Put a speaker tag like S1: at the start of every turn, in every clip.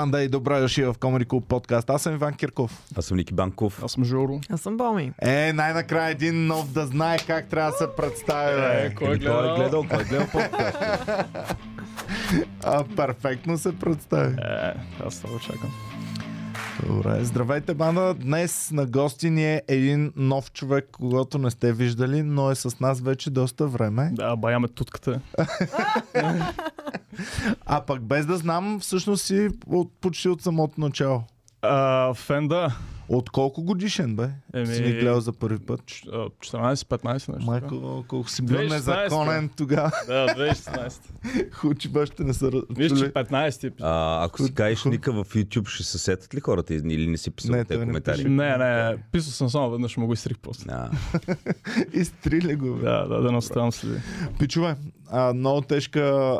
S1: Андай, добре дошли в Comedy Club подкаст. Аз съм Иван Кирков.
S2: Аз съм Ники Банков.
S3: Аз съм Жоро.
S4: Аз съм Боми.
S1: Е, най-накрая един нов да знае как трябва да се представи. бе.
S3: Е, кой е
S2: Еми,
S3: гледал?
S2: Кой е гледал? Кой е гледал подкаст?
S1: А, перфектно се представи.
S3: Е, аз това го чакам.
S1: Добре, здравейте, банда. Днес на гости ни е един нов човек, когато не сте виждали, но е с нас вече доста време.
S3: Да, баяме тутката.
S1: А пък без да знам, всъщност си от, почти от самото начало.
S3: А, фен да.
S1: От колко годишен бе?
S3: Еми,
S1: Си ни гледал за първи път.
S3: ч- а, 14-15 нещо. такова.
S1: Майко, колко си бил
S3: 2016.
S1: незаконен тогава.
S3: Да, 2016.
S1: Хучи баща не са раз-
S3: Виж, че
S1: чули.
S3: 15 епизод.
S2: А, ако си
S1: Худ-
S2: кажеш
S1: худ.
S2: Ника в YouTube, ще се сетят ли хората или не си
S1: Не,
S2: писал
S1: той
S2: тези
S1: не
S2: коментари?
S1: пише.
S3: Не, не, писал съм само веднъж, му го изтрих после.
S2: А,
S1: Изтрили го бе.
S3: Да, да, да не оставам следи.
S1: Пичове, а, много тежка...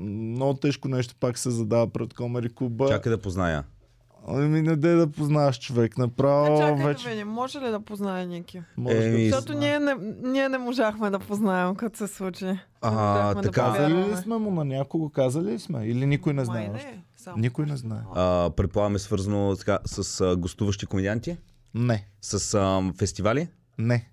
S1: Много тежко нещо пак се задава пред Комери Куба.
S2: чакай да позная.
S1: Ами не дей да познаваш човек. Направо
S4: О, Е, чакай
S1: вече
S4: да видим, може ли да познае Ники?
S1: можеш
S2: Еми,
S1: да
S4: Защото ние не, ние не можахме да познаем, като се случи.
S2: А,
S4: Можахме да
S2: така.
S1: Казали ли
S4: повярваме.
S1: сме му на някого? Казали ли сме? Или никой не знае
S4: Май
S1: още?
S4: не, само.
S1: Никой не знае.
S2: А, предполагам е свързано така, с а, гостуващи комедианти,
S1: Не.
S2: с а, фестивали.
S1: Не.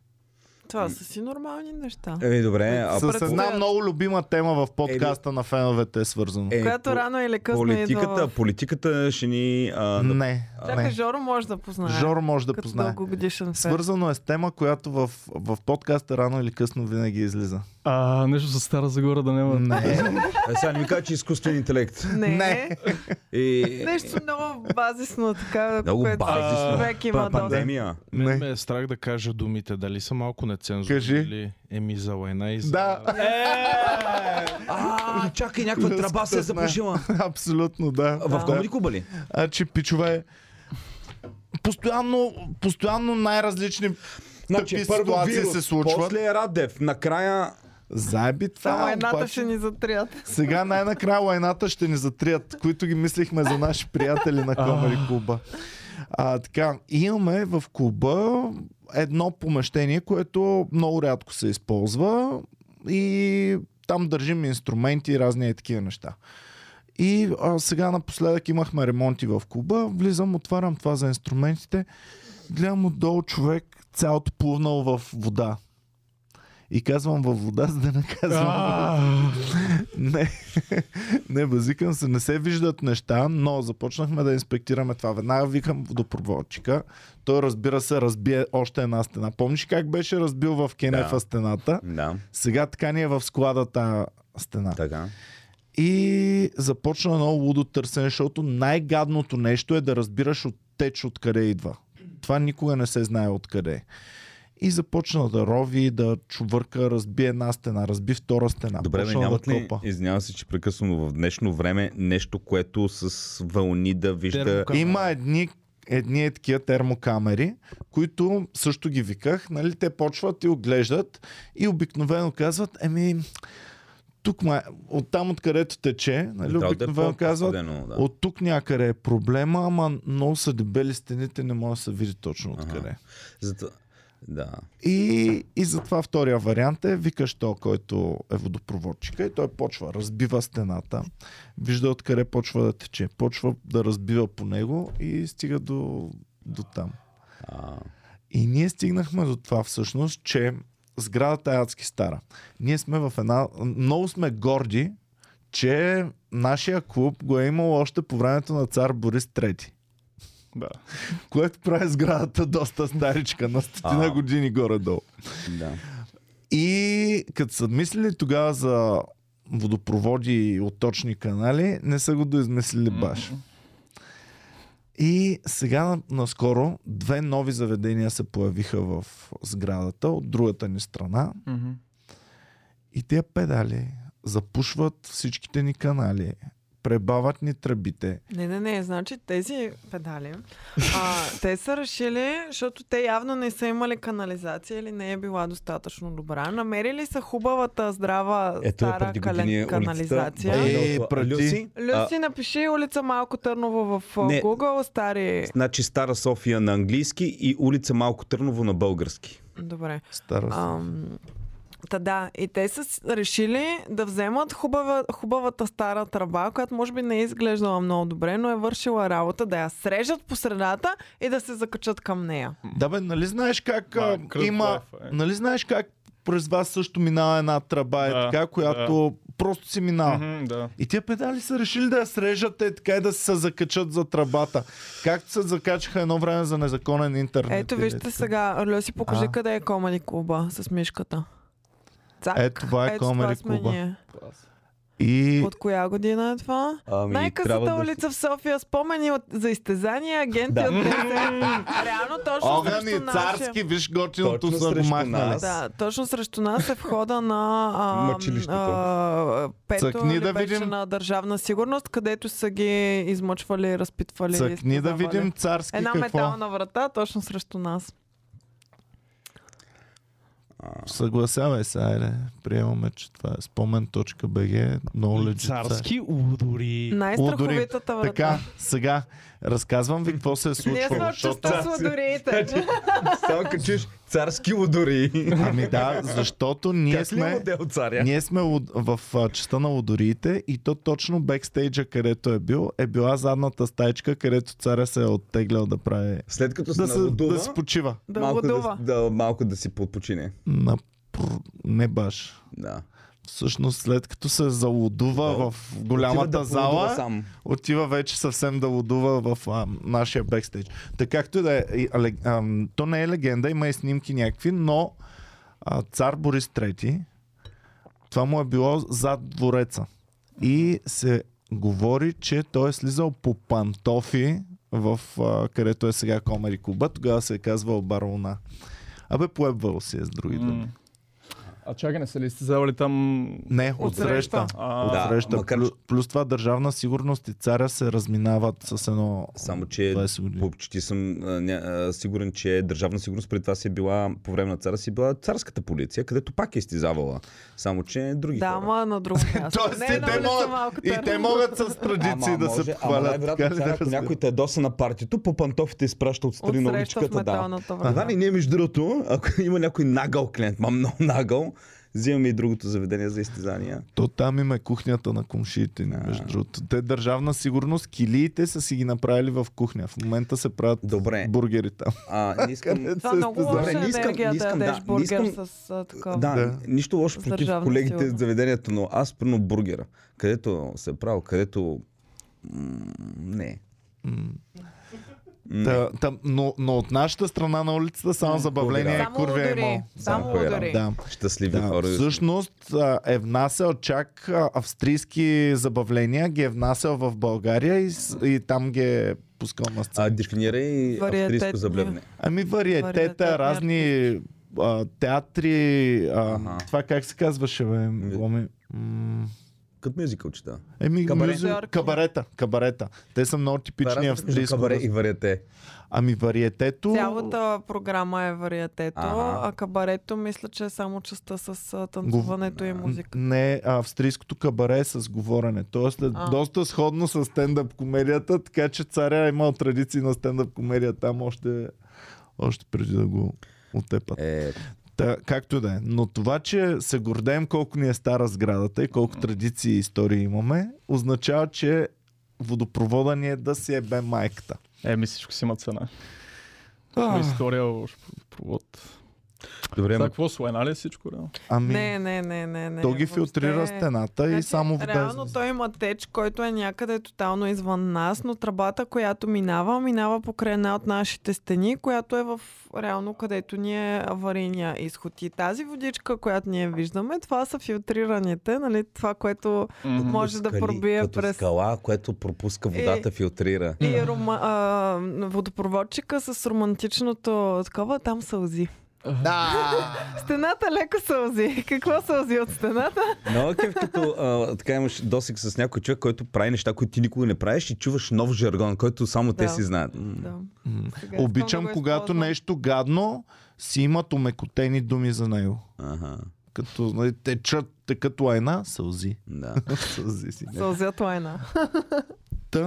S4: Това са си нормални неща.
S2: Еми, добре. А,
S1: С една
S4: предстоят.
S1: много любима тема в подкаста на феновете е свързано.
S2: е,
S4: Която е
S2: по-
S4: рано или късно идва
S2: политиката,
S4: в...
S2: политиката ще ни... А, да-
S1: Не.
S4: Чакай,
S1: не.
S4: Жоро може да познае.
S1: Жор може да
S4: като
S1: познае.
S4: дългогодишен фен.
S1: Свързано е с тема, която в, в подкаста рано или късно винаги излиза.
S3: А, нещо за Стара Загора да няма.
S1: Не.
S2: а, сега не ми кажа, че е изкуствен интелект.
S4: Не,
S1: Не.
S4: не.
S2: И...
S4: нещо много базисно, така,
S2: Много
S4: което
S2: базисно.
S4: човек има доста.
S2: Пандемия.
S5: Мен
S1: не.
S5: ме е страх да кажа думите, дали са малко нецензурни
S1: Кажи.
S5: или еми за лайна и за...
S1: Да.
S2: А, чакай, някаква
S1: Лъската
S2: тръба се е
S1: сме.
S2: запушила.
S1: Абсолютно, да.
S2: В Комеди Куба ли?
S1: А, че пичове. Постоянно, постоянно най-различни тъпи ситуации се случват.
S2: Значи, после е Радев, накрая...
S1: Заеби това.
S4: Само едната
S1: обаче.
S4: ще ни затрият.
S1: Сега най-накрая лайната ще ни затрият, които ги мислихме за наши приятели на Комери клуба. А, така, имаме в клуба едно помещение, което много рядко се използва и там държим инструменти и разни такива неща. И а, сега напоследък имахме ремонти в клуба. Влизам, отварям това за инструментите. Гледам отдолу човек, цялото плувнал в вода. И казвам във вода, за да не казвам. Не, не, базикам се, не се виждат неща, но започнахме да инспектираме това. Веднага викам водопроводчика. Той разбира се, разбие още една стена. Помниш как беше разбил в Кенефа
S2: Да.
S1: стената?
S2: Да,
S1: Сега така ни е в складата стена.
S2: така.
S1: И започна едно лудо търсене, защото най-гадното нещо е да разбираш от теч откъде идва. Това никога не се знае откъде. е. И започна да рови, да чувърка, разби една стена, разби втора стена.
S2: Добре, бе,
S1: почна
S2: нямат
S1: да
S2: ли,
S1: копа.
S2: извинявам се, че прекъсвам, но в днешно време нещо, което с вълни да вижда...
S5: Термока-
S1: Има едни едни е такива термокамери, които също ги виках, нали, те почват и оглеждат и обикновено казват, еми, тук ма, оттам откъдето тече, нали,
S2: Трябва да е
S1: обикновено казват,
S2: по-студено, да.
S1: От тук някъде е проблема, ама много са дебели стените, не може да се види точно откъде.
S2: Зато... Да.
S1: И, и затова втория вариант е, викаш то, който е водопроводчика и той почва, разбива стената, вижда откъде почва да тече, почва да разбива по него и стига до, до там.
S2: А,
S1: И ние стигнахме до това всъщност, че сградата е адски стара. Ние сме в една... Много сме горди, че нашия клуб го е имал още по времето на цар Борис III.
S3: Да.
S1: което прави сградата доста старичка, на стотина
S2: А.
S1: години горе-долу.
S2: да.
S1: И като са мислили тогава за водопроводи и отточни канали, не са го доизмислили баш. И сега на- наскоро две нови заведения се появиха в сградата от другата ни страна
S3: Мгм.
S1: и тия педали запушват всичките ни канали, пребават ни тръбите.
S4: Не, не, не, значи тези педали, а, те са решили, защото те явно не са имали канализация или не е била достатъчно добра. Намерили са хубавата, здрава,
S2: Ето е
S4: стара
S2: преди
S4: кален-
S2: години
S4: канализация.
S1: Е,
S2: улицата...
S1: преди.
S2: Люси? А,
S4: Люси, напиши улица Малко Търново в а,
S2: Не.
S4: Google, стари...
S2: Значи Стара София на английски и улица Малко Търново на български.
S4: Добре.
S1: Стара
S4: Ам, Та да, и те са с- решили да вземат хубава, хубавата стара тръба, която може би не е изглеждала много добре, но е вършила работа, да я срежат по средата и да се закачат към нея.
S1: Да бе, нали знаеш как а,
S3: Да, кръг
S1: има...
S3: лайфа, е.
S1: Нали знаеш как през вас също минава една тръба, е
S3: Да,
S1: така, която просто си минава.
S3: Мгм, да.
S1: И тия педали са решили да я срежат е така и да се закачат за тръбата. Както се закачаха едно време за незаконен интернет.
S4: Ето
S1: или
S4: вижте
S1: така.
S4: сега, Люси, покажи
S1: А.
S4: къде е Комади клуба с мишката. Цак.
S1: Е, това е
S4: Ето това
S1: Комери
S4: сме
S1: клуба.
S4: ние.
S1: И
S4: От коя година е това?
S2: Ами,
S4: Най-късата
S2: трябва да
S4: улица в София. Спомени от, за изтезания, агенти да.
S2: Да.
S4: от ДС. Реално точно
S1: огън
S4: срещу
S1: и
S4: нашия.
S1: царски, виж готиното
S2: Точно
S1: са го
S2: срещу
S1: махнали.
S2: нас.
S4: Да, точно срещу нас е входа на а,
S2: Мъчилището.
S4: а, пето
S1: Цъкни
S4: ли
S1: да
S4: беше
S1: видим.
S4: на държавна сигурност, където са ги измъчвали, разпитвали.
S1: Цъкни да
S4: изтезавали.
S1: видим царски
S4: Една
S1: какво.
S4: метална врата точно срещу нас.
S1: Съгласявай се, айде. Приемаме, че това е спомен.бг. Много легит.
S5: Царски удори.
S4: Най-страховитата Е, врата.
S1: Така, сега разказвам ви какво се е
S4: Ние сме
S1: случвало.
S4: от
S1: защото-
S4: частта сладорите.
S2: Само качиш царски удори.
S1: Ами да, защото ние
S2: Как ли е
S1: сме...
S2: модел царя?
S1: Ние сме луд- в а, частта на лодориите и то точно бекстейджа, където е бил, е била задната стайчка, където царя се е оттеглял да прави...
S2: След като се
S1: Да се,
S2: налудува,
S1: да се почива.
S4: Да
S2: малко,
S4: лудува.
S2: да, да, малко да си подпочине.
S1: На... пр- Не баш.
S2: Да.
S1: Всъщност след като се залудува
S2: Да.
S1: в
S2: Отива
S1: голямата
S2: да полудува
S1: зала,
S2: Сам.
S1: отива вече съвсем да лудува в а, нашия бекстейдж. Така както и да е, и, а, лег- ам, то не е легенда, има и снимки някакви, но а, цар Борис III, това му е било зад двореца. И се говори, че той е слизал по пантофи в а, където е сега Комери Куба, тогава се е казвал Барона. Абе, поебвал си е с други думи.
S3: М. А чакай, не са ли изтезавали там...
S1: Не,
S4: Отсреща.
S1: отсреща.
S3: А,
S2: Да.
S1: Отсреща.
S2: макар
S1: Плю-
S2: че-
S1: Плюс това държавна сигурност и царя се разминават с едно
S2: Само, че
S1: 20 години.
S2: почти съм а, ня, а, сигурен, че държавна сигурност преди това си е била, по време на цара си е била царската полиция, където пак е изтезавала. Само, че други
S4: Да,
S2: хора.
S4: ма на друго място.
S1: Тоест
S4: Не,
S1: и
S4: на
S1: те,
S4: улица
S1: могат,
S4: Малко
S1: и
S4: Търново.
S1: те могат с традиции да се
S2: ама
S1: похвалят.
S2: най-вероятно
S1: така ли да
S2: царя, ако
S1: разбира?
S2: някой те е доса на партито, по пантофите изпраща отстрани на
S4: Отсреща в
S2: уличката. Да.
S4: металната врата.
S2: Иван и нали, ние, между другото, ако има някой нагъл клиент, мам много нагъл, взимаме и другото заведение за изтезания.
S1: То там има кухнята на комшиите ни, между другото. Те държавна сигурност, килиите са си ги направили в кухня. В момента се правят
S2: Добре.
S1: бургери там.
S2: А, не искам...
S1: Където
S4: Това
S1: се
S4: много
S1: изтезават.
S2: Добре,
S4: лоша
S2: не искам-
S4: енергия
S2: не
S4: да
S2: искам, да,
S4: ядеш
S2: не
S4: бургер
S2: искам-
S4: с а, такова.
S2: Да,
S1: Да.
S2: нищо лошо
S4: С
S2: против
S4: държавна
S2: колегите
S4: сигурност.
S2: от заведението, но аз прено бургера, където се е правил, където... м, Не.
S1: Та, та, но, но от нашата страна на улицата само забавление е
S4: Само
S1: курвия и
S4: удари.
S1: мол.
S4: Само
S2: Само хуйра.
S4: удари.
S1: Да.
S2: Щастливи
S1: Да,
S2: хора.
S1: всъщност а, е внасял чак а, австрийски забавления, ги е внасял в България и, с- и там ги е пускал на сцена.
S2: А, дефинирай
S4: Вариатетни.
S2: австрийско
S4: нали?
S2: заблеване.
S1: Ами
S4: Вариатетни
S1: вариетета, разни а, театри, а,
S2: Аха.
S1: това как се казваше, бе, Боми? М,
S2: Като мюзикълчета.
S1: Еми,
S2: Кабаре.
S1: мюзик- кабарета, кабарета. Те са много типични
S2: Разликата е между
S1: австрийско.
S2: Кабаре и вариете.
S1: Ами вариетето...
S4: Цялата програма е вариатето,
S2: Ага.
S4: а кабарето мисля, че е само частта с а, танцуването и музика.
S1: Не, а австрийското кабаре е с говорене. Тоест е
S4: А.
S1: доста сходно с стендъп комедията, така че царя е имал традиции на стендъп комедия там още, още преди да го отепат.
S2: Е,
S1: Та, както и да е. Но това, че се гордеем колко ни е стара сградата и колко традиции и истории имаме, означава, че водопровода ни е да си ебе майката.
S3: Е, ми всичко си има цена.
S1: А.
S3: По история, уж провод.
S2: добре,
S3: Това
S2: ма,
S3: какво, слайна ли е всичко? Реално?
S1: Ами,
S4: Не, не, не, не, не.
S1: то ги
S4: въобще.
S1: филтрира стената и
S4: Значи,
S1: само вода.
S4: Реално той има теч, който е някъде тотално извън нас, но тръбата, която минава, минава покрай една от нашите стени, която е в реално където ни е аварийния изход. И тази водичка, която ние виждаме, това са филтрираните, нали, това, което
S3: М.
S4: може да
S2: скали,
S4: пробие
S2: като
S4: през Е.
S2: скала, което пропуска водата, филтрира.
S4: И рома, а, водопроводчика с романтичното такова, там сълзи. Да! Стената леко сълзи. Какво сълзи от стената?
S2: Много е кеф, като а, така имаш досек с някой човек, който прави неща, които ти никога не правиш и чуваш нов жаргон, който само те
S4: Да.
S2: си знаят. М,
S4: Да. Сега искам
S1: Обичам,
S4: да го
S1: когато
S4: използвам.
S1: нещо гадно, си имат омекотени думи за него.
S2: Аха,
S1: Като нали, течат, текат лайна, сълзи.
S2: да.
S4: Е.
S1: сълзи си.
S4: Сълзят лайна.
S1: Та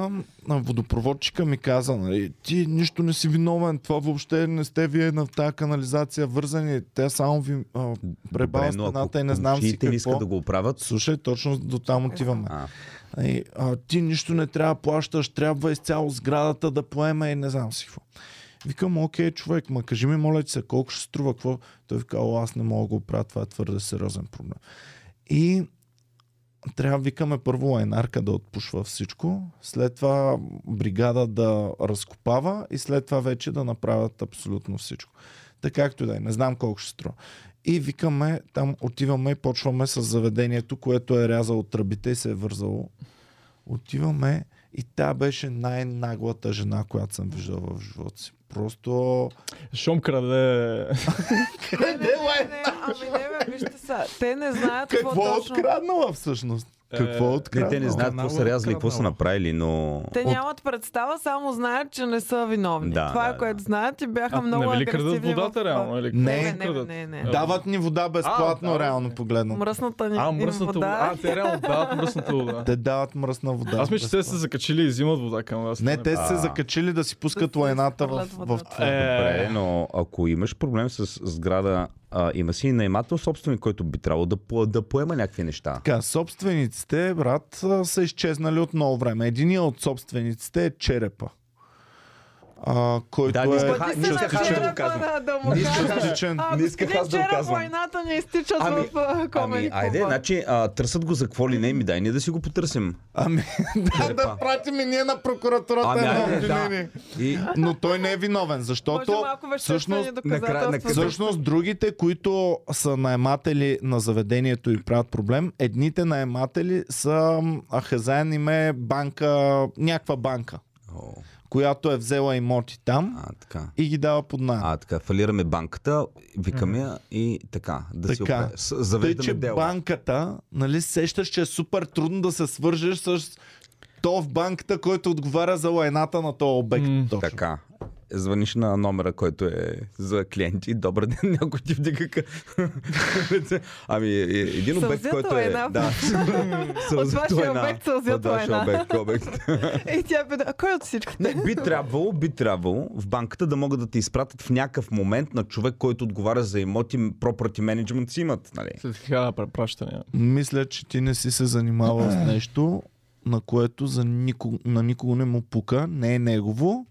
S1: а, водопроводчика ми каза, нали, ти нищо не си виновен, това въобще не сте вие на тази канализация вързани, те само ви а, пребава
S2: Добре, но ако
S1: стената и не знам си
S2: момчиите не искат
S1: какво.
S2: да го оправят.
S1: Слушай, точно до там отиваме.
S2: А,
S1: И, а, ти нищо не трябва да плащаш, трябва изцяло сградата да поема и не знам си какво. Викам, окей, човек, ма кажи ми, моля ти се, колко ще струва, какво? Той вика, о, аз не мога да го правя, това е твърде сериозен проблем. И трябва викаме първо лайнарка да отпушва всичко, след това бригада да разкопава и след това вече да направят абсолютно всичко. Така както и да е, не знам колко ще струва. И викаме, там отиваме и почваме с заведението, което е рязало тръбите и се е вързало. Отиваме и тя беше най-наглата жена, която съм виждал в живота си. Просто...
S3: Шом краде.
S4: Не, не, не, не, ами не, бе, вижте са. Те не знаят какво,
S1: Какво е
S4: точно.
S1: откраднала всъщност? Какво е
S2: не,
S1: откраднала?
S2: те не знаят какво са рязали и какво са направили, но...
S4: Те нямат представа, само знаят, че не са виновни.
S2: Да,
S4: това е
S2: да,
S4: което знаят и бяха
S3: А,
S4: много
S3: не ли
S4: агресивни.
S3: крадат
S4: в
S3: водата
S4: това.
S3: реално? Или
S1: Не.
S4: Не,
S3: какво
S4: не,
S3: крадат?
S4: не, не.
S3: А,
S1: Дават ни вода безплатно,
S3: А, да,
S1: реално погледнато.
S4: Мръсната ни
S3: А,
S4: им
S3: мръсната вода.
S4: вода.
S3: А, те реално дават мръсната вода.
S1: Те дават мръсна вода.
S3: Аз мисля, че те са
S1: безплатно.
S3: се закачили и взимат вода към вас. Е,
S1: Не, те са се
S2: А.
S1: закачили да си пускат
S4: Да си
S1: лайната в,
S4: изхвърлят
S1: в
S4: водата.
S1: това.
S2: Добре, но ако имаш проблем с сграда, а, има си и наемател собственик, който би трябвало да, по- да поема някакви неща.
S1: Така, собствениците, брат, а, са изчезнали от много време. Единият от собствениците е черепа. А, който
S2: Да, не
S1: е...
S2: исках-
S4: Пъти
S2: не
S4: се
S2: исках аз да го
S4: начерапа
S2: казвам.
S4: да, да му
S1: Не
S4: кажа.
S1: исках личен.
S4: А,
S2: Не исках
S4: господин
S2: аз да го
S4: Черев,
S2: казвам.
S4: войната ни изтичат
S2: Ами,
S4: в
S2: Ами,
S4: Комени
S2: айде, значи а, търсят го за какво ли не, ми дай ние да си го потърсим.
S1: Ами, да, да
S2: Черепа.
S1: пратим и ние на прокуратурата
S2: Ами,
S1: едно
S2: айде, да.
S1: обвинение.
S2: И
S1: Но той не е виновен,
S4: Може
S1: защото
S4: малко
S1: всъщност
S4: веществени
S2: накрая-
S4: доказателства.
S2: накрая-
S1: Всъщност другите, които са наематели на заведението и правят проблем, едните наематели са м, а, хазяин име банка, някаква банка,
S2: О,
S1: която е взела имоти там
S2: а, така.
S1: и ги дава под найем.
S2: А, така, фалираме банката, викаме я и така, да си
S1: Така.
S2: оправя. С-
S1: Тъй,
S2: Завеждаме
S1: че
S2: дело.
S1: банката, нали, сещаш, че е супер трудно да се свържеш с то в банката, който отговаря за лайната на този обект.
S3: М,
S1: Точно.
S2: Така. Звъниш на номера, който е за клиенти. Добър ден, някой ти вдига къ- лице. Ами, е- е- един обект,
S4: Сълзята
S2: който е...
S4: лайна.
S2: Да. Сълзята
S4: вашия
S2: лайна.
S4: обект сълзята
S2: От вашия
S4: лайна.
S2: обект, обект.
S4: И тя пита, а кой от всички?
S2: Не, би трябвало, би трябвало в банката да могат да те изпратят в някакъв момент на човек, който отговаря за имоти, property management си имат, нали?
S3: След хиляда препращания.
S1: Мисля, че ти не си се занимавал с нещо, на което за никого, на никого не му пука, не е негово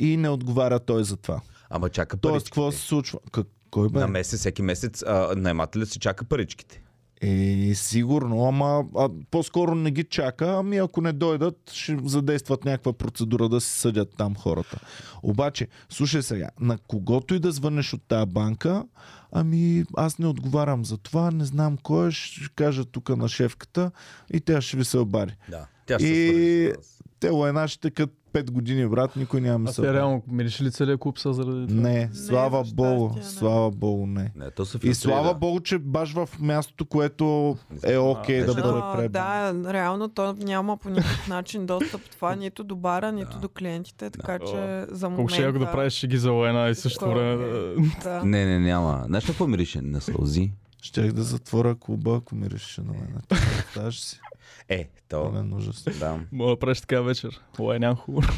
S1: и не отговаря той за това.
S2: Ама чака
S1: Тоест, е?
S2: паричките.
S1: какво се случва? Как, кой бе?
S2: На месец, всеки месец, а, наемателят си чака паричките.
S1: Е, сигурно, ама а, по-скоро не ги чака, ами ако не дойдат, ще задействат някаква процедура да се съдят там хората. Обаче, слушай сега, на когото и да звънеш от тая банка, ами аз не отговарям за това, не знам кой е, ще кажа тук на шефката и тя ще ви се обади.
S2: Да. Тя ще се
S1: И
S2: свържи с нас.
S1: те лайнашите като 5 години, брат, никой няма
S3: А
S1: мисъл.
S3: те реално мириш ли целият клуб са заради това?
S1: Не, слава
S4: за
S1: богу,
S4: щастие, е, не.
S1: слава богу, не.
S2: Не, то се
S1: И
S2: филтрира.
S1: слава богу, че баш в мястото, което е окей
S2: а,
S1: да
S2: а,
S1: бъде
S4: А,
S1: пребан.
S4: Да, реално то няма по никакъв начин достъп това нито до бара, нито
S2: Да.
S4: до клиентите, така
S3: Да.
S4: че за момента... е.
S3: Колко ще яко да правиш шеги за лайна и също време да...
S4: Да.
S2: Не, не, няма. Знаеш на какво мирише? На сълзи.
S1: Щях да затворя клуба, ако ми решиш на мен. Представяш си,
S2: Е, то.
S1: пълен ужас.
S2: Да.
S3: Мога да правиш така вечер. Лайнян хубаво.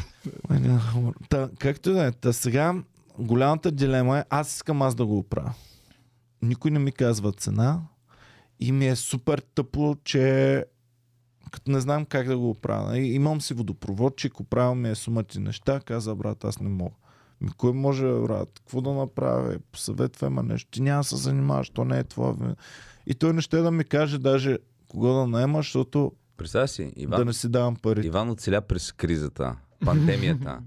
S1: Ой, няма хумор. Та, както и да е, та сега голямата дилема е, аз искам аз да го оправя. Никой не ми казва цена и ми е супер тъпо, че като не знам как да го оправя. Нали, Имам си водопроводчик, оправя ми е сумати неща, каза брат, аз не мога. Ми кой може, бе, брат? Какво да направя? Посъветвай ме нещо. Ти няма да се занимаваш, то не е твоя вина. И той не ще да ми каже даже кого да наема, защото
S2: Представя си,
S1: Иван? да не си давам пари.
S2: Иван оцеля през кризата, пандемията.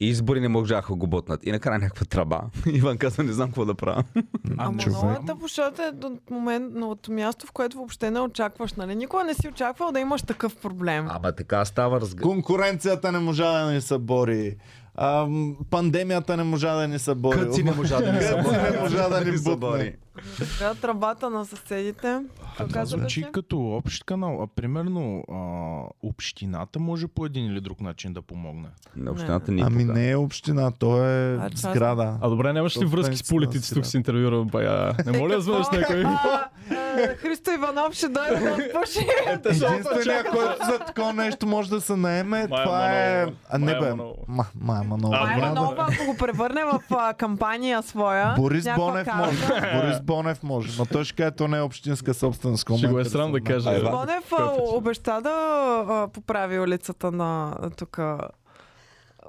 S2: И избори не можаха го бутнат. И накрая някаква тръба. Иван казва, не знам какво да правя.
S4: Ама
S1: човек.
S4: много е тъпо, защото е до момент, но от място, в което въобще не очакваш, нали? Никога не си очаквал да имаш такъв проблем.
S2: Ама така става разгъ...
S1: Конкуренцията не можа да ни събори. Ам, пандемията не можа да ни събори.
S2: Кърци не можа да ни събори.
S1: не можа да ни бутне.
S2: събори.
S4: Сега тръбата на съседите. Какво
S5: Това
S4: каза
S5: звучи
S4: беше?
S5: като общ канал, а примерно а, общината може по един или друг начин да помогне.
S2: На общината ни
S1: Ами
S2: пука.
S1: не е община, то е
S4: А, частна.
S1: сграда.
S3: А добре, нямаш ли
S1: То
S3: връзки
S1: принцип
S3: с политици
S1: на
S3: тук с интервюра, бая? Не
S4: Е,
S3: моля да
S4: какво?
S3: звънеш някой?
S4: А, а, а, Христо Иванов ще дойде да отпуши.
S1: Единствения, който за такова нещо може да се наеме,
S3: Мая
S1: това е...
S3: Манолова.
S1: А, не
S3: Мая
S1: бе,
S3: Манолова.
S1: Ма- Мая Манолова.
S3: А,
S1: Мая
S4: Майма
S3: Боряна.
S1: Манолова.
S4: много, ако го превърне в а, кампания своя.
S1: Борис
S4: някаква
S1: Бонев
S4: кауза.
S1: може. Борис Бонев може. Ма той ще каже, то не е общинска собственост.
S3: Ще го е
S1: момента
S3: срам
S1: се
S3: да
S1: знае.
S3: кажа.
S2: Ай,
S3: бе.
S2: ва.
S4: Бонев
S3: Кой
S4: а,
S3: път ще-
S4: обеща да а, поправи улицата на а, тук а,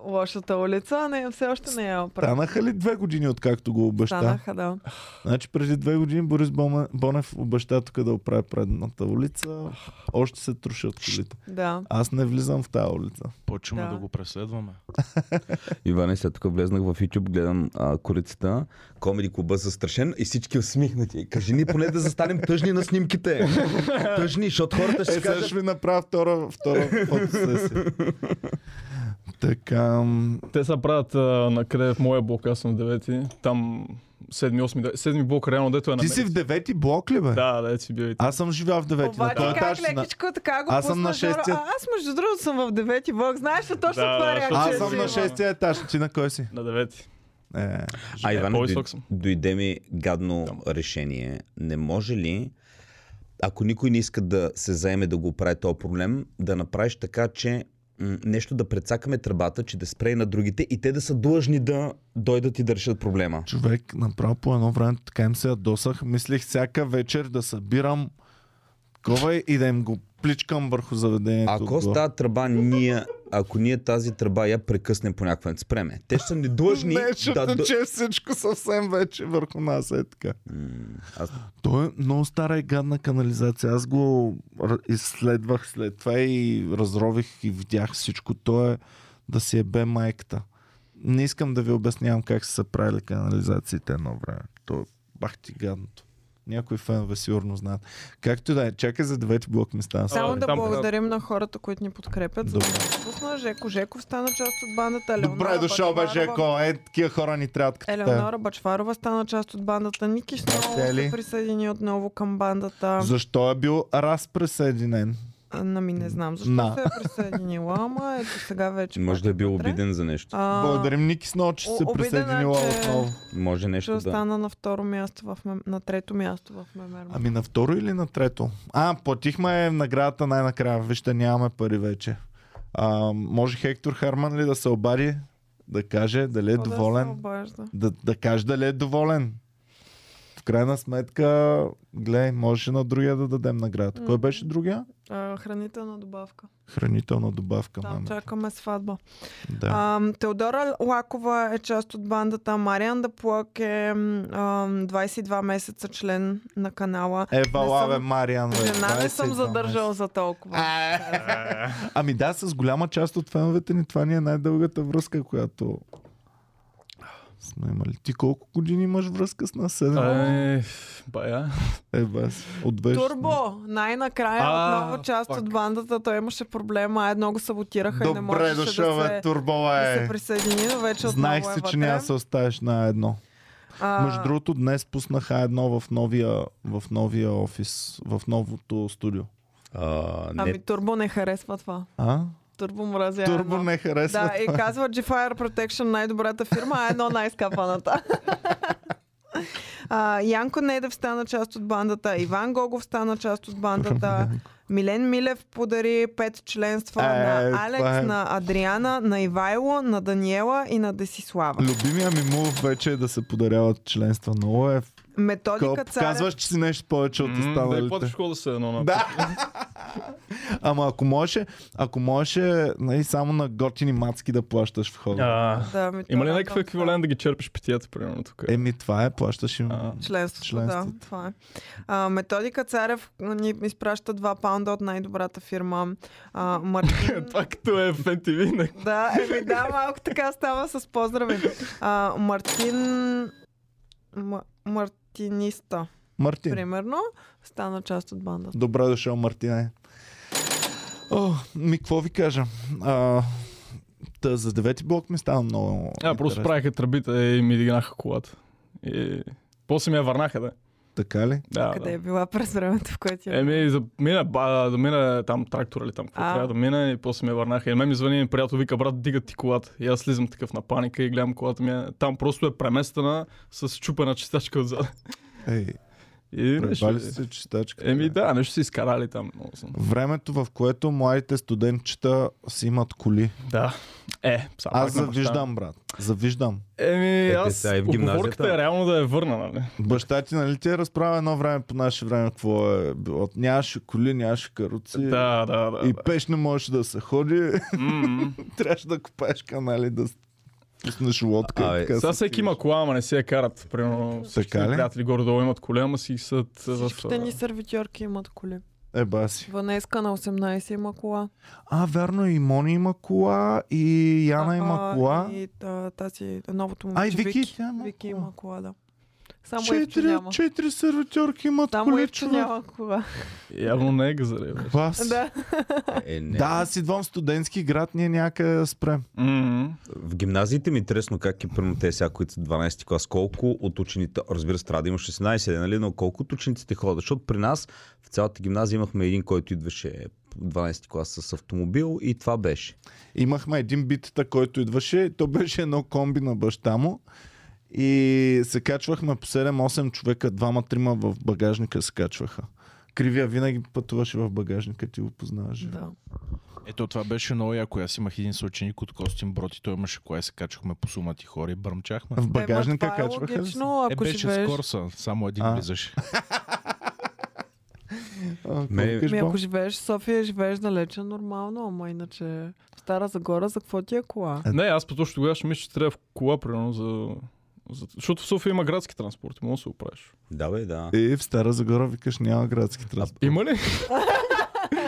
S4: лошата улица, а не, все още не я оправи.
S1: Станаха ли две години, откакто го обеща?
S4: Станаха, да.
S1: Значи преди две години Борис Боме- Бонев обеща тук да оправи предната улица. Още се трошат колите.
S4: да.
S1: Аз не влизам в тази улица.
S5: Почваме да.
S4: Да.
S5: да го преследваме.
S2: Иване, след тук влезнах в YouTube, гледам а, корицата, комеди клуба застрашен и всички усмихнати. Кажи ни поне да застанем тъжни на снимките. Тъжни, защото хората ще
S1: Е,
S2: си
S1: сега
S2: кажат...
S1: ще ви направя втора, втора фотосесия. Така, м,
S3: Те са правят а, на къде в моя блок, аз съм в девети. Там седми, осми, де- седми блок, реално дето е на
S1: ти си в девети блок ли бе?
S3: Да, да, си бил и там.
S1: Аз съм живял в девети. На
S4: Обаче
S1: този
S4: как
S1: етаж си на...
S4: лекичко така го
S1: Аз съм
S4: пусна,
S1: на
S4: Жоро.
S1: шестия.
S4: А, аз между другото съм в девети блок. Знаеш ли точно
S3: Да,
S4: това
S3: да,
S4: реакция?
S1: Аз съм
S4: си
S1: на
S4: имам?
S1: шестия етаж. Ти на кой си?
S3: На девети.
S1: Е,
S2: А, Иване,
S3: по-висок
S2: дой,
S3: съм.
S2: дойде ми гадно решение. Не може ли, ако никой не иска да се заеме да го прави този проблем, да направиш така, че м, нещо да прецакаме тръбата, че да спре и на другите и те да са длъжни да дойдат и да решат проблема.
S1: човек, направо по едно време така им се ядосах. Мислих всяка вечер да събирам такова и да им го пличкам върху заведението.
S2: Ако
S1: отгоре.
S2: с тази тръба ние, ако ние тази тръба я прекъснем по някакъв начин, спреме. Те ще са недлъжни да...
S1: Нещото,
S2: до-
S1: че всичко съвсем вече върху нас е така.
S2: М, Аз...
S1: Той е много стара и гадна канализация. Аз го р- изследвах след това и разрових и видях всичко. То е да си е бе майката. Не искам да ви обяснявам как са се правили канализациите едно време. То е бах ти гадното. Някои фенове сигурно знаят. Както и да е, чакай за девети блок ми стана.
S4: Само
S3: А,
S4: да
S3: Ами там-
S4: благодарим на хората, които ни подкрепят. За да
S1: Добре.
S4: ни пусна Жеко Жеков стана част от бандата.
S1: Добре
S4: Елеонора
S1: дошъл, бе,
S4: Бъчварова-
S1: Жеко. Е, такива хора ни трябват като те.
S4: Елеонора Бачварова стана част от бандата. Ники Шнолов
S1: Тя ли?
S4: се присъедини отново към бандата.
S1: Защо е бил разпресъединен?
S4: Нами не знам защо
S1: На.
S4: се е присъединила, ама ето сега вече.
S2: Може да е бил
S4: вътре.
S2: обиден за нещо.
S4: А,
S1: Благодарим Ники Сно, че
S4: о-
S1: се
S4: обидена е,
S1: присъединила
S4: че-
S1: отново.
S2: Може нещо
S4: Ще
S2: да...
S4: стана на второ място в мем... на трето място в Мемерма.
S1: Ами на второ или на трето? А, платихме наградата най-накрая. Вижте, нямаме пари вече. А, може Хектор Харман ли да се обади? Да каже дали е
S4: Какво да се
S1: доволен.
S4: обажда?
S1: Да, да каже дали е доволен. В крайна сметка, гледай, можеше на другия да дадем наградата. Кой
S4: М.
S1: беше другия?
S4: А, хранителна добавка.
S1: Хранителна добавка.
S4: Там
S1: маме.
S4: чакаме сватба.
S1: Да.
S4: А, Теодора Лакова е част от бандата. Мариан Даплък е м, а, 22 месеца член на канала.
S1: Ева
S4: не
S1: лаве,
S4: съм-
S1: Мариан. бе,
S4: Жена не съм
S1: 22
S4: задържал за толкова.
S1: Ами да, с голяма част от феновете ни това ни е най-дългата връзка, която сме имали. Ти колко години имаш връзка с нас? Седем?
S3: Ай, бая.
S1: Е, бас. От 2016.
S4: Турбо, най-накрая
S3: А,
S4: отново част
S3: пак.
S4: от бандата. Той имаше проблема, едно го саботираха и
S1: Добре
S4: не можеше
S1: дошъл,
S4: да
S1: бе,
S4: се...
S1: Турбо
S4: Да се
S1: е.
S4: присъедини, но вече
S1: Знаех
S4: отново
S1: си,
S4: е
S1: че
S4: вътре.
S1: няма да се оставиш на едно.
S4: А,
S1: Между другото, днес пуснаха едно в новия, в новия офис, в новото студио.
S2: А, не
S4: Ами Турбо не харесва това.
S1: А?
S4: Турбо мразя
S1: Турбо
S4: едно.
S1: не харесва.
S4: Да, и казва G-Fire Protection най-добрата фирма, а едно най-скапаната. А, Янко Недев стана част от бандата, Иван Гогов стана част от бандата, Милен Милев подари пет членства
S1: Е, това
S4: на
S1: е.
S4: Алекс, на Адриана, на Ивайло, на Даниела и на Десислава.
S1: Любимия ми мув вече е да се подаряват членства. Много е в
S4: Методика
S1: кълп.
S4: Царев...
S1: Казваш, че си нещо повече от
S3: М, Да е и
S1: останалите.
S3: платиш школа да се едно на...
S1: Да. Ама ако можеше, ако можеше нали, само на готини мацки да плащаш входа.
S3: А,
S4: Да, ми
S3: Има ли
S4: това е
S3: някакъв
S4: доста.
S3: еквивалент да ги черпиш питията, примерно тук?
S1: Еми това е, плащаш им.
S3: А.
S4: Членството,
S1: Членството.
S4: да, това е. А, методика Царев ни изпраща 2 паунда от най-добрата фирма. А, Мартин...
S3: Това като е в MTV, не?
S4: да, еми да, малко така става с поздрави. А, Мартин... М- Мартиниста,
S1: Мартин.
S4: примерно, стана част от бандата.
S1: Добре дошъл, Мартине. О, ми какво ви кажа? А, та, за девети блок ми стана много
S3: А, просто
S1: интересно.
S3: правиха тръбите и ми дигнаха колата. И... После ми я върнаха, да.
S1: Така ли?
S3: Да,
S4: Къде
S3: да. Е,
S4: е била през времето, в което я...
S3: Еми, за, мина, ба, да мина там трактора или там какво
S4: А.
S3: трябва да мина и после ме върнаха. И на мен ми звъни един приятел, вика, брат, дигат ти колата. И аз слизам такъв на паника и гледам колата ми. е- Там просто е преместена с чупена чистачка отзад.
S1: Ей,
S3: И нещо...
S1: Пребали се чистачка.
S3: Еми да, нещо са изкарали там. Много съм.
S1: Времето, в което младите студентчета си имат коли.
S3: Да. Е, само
S1: Аз
S3: пак на баща.
S1: завиждам, брат. Завиждам.
S3: Еми,
S2: те
S3: аз
S2: сега и в гимназията.
S3: оговорката е реално да я върна, нали?
S1: Баща ти, нали ти е разправил едно време по наше време, какво е било? Нямаше коли, нямаше каруци.
S3: Да, да, да.
S1: И
S3: да.
S1: пеш не можеше да се ходи.
S3: М, м.
S1: Трябваше да купаеш канали, да с- пуснеш лодка.
S2: Абе,
S1: и така
S3: Сега
S1: се
S3: всеки
S1: отиваш.
S3: има кола, ама не си я карат. Примерно всички
S1: Така
S3: ми
S1: ли?
S3: приятели горе-долу имат коле, ама си съд в...
S4: Всичките ни сервитьорки имат коли.
S1: Е, баси.
S4: Ванеска на 18 има кола.
S1: А, верно, и Мони има кола, и Яна има
S4: А,
S1: кола.
S4: И а, тази новото момиче.
S1: А, и Вики, тя има
S4: Вики
S1: кола.
S4: има кола, да. Само Евчо
S1: Четири,
S4: няма.
S1: четири сервитьорки имат
S4: Само
S1: коли,
S4: Евчо
S1: човек.
S4: няма кола.
S3: Явно не е газаре, бе.
S1: Баси.
S4: Да.
S2: Е, не.
S1: Да, аз идвам в студентски град, ние някъде да спрем.
S3: М,
S2: В гимназиите ми е интересно как е примерно те сега, които са 12 клас, колко от учените, разбира се, трябва да има 16, нали, но колко от учениците ходят, защото при нас в цялата гимназия имахме един, който идваше 12 клас с автомобил и това беше.
S1: Имахме един битта, който идваше. То беше едно комби на баща му. И се качвахме по 7-8 човека, двама-трима в багажника се качваха. Кривия винаги пътуваше в багажника, ти го познаваш.
S4: да.
S5: Ето това беше много яко. Аз имах един съученик от Костин Брод и той имаше кола и се качвахме по сумати хора и бръмчахме.
S1: В багажника
S4: Ема, това е
S1: качваха ли се?
S4: логично,
S5: Е,
S4: ако
S5: беше
S4: живееш...
S5: с Корса, само един
S1: А.
S5: влизаше.
S1: А,
S2: Ме-
S1: какво викаш,
S4: Ми,
S1: Бо?
S4: Ами, ако живееш в София, живееш далече, нормално, ама иначе в Стара Загора, за какво ти е кола?
S3: Не, аз по точно тогава ще мисля, че трябва в кола, примерно, за... за... Защото в София има градски транспорт, може да се оправиш.
S2: Да, бе, да.
S1: И Е, в Стара Загора викаш няма градски транспорт.
S3: Има ли?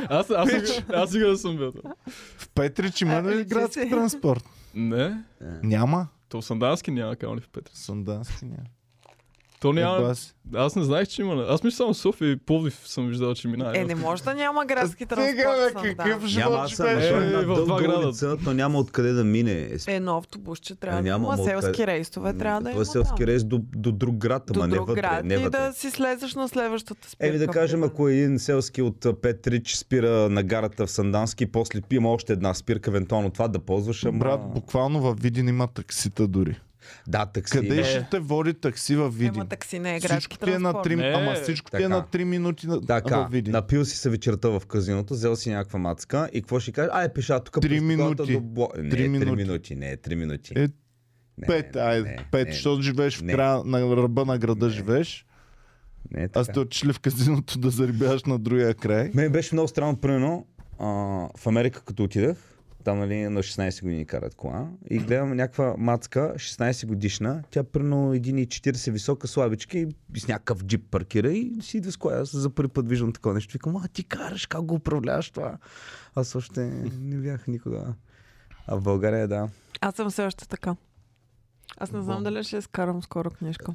S3: аз, аз, аз, аз сега да съм бил. там.
S1: В Петрич има
S4: А,
S1: ли
S4: личи
S1: градски
S4: си.
S1: транспорт?
S3: Не,
S1: Няма.
S3: то Сандански няма камъни в Петрис.
S1: Сандански няма.
S3: То
S1: Е,
S3: няма.
S1: баси.
S3: Аз не знаех, че има. Аз мисля само София и Пловдив съм виждал, че минава.
S4: Е, не може да няма градски транспорт.
S1: Стига,
S4: съм,
S1: бе,
S4: да.
S1: какъв
S2: Няма,
S1: живот
S2: аз
S1: ще
S2: съм
S3: беше.
S2: е,
S1: беше.
S3: Е, в два града.
S2: улица, но няма откъде да мине. Е, с-
S4: Едно автобусче трябва
S2: Е,
S4: да
S2: няма,
S4: има,
S2: ама откъде-
S4: селски рейсове трябва да
S2: това
S4: има.
S2: е селски
S4: да.
S2: рейс до, до друг град, ама
S4: До
S2: не
S4: друг
S2: вътре.
S4: град
S2: не
S4: и
S2: вътре.
S4: да си слезеш на следващата спирка.
S2: Еми Е, да кажем,
S4: примерно.
S2: ако един селски от а, Петрич спира на гарата в Сандански, после пием още една спирка, евентуално това да ползваш. Ама...
S1: Брат, буквално във Видин има таксита дори.
S2: Да, такси.
S1: Къде
S2: да.
S1: ще те води такси във Видин?
S4: Ема такси не е градски
S1: Всичко ти е на
S4: транспорт.
S1: 3,
S3: Не,
S1: ама всичко ти е
S2: така.
S1: на 3 минути на,
S2: Така,
S1: във Видин.
S2: напил си се вечерта в казиното, взел си някаква мацка и какво ще кажеш? Ай, пеша тук.
S1: Три
S2: през колата
S1: минути.
S2: До... бл- Не,
S1: Три
S2: три минути.
S1: минути.
S2: минути. Не, три минути.
S1: Е,
S2: не,
S1: Пет,
S2: не,
S1: айде,
S2: не,
S1: пет,
S2: не,
S1: защото живееш в
S2: не.
S1: края на ръба на града, живееш.
S2: Не, е
S1: А
S2: така.
S1: сте отишли в казиното да зарибяваш на другия край.
S2: Мен беше много странно, примерно, а, в Америка, като отидах, там нали, на 16 години карат кола и гледам някаква мацка, 16 годишна, тя примерно 1,40 висока, слабичка и с някакъв джип паркира и си идва с кола. Аз за първи път виждам такова нещо. Викам, а ти караш, как го управляваш това? Аз още не бях никога. А в България, да.
S4: Аз съм все още така. Аз не знам дали ще изкарам скоро книжка.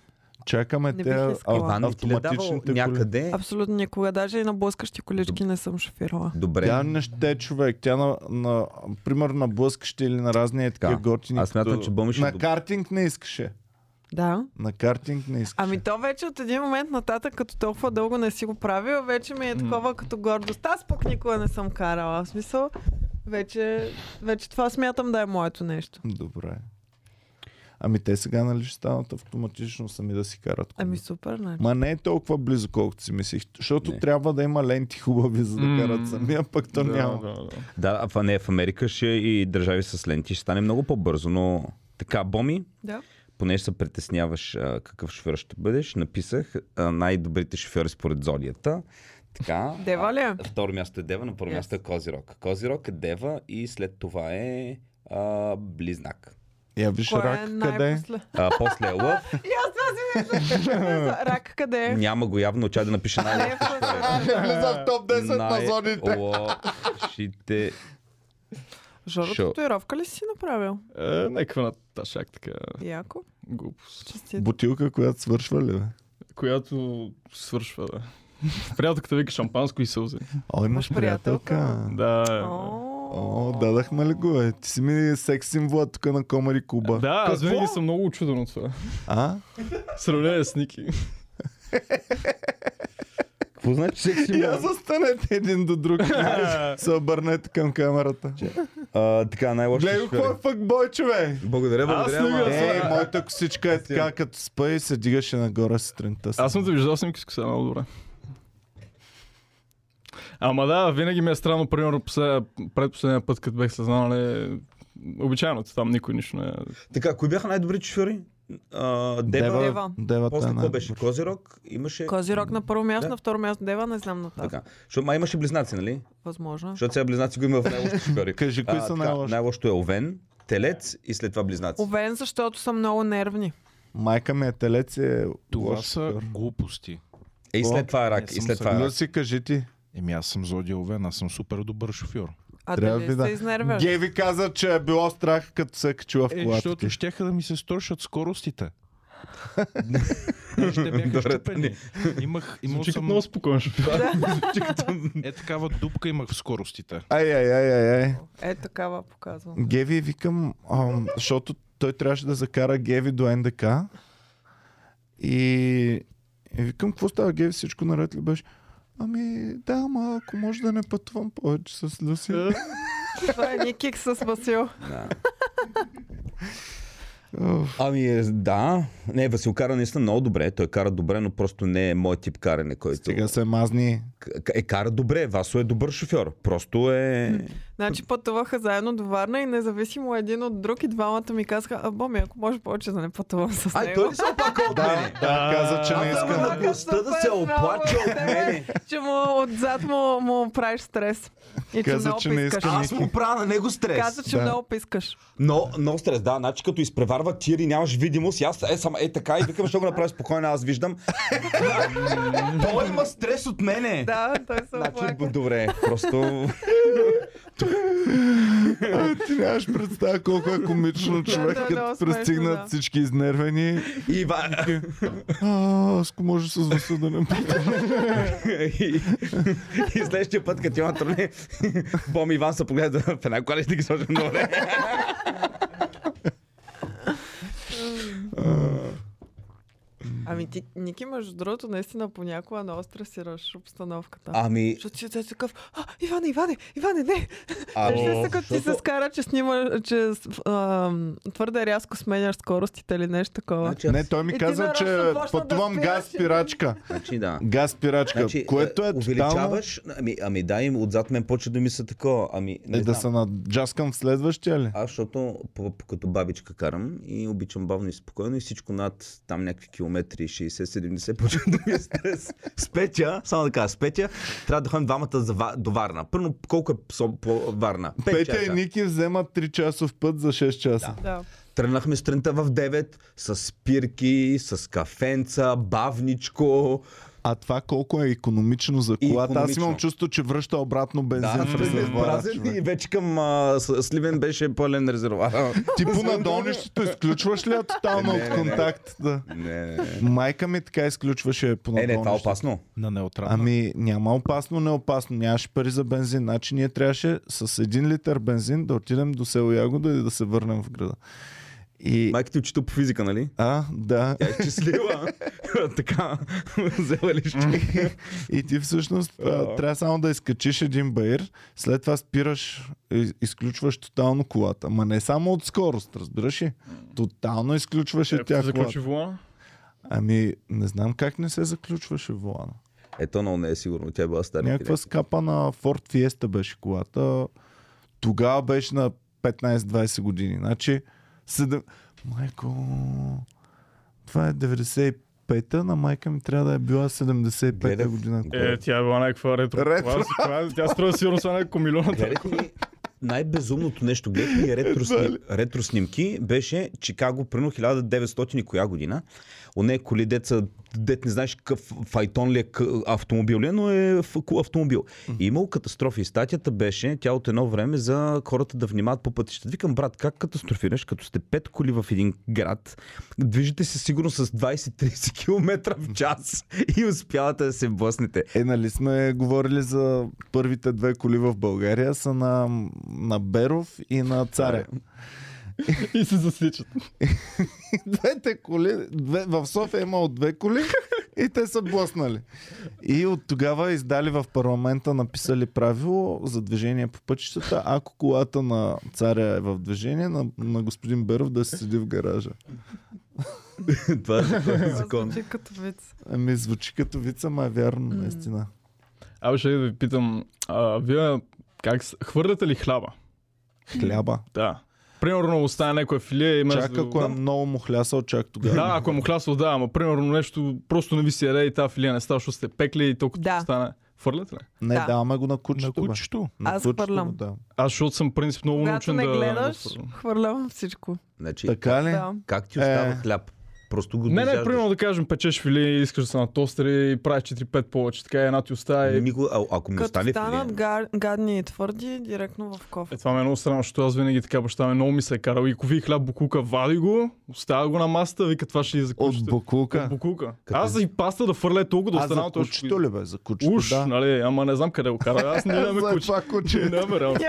S1: Чакаме те
S4: Не бих
S1: ав-
S4: искала.
S2: Иван, не ти ли е давал
S1: автоматичните коли.
S2: някъде?
S4: Абсолютно никога. Даже и на блъскащи колички не съм шофирала.
S2: Добре.
S1: Тя не ще е човек. Тя на, на примерно на блъскащи или на разни е така
S2: Така.
S1: готини.
S2: Аз смятам,
S1: като-
S2: че е Боми ще
S1: На
S2: доб-
S1: картинг не искаше.
S4: Да.
S1: На картинг не искаше.
S4: Ами то вече от един момент нататък, като толкова дълго не си го правила, вече ми е такова като гордост. Аз пък никога не съм карала. В смисъл, вече, вече това смятам да е моето нещо.
S1: Добре. Ами те сега нали ще станат автоматично сами да си карат коли.
S4: Ами супер, значи.
S1: Ма не е толкова близо, колкото си мислих. Защото
S2: Не.
S1: трябва да има ленти хубави, за да
S3: М.
S1: карат самия, пък то
S3: да,
S1: няма.
S3: Да, да.
S2: Да, а в, не, в Америка ще и държави с ленти ще стане много по-бързо, но така, Боми,
S4: Да.
S2: понеже се притесняваш а, какъв шофьор ще бъдеш, написах а, най-добрите шофьори според зодията. Така.
S4: Дева ли е?
S2: А, Второ място е Дева, на първо
S4: Yes.
S2: място е Козирог. Козирог е Дева и след това е а, Близнак.
S1: Я виж
S4: Кой
S1: рак
S4: е
S1: къде. е?
S4: най-после?
S2: А, после е Лъв.
S4: И аз това си мисля. Рак къде е?
S2: Няма го явно, чай да напиша
S4: Не
S2: най
S4: е в Козирог.
S1: Влиза в топ 10 на зоните.
S2: Най-лошите.
S4: Жоро,
S2: Шо.
S4: татуировка ли си направил?
S3: Е, някаква на ташак, така
S4: Яко.
S3: глупост.
S4: Честито.
S1: Бутилка, която свършва ли бе?
S3: Която свършва, да. Приятелката вика шампанско и сълзи.
S1: О, имаш приятелка.
S3: Да. е.
S1: О, дадахме ли го, е? Ти си ми секс символа тук на Комари Куба.
S3: Да, аз
S1: Какво?
S3: винаги съм много очуден от това.
S1: А?
S3: Сравнение с Ники.
S2: Какво Какво значи секси
S1: Я
S2: мъж?
S1: застанете един до друг. се обърнете към камерата.
S2: А, така, най-лошо.
S1: Гледай какво е фъкбой, човек!
S2: Благодаря, благодаря.
S3: не го
S2: ама-
S3: знам.
S1: Ей,
S3: Аз-
S1: Е, моята косичка е така, като спа и се дигаше нагоре сутринта.
S3: Аз съм те виждал снимки с коса, много добре. Ама да, винаги ми е странно, примерно послед... предпоследния път, като бех съзнал, нали, обичайното там никой нищо не е.
S2: Така, кои бяха най-добри шофьори? А, Дева.
S4: Дева.
S1: Девата
S2: После
S1: е
S2: какво
S1: най-
S2: беше? Козирог. Имаше...
S4: Козирог на първо място,
S2: Да.
S4: на второ място Дева, не знам на тази.
S2: Така. Защото май имаше близнаци, нали?
S4: Възможно. е.
S2: Защото сега близнаци го има в най-лошите шофьори.
S1: Кажи, кои
S2: А,
S1: са
S2: така,
S1: най-лошите?
S2: Най-лошото е Овен, Телец и след това близнаци.
S4: Овен, защото са много нервни.
S1: Майка ми е телец и е
S5: Това
S1: лош
S5: са
S1: шофьор.
S5: глупости.
S2: Е, и след това е
S5: Не
S2: рак. И
S5: съм
S2: след това е рак.
S1: Люси, кажи ти.
S5: Еми аз съм Зодия Овен, аз съм супер добър шофьор.
S4: А
S1: Трябва
S4: дали
S1: ви да-
S4: се изнервяш?
S1: Гей ви каза, че е било страх, като се е качила в
S5: Е,
S1: колата. ти.
S5: защото щяха да ми се сторшат скоростите. Ще бяха
S2: Добре,
S5: щупени. Имах, имал
S3: Звучи като
S5: съм,
S3: много спокоен шофьор.
S5: е такава дупка имах в скоростите.
S1: Ай, ай, ай, ай, ай.
S4: Е, такава показвам.
S1: Геви викам, ам, защото той трябваше да закара Геви до НДК. И, и викам, какво става, Геви, всичко наред ли беше? Ами, да, ама ако може да не пътувам повече с Люси.
S4: Това е Никик с Васил.
S2: Да.
S1: Уф.
S2: Ами е, да, не, Васил кара наистина много добре, той кара добре, но просто не е мой тип каране, който
S1: Сега се мазни.
S2: К- е кара добре, Васо е добър шофьор, просто е...
S4: Значи пътуваха заедно до Варна и независимо един от друг и двамата ми казаха, а Боми, ако може повече да не пътувам с него.
S2: Ай, той ли се опака от мене?
S1: Да, каза, че не
S2: Аз
S1: иска.
S2: съм на гласта да се оплача от мене.
S4: че му отзад му, му правиш стрес. И че
S1: Каза,
S4: много
S1: че не
S4: пискаш.
S1: иска
S2: Аз му правя на него
S4: Каза,
S2: стрес.
S4: че
S1: Да.
S4: много пискаш.
S2: Но, но стрес, да, значи като изпреварва тири, нямаш видимост, и аз е, сам, е така и викам, ще го направя спокойно, аз виждам. Той има стрес от мене.
S4: Да, той се
S2: Значи,
S4: оплака.
S2: добре, просто...
S1: А, Е, ти нямаш представа колко е комично човек,
S4: да,
S1: като
S4: много смешно,
S1: пристигнат
S4: да.
S1: всички изнервени.
S2: И, Ва-
S1: А, аз ако може с Васил да не
S2: Значи,
S1: пътувам.
S2: и, и следващия път, като има трудни, Бом и Иван са погледат в една кола и ще ги сложим добре.
S4: Ами ти, Ники, между другото, наистина понякога много стресираш обстановката.
S2: Ами,
S4: Защото си е такъв, а, Иване, Иване, Иване, не!
S2: а,
S4: Вижда се, като ти се скара, че снима, че с- ам, твърде рязко сменяш скоростите или нещо такова.
S2: Значи, аз-
S1: Не, той ми
S4: И ти
S1: каза,
S4: нарочно
S1: че
S4: почна да
S1: пътувам
S4: спираш.
S1: газ спирачка.
S2: значи, да.
S1: Газ спирачка,
S2: Значи,
S1: което е тотално...
S2: увеличаваш, ами, ами да, им отзад мен почва да мисля такова, ами не
S1: Е, да
S2: знам.
S1: се наджаскам в следващия ли?
S2: Аз, защото по- по- като бабичка карам и обичам бавно и спокойно и всичко над там някакви километри 60-70 почва да ми е стрес. С Петя, само да кажа, с Петя трябва да ходим двамата за, Ва- до Варна. Първо, колко е со- по Варна? Пет
S1: Петя и
S2: часа.
S1: Ники вземат 3 часов път за 6 часа.
S4: Да.
S2: Тръгнахме сутринта в 9 с спирки, с кафенца, бавничко.
S1: А това колко е економично за
S2: И
S1: колата. Аз
S2: икономично.
S1: имам чувство, че връща обратно бензин
S2: Да,
S1: в резервоара.
S2: празен
S1: човек.
S2: и вече към а, с- Сливен беше пълен резервоар.
S1: Ти по надолнището изключваш ли я тотално
S2: Не,
S1: от
S2: не, не.
S1: контакт? Да.
S2: Не, не, не.
S1: Майка ми така изключваше по
S2: Е, не, това е
S1: надолнището.
S2: опасно.
S5: На неутрална.
S1: Ами няма опасно, не опасно. Нямаше пари за бензин. Значи ние трябваше с един литър бензин да отидем до село Ягода и да се върнем в града. И...
S2: Майка ти учител по физика, нали?
S1: А, да.
S2: Тя е щастлива. така, взела ли ще?
S1: И ти всъщност а,
S2: Да.
S1: трябва само да изкачиш един баир, след това спираш, и- изключваш тотално колата. Ма не само от скорост, разбираш ли? Тотално изключваш и
S3: Е,
S1: тя
S3: заключи
S1: колата.
S3: вулана.
S1: Ами, не знам как не се заключваше вулана.
S2: Ето, но не е сигурно. Тя е била стара.
S1: Някаква
S2: пиле.
S1: скапа на Ford Fiesta беше колата. Тогава беше на 15-20 години. Значи, седем... майко, това е 95-та, на майка ми трябва да е била 75-та
S2: Гледах-
S1: година.
S3: Е, тя е била някаква ретро.
S1: Ретро.
S3: Клас, това е- Тя струва сигурно са няколко милиона.
S2: Гледах ни най-безумното нещо, гледах ни ретро, сним, ретро снимки, беше Чикаго, прино 1900 и коя година. У нея коли деца, дет не знаеш какъв файтон ли е, къ- автомобил ли е, но е в- ку- автомобил. И имало катастрофи. Статията беше, тя от едно време за хората да внимават по пътищата. Викам, брат, как катастрофираш, като сте пет коли в един град, движите се сигурно с 20-30 км в час и успявате да се блъснете.
S1: Е, нали сме говорили за първите две коли в България са на, на Беров и на Царя.
S3: И се засичат.
S1: Двете коли, две, в София е имало две коли И те са блъснали. И от тогава издали в парламента, написали правило за движение по пътищата, ако колата на царя е в движение, на, на господин Беров да се седи в гаража.
S2: Това е това е закон.
S4: Звучи като вид.
S1: Ами звучи като вица, ма е вярно,
S4: М.
S1: наистина.
S3: Абе ще ви питам, а, вие как с- хвърляте ли хляба?
S1: Хляба.
S3: Да. Примерно остане някоя филия и
S1: Чак ако е много му хлясал, чак тогава.
S3: Да, ако е му хлясал, да, ама примерно нещо просто не ви се яде и тази филия не става, защото сте пекли и толкова
S4: Да.
S3: стане. Фърлят ли?
S1: Не,
S4: Да.
S1: даваме го на
S5: На
S1: кучето. бе.
S5: кучето.
S1: На
S4: Аз
S1: кучето
S4: хвърлям.
S1: го давам.
S3: Аз защото съм принцип много
S4: Когато
S3: научен
S4: ме
S3: да...
S4: гледаш,
S3: да фърлям.
S4: хвърлям всичко.
S2: Значи,
S1: Така ли?
S4: Да.
S2: как ти остава
S1: Е.
S2: хляб? Просто го
S3: Не, не,
S2: дожаждаш.
S3: примерно да кажем, печеш филия и искаш да са на тостери и правиш 4-5 повече, така една ти остава и...
S2: Никога, а, ако ми
S4: Като
S2: остане филия,
S4: станат гар- гадни и твърди, директно в кофе.
S3: Е, това ми е много странно, защото аз винаги така баща ми много ми се е карал. И кови хляб букука, вади го, оставя го на масата, вика това ще и за
S1: От
S3: кучето.
S1: буклука.
S3: От букука.
S2: Като-
S3: Аз и паста да фърля е толкова да
S1: А за
S3: останал точно.
S1: кучето ли бе? За кучето,
S3: Уж,
S1: да.
S3: нали, ама не знам къде го кара. Аз не имам
S1: За
S3: куче.
S1: това куче.
S3: Не ме реално куче.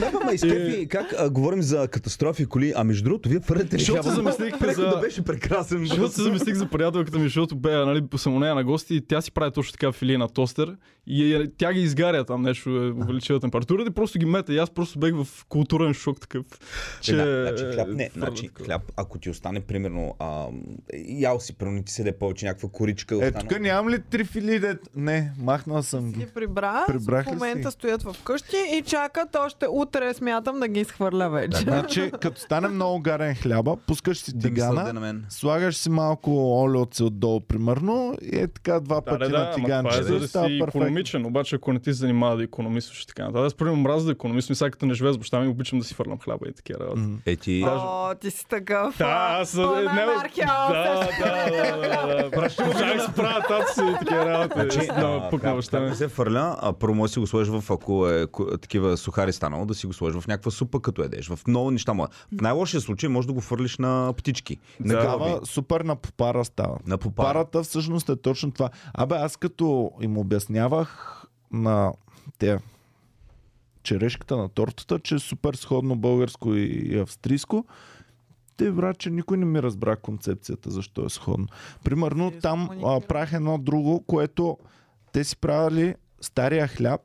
S2: Не, бе,
S3: Е.
S2: ма изкъпи, как а, говорим за катастрофи и коли, а между другото, вие фърляте ли
S3: Защото
S2: хляба?
S3: се замислих
S2: Преходът
S3: за-
S2: беше прекрасен.
S3: Защото се замислих за приятелката ми, защото бе, нали, съм у нея на гости и тя си прави точно така филия на тостер и е- тя ги изгаря там нещо, е, увеличила температурата и просто ги мета. И аз просто бех в културен шок
S1: Е,
S3: такъв. Че... е
S2: Да, значи хляб, не,
S3: фърля
S2: значи
S3: такова.
S2: хляб, ако ти остане, примерно, а, ял си, примерно ти седе повече някаква коричка.
S1: Е,
S2: остана-
S1: тук нямам ли три фили, дет? Не, махнал съм
S4: Ги
S1: ги.
S4: прибра,
S1: Прибрах
S4: в
S1: ли си?
S4: момента стоят в къщи и чакат още утре, смятам да ги изхвърля вече.
S1: Значи, като стане много гарен хляба, пускаш си
S2: Да ми се даде
S1: тигана,
S2: на мен.
S1: слагаш си малко олио отдолу, примерно, и е така два
S3: Да, да,
S1: пъти на
S3: да, ама това е
S1: тиганче.
S3: за
S1: и
S3: да
S1: става
S3: си
S1: перфектно.
S3: економичен, обаче ако не ти се занимава да економисваш и така нататък. Аз първо мразя да економисвам и сега като не живея с баща ми, обичам да си фърлям хляба и такива работи.
S1: М.
S2: Е, ти...
S4: О, ти си такъв.
S3: Да,
S4: а, е
S3: аз съм...
S4: Пълна анархия,
S3: да,
S4: всъщност.
S3: да, да, да, да. Пращам да се правя татси и такива работи.
S2: Значи,
S3: Да,
S2: а,
S3: пукна
S2: хляб-
S3: баща ми.
S2: хляб не се фърля, а първо може да си го сложиш в, ако е ко- такива сухари станало, да си го сложиш в някаква супа, като едеш. В много неща може. В най-лошия случай може да го фърлиш на птички. На гълби.
S1: Тогава супер на попара става.
S2: На попара.
S1: Парата всъщност е точно това. Абе, аз като им обяснявах на те черешката на тортата, че е супер сходно българско и- и австрийско, те брат, че никой не ми разбра концепцията, защо е сходно. Примерно
S4: Интересно
S1: там а,
S4: комуникиране.
S1: прах едно друго, което те си правили стария хляб,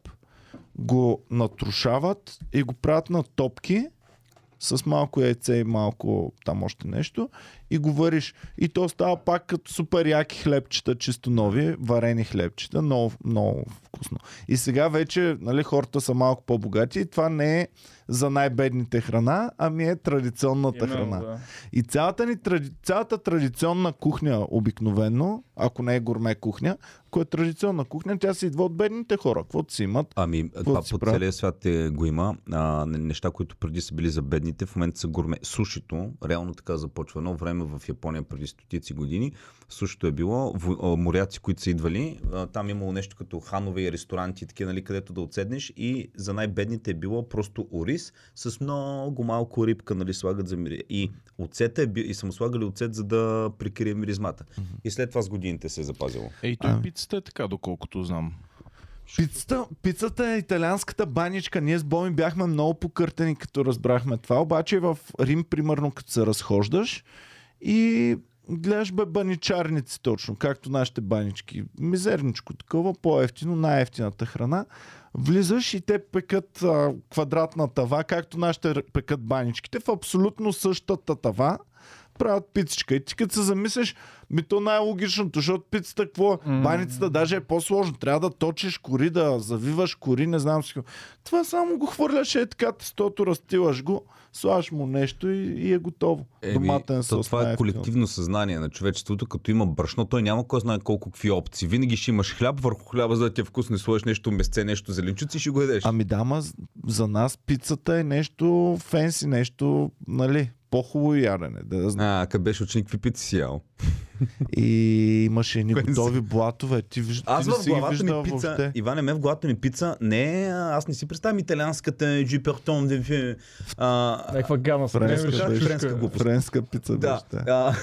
S1: го натрушават и го правят на топки с малко яйце и малко там още нещо и го вариш. И то става пак като супер яки хлебчета, чисто нови, варени хлебчета, много, много вкусно. И сега вече нали, хората са малко по-богати и това не е за най-бедните храна, ами е традиционната
S3: Именно,
S1: храна.
S3: да.
S1: И цялата, ни, тради- цялата традиционна кухня, обикновено, ако не е гурме кухня, ако е традиционна кухня, тя се идва от бедните хора. Каквото си имат,
S2: Ами, това
S1: Каквото си
S2: по
S1: правят?
S2: целия свят е, го има. А, не- неща, които преди са били за бедните, в момента са гурме. Сушито, реално така започва. Едно време в Япония преди стотици години, сушито е било. В, а, моряци, които са идвали, а, там е имало нещо като ханове и ресторанти, и такива, нали, където да отседнеш. И за най-бедните е било просто ориз с много малко рибка, нали, слагат за мири. И оцета е бил, и са му слагали оцет, за да прикрие миризмата. И след това с годините се е запазило.
S5: Ей, той пицата е така, доколкото знам.
S1: пицата, пицата е италианската баничка. Ние с Боми бяхме много покъртени, като разбрахме това. Обаче в Рим, примерно, като се разхождаш и гледаш бе баничарници точно, както нашите банички. Мизерничко такова, по-ефтино, най-ефтината храна. Влизаш и те пекат а, квадратна тава, както нашите р- пекат баничките, в абсолютно същата тава правят пицичка. И ти като се замислиш, ми то най-логичното, защото пицата какво е? Баницата даже е по-сложно. Трябва да точиш кори, да завиваш кори, не знам си. какво. Това само го хвърляш е така, тестото разтилаш го, слагаш му нещо и, и е готово. Доматен
S2: то
S1: със.
S2: това е
S1: най-ефтиното.
S2: колективно съзнание на човечеството. Като има брашно, той няма кой знае колко какви опции. Винаги ще имаш хляб, върху хляба, за да ти е вкусно, сложиш нещо месце, нещо зеленчуци и ще го ядеш.
S1: Ами да, ма з- за нас пицата е нещо фенси, нещо, нали, по-хубаво ядене. Да, я зна-
S2: А, къде беше ученик, какви пици си ял?
S1: и имаше едни
S2: Кое не
S1: готови блатове. Ти, виж...
S2: Аз
S1: ти не
S2: в
S1: си ги
S2: главата
S1: виждал
S2: ми пица,
S1: въобще.
S2: Иване, мен в главата ми пица не е, а, аз не си представям италианската джипертон де фи, а,
S3: Някаква гама се
S1: Френска
S3: не,
S1: беше.
S3: френска глупост.
S1: Френска пица
S2: Да.
S1: беше.
S2: А,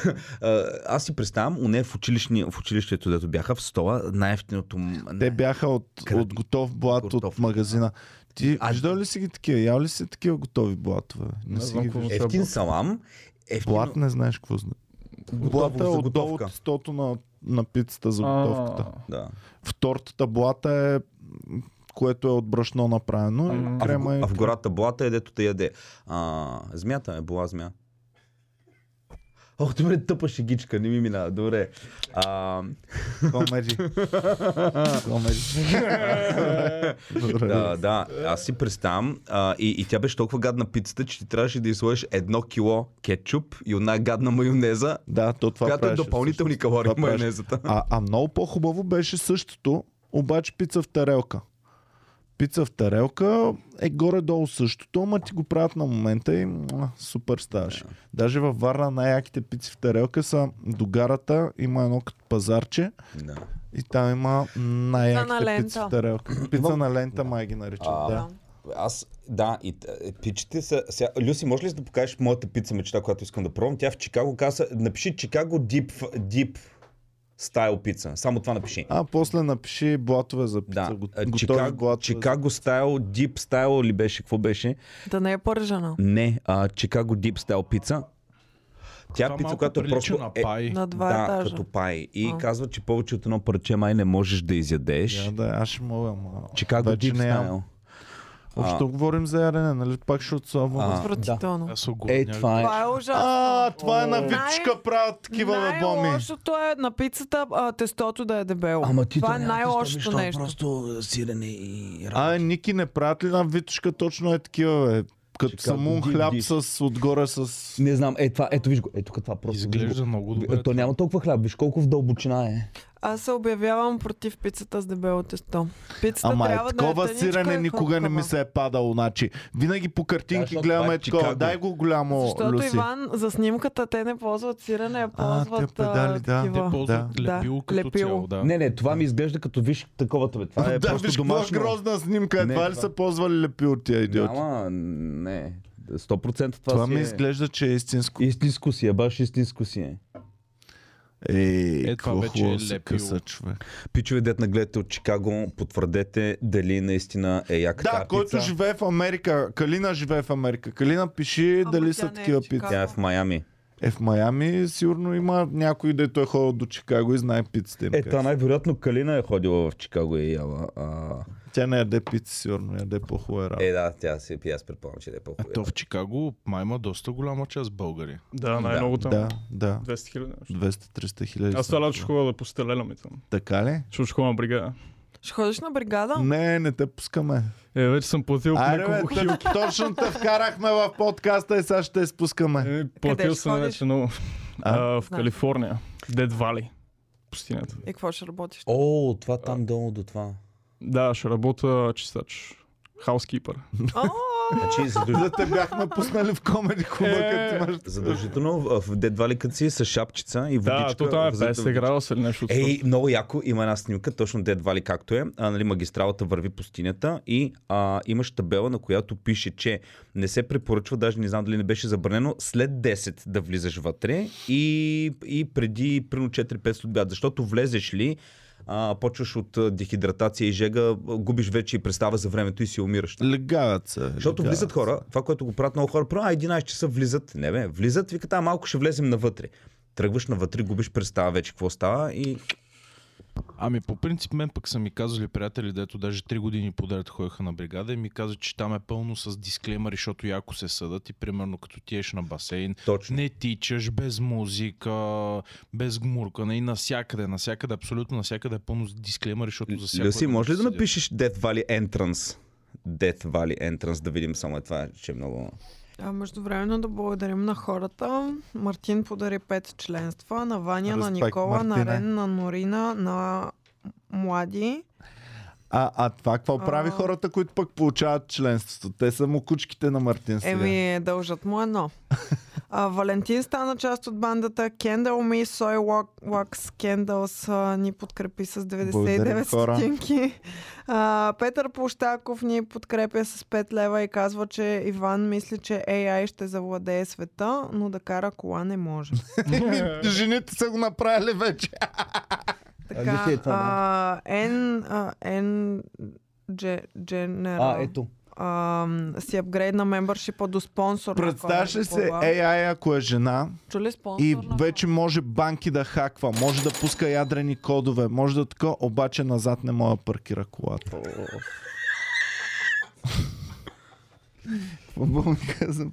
S2: а, аз си представям, у нея в, училищни, в училището, дето бяха в стола, най-ефтиното... м-
S1: Те бяха от,
S2: Къде-
S1: от готов блат
S2: Готов.
S1: от магазина. Ти
S2: А-
S1: виждал ли си ги такива? Ял ли си такива готови блатове? Не,
S3: Не
S1: си
S3: знам
S1: ги
S3: какво
S1: виждал.
S3: е
S2: Ефтин салам, ефтино...
S1: Блат не знаеш какво значи. Блата е
S2: за
S1: отдолу
S2: готовка.
S1: от стото на, на пицата за
S3: А,
S1: готовката.
S2: Да.
S1: В тортата блата е м, което е от брашно направено.
S3: Мгм.
S1: и
S2: А, в,
S1: Крема е...
S2: а в гората блата е дето те яде. А, змията е була змия. Ох, добре, тъпа шегичка, не ми мина. Добре. А,
S1: Комеди. Комеди. Добре.
S2: да, да, аз си представям. А, и, и тя беше толкова гадна пицата, че ти трябваше да изложиш едно кило кетчуп и една гадна майонеза,
S1: Да, то това
S2: която е
S1: правеше
S2: допълнителни
S1: всъщност.
S2: калории
S1: Това правеше.
S2: майонезата.
S1: А, а много по-хубаво беше същото, обаче пица в тарелка. Пица в тарелка е горе-долу същото, ама ти го правят на момента и муа, супер ставаш. Даже във Варна най-яките пици в тарелка са до гарата, има едно като пазарче
S2: Да.
S1: и там има
S4: Пица на
S1: най-яките
S4: лента.
S1: пици в тарелка. Пица на лента, май ги наричат.
S2: А,
S1: Да.
S2: Аз, да, и т- е, пичите са... Сега, Люси, може ли да покажеш моята пица мечта, която искам да пробвам? Тя в Чикаго каза, напиши Чикаго дип, дип стайл пица. Само това напиши.
S1: А, после напиши блатове за пица.
S2: Да,
S1: го-
S2: а,
S1: готови
S5: е
S2: Чикаго,
S1: блатове.
S2: Чикаго стайл, дип стайл ли беше, какво беше?
S4: Да не е пържена.
S2: Не, а, Чикаго дип стайл пица. Тя
S5: Това
S2: пица,
S5: малко
S2: която е
S5: прилича
S2: просто...
S5: на
S2: е,
S5: пай.
S4: На два
S2: да,
S4: етажа.
S2: като пай. И
S4: А.
S2: казва, че повече от едно парче май не можеш да изядеш.
S1: Я да, аз ще мога, ама...
S2: Чикаго
S1: вече
S2: дип
S1: не ям.
S2: стайл.
S1: Общо говорим за ядене, нали? Пак ще отслабвам.
S4: Отвратително.
S5: Аз огорнях.
S2: Е, това е.
S4: Това е ужасно.
S1: А, това е на
S4: О.
S1: витичка правят такива лабоми.
S4: Най-лошото е на пицата а, тестото да е дебело.
S2: Ама ти
S4: това е
S2: то няма да изтърпиш,
S4: най-лошото
S2: то е
S4: нещо.
S2: Просто сирене и
S1: А, е, Ники, не правят ли на витушка точно е такива, бе? Като
S2: Чикаго
S1: самун
S2: див
S1: хляб
S2: диш.
S1: с отгоре с...
S2: Не знам, е това, ето виж го, ето това просто. виж го.
S5: Изглежда много добре.
S2: То няма толкова хляб, виж колко в дълбочина е.
S4: Аз се обявявам против пицата с дебело тесто. Пицата
S1: Ама е
S4: трябва да е
S1: такова
S4: тъничка
S1: сирене
S4: и
S1: никога не ми
S4: хрумкава.
S1: се е падало, значи. Винаги по картинки
S2: Да,
S1: гледаме
S2: защото това е
S1: такова.
S2: Чикаго.
S1: Дай го голямо,
S4: Защото
S1: Люси.
S4: Иван, за снимката те не ползват сирене, а
S1: А, те
S4: ползват а,
S1: педали, да.
S5: Те
S4: такива.
S5: ползват
S4: Да,
S5: лепило като
S4: лепило.
S5: цяло, да.
S2: Не, не, това ми изглежда като виж таковата, бе. Това е
S1: да,
S2: просто
S1: виж каква
S2: домашно.
S1: грозна снимка.
S2: Не,
S1: Едва ли
S2: това-
S1: са ползвали лепи от тия идиоти?
S2: Няма, не. 100% това,
S1: Това
S2: си
S1: ми
S2: е...
S1: изглежда, че е истинско.
S2: Истинско си е, баш истинско си е.
S1: Ей,
S5: Е, това
S1: какво
S5: вече
S1: хубаво
S5: е
S1: се
S5: лепило.
S1: къса, човек.
S2: Пичове, дет на гледате от Чикаго, потвърдете дали наистина е яка
S1: Да,
S2: тази
S1: който
S2: пица.
S1: живее в Америка, Калина живее в Америка. Калина, пиши
S4: Ама
S1: дали
S4: тя
S1: са
S4: не е в
S1: такива пици.
S4: Чикаго.
S2: Тя е в Майами.
S1: Е, в Майами сигурно има някой, дето е ходил до Чикаго и знае пиците им.
S2: Е,
S1: как
S2: та
S1: са.
S2: най-вероятно Калина е ходила в Чикаго и е яла. А...
S1: Тя не яде пици, сигурно яде по-хуе работа.
S2: Е, да, тя си пи, аз предполагам, че да е
S5: А то
S2: по-хубава.
S5: в Чикаго май има доста голяма част българи.
S3: Да, най-много там.
S1: Да, да.
S3: 200 хиляди.
S1: 200-300 хиляди.
S3: Аз
S1: са.
S3: това ще ходя да постелеля ми там.
S1: Така ли?
S3: Ще отида на бригада.
S4: Ще ходиш на бригада?
S1: Не, не те пускаме.
S3: Е, вече съм платил по
S1: Айде,
S3: няколко
S1: бе,
S3: хиляди.
S1: тъ- точно те вкарахме в подкаста и сега ще те спускаме.
S3: Е, Платил
S4: ще
S3: съм
S4: ходиш?
S3: вече много.
S1: А?
S3: А, в
S4: Знам.
S3: Калифорния. Дед Вали. Пустинята.
S4: И какво ще работиш?
S2: О, това там долу до това.
S3: Да, ще работя чистач. Хаускипър.
S4: О,
S2: Значи, задълж...
S1: Да те бяхме пуснали в комеди клуба,
S3: Е.
S1: като имаш...
S2: Задължително в в Дед Вали като си е с шапчица и водичка.
S3: Да, то там е
S2: взета
S3: 50
S2: водичка.
S3: градуса или нещо. от
S2: Ей, много яко, има една снимка, точно Дед Вали както е. А, нали, магистралата върви пустинята и а, имаш табела, на която пише, че не се препоръчва, даже не знам дали не беше забранено, след 10 да влизаш вътре и, и преди примерно 4-5 след обяд. Защото влезеш ли, а, почваш от а, дехидратация и жега, а, губиш вече и представа за времето и си умираш.
S1: Легават се.
S2: Защото
S1: легават
S2: влизат
S1: се.
S2: хора, това, което го правят много хора, първо, а 11 часа влизат. Не бе, влизат, викат, а малко ще влезем навътре. Тръгваш навътре, губиш представа вече какво става и
S5: Ами по принцип мен пък са ми казали приятели, дето даже 3 години подред ходеха на бригада и ми каза, че там е пълно с дисклеймъри, защото яко се съдат и примерно като тиеш на басейн,
S2: точно.
S5: не тичаш без музика, без гмуркане и насякъде, насякъде, абсолютно насякъде е пълно с дисклеймъри, защото за всяко...
S2: Люси,
S5: едно
S2: може ли да
S5: съдят.
S2: напишеш Death Valley Entrance? Death Valley Entrance, да видим само е това, че е много...
S4: А междувременно да благодарим на хората. Мартин подари 5 членства на Ваня, на
S1: Респект,
S4: Никола, на
S1: Мартине. Е,
S4: Рен, на Норина, на Млади.
S1: А, а това какво прави
S4: А.
S1: хората, които пък получават членството? Те са му кучките на Мартин сега.
S4: Еми, дължат му едно. А, Валентин стана част от бандата Candle Me, Soy Wa- Wax Candles а, ни подкрепи с
S1: Благодарим,
S4: 99
S1: хора.
S4: стотинки. А, Петър Площаков ни подкрепя с 5 лева и казва, че Иван мисли, че AI ще завладее света, но да кара кола не може.
S1: Еми, Жените са го направили вече. е
S4: Така, а, N, а, N, Ge- General.
S2: ето.
S4: а, си апгрейдна мембършипа до спонсор. на
S1: Представяш ли
S4: Комеди
S1: се
S4: Клуба.
S1: AI, ако е жена
S4: Чули спонсор
S1: и
S4: на-
S1: вече може банки да хаква, може да пуска ядрени кодове, може да така, обаче назад не може да паркира колата. Какво Боми каза?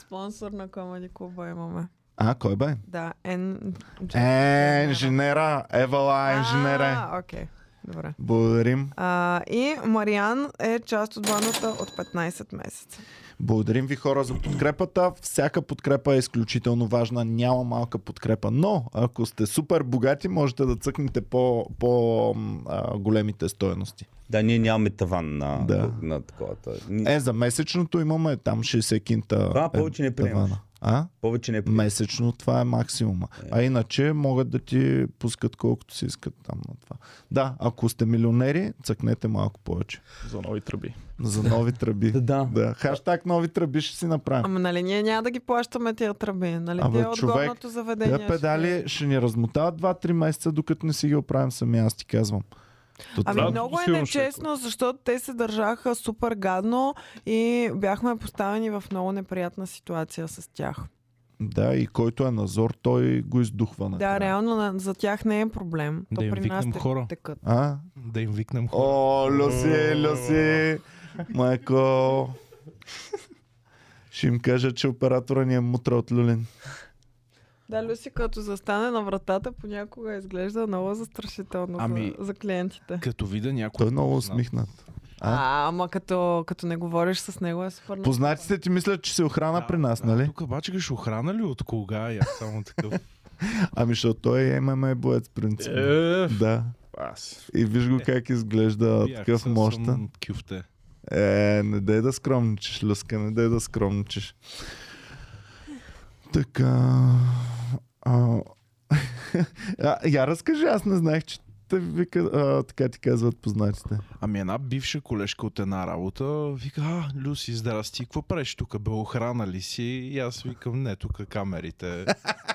S4: Спонсор на Комеди Клуба имаме.
S1: А, кой бе?
S4: Да, Ен...
S1: Е, инженера, евала, инженере.
S4: А, окей, добре.
S1: Благодарим.
S4: А, и Мариан е част от бандата от 15 месеца.
S1: Благодарим ви хора за подкрепата. Всяка подкрепа е изключително важна. Няма малка подкрепа. Но, ако сте супер богати, можете да цъкнете по, по м, а, големите стоености.
S2: Да, ние нямаме таван на,
S1: Да.
S2: на, на таковата. Ни,
S1: Е, за месечното имаме там 60 кинта. е
S2: Това повече не приемаш.
S1: тавана. А?
S2: Повече не
S1: Месечно това е максимума. А иначе могат да ти пускат колкото си искат там на това. Да, ако сте милионери, цъкнете малко повече.
S3: за нови тръби.
S1: За нови тръби.
S2: да.
S1: Да, хаштаг нови тръби ще си направим.
S4: Ама нали ние няма да ги плащаме тия тръби? Нали
S1: Абе,
S4: ти е
S1: човек,
S4: отговорното заведение?
S1: Те
S4: ще-
S1: педали ще ни размотават 2-3 месеца, докато не си ги оправим сами, аз ти казвам. То
S4: Ами
S1: това-
S3: Да,
S4: много е
S3: сигурно ще е
S4: нечестно, защото те се държаха супер гадно и бяхме поставени в много неприятна ситуация с тях.
S1: Да, и който е назор, той го издухва.
S4: Да,
S1: накрая.
S4: реално на- за тях не е проблем. То
S5: Да им
S4: при нас
S5: викнем
S4: те-
S5: хора.
S4: текат.
S1: А?
S5: Да им викнем хора.
S1: О, Люси, Люси! Майко! Ще им кажа, че оператора ни е мутра от люлин.
S4: Да, Люси, като застане на вратата, понякога изглежда много застрашително
S5: Ами,
S4: за, за клиентите.
S5: Като видя някой.
S1: Той е много
S5: познат.
S1: усмихнат. А?
S4: А, ама като, като не говориш с него е супер.
S1: Познатите ти мислят, че си охрана при нас,
S5: да,
S1: нали?
S5: Тук обаче гаш охрана ли от кога? Я само такъв.
S1: Ами, защото той е ММА боец, принцип.
S3: Е,
S1: Да.
S3: аз.
S1: И виж го как изглежда
S5: Бях
S1: такъв
S5: със-
S1: мощен.
S5: Е. съм Кюфте.
S1: Е, не дай да скромничиш, Люска, не дай да скромничиш. Така... А... а, я разкажи, аз не знаех, че те вика, а, така ти казват познатите.
S5: Ами една бивша колежка от една работа вика, а, Люси, здрасти, какво правиш тук? Бе, охрана ли си? И аз викам, не, тук камерите.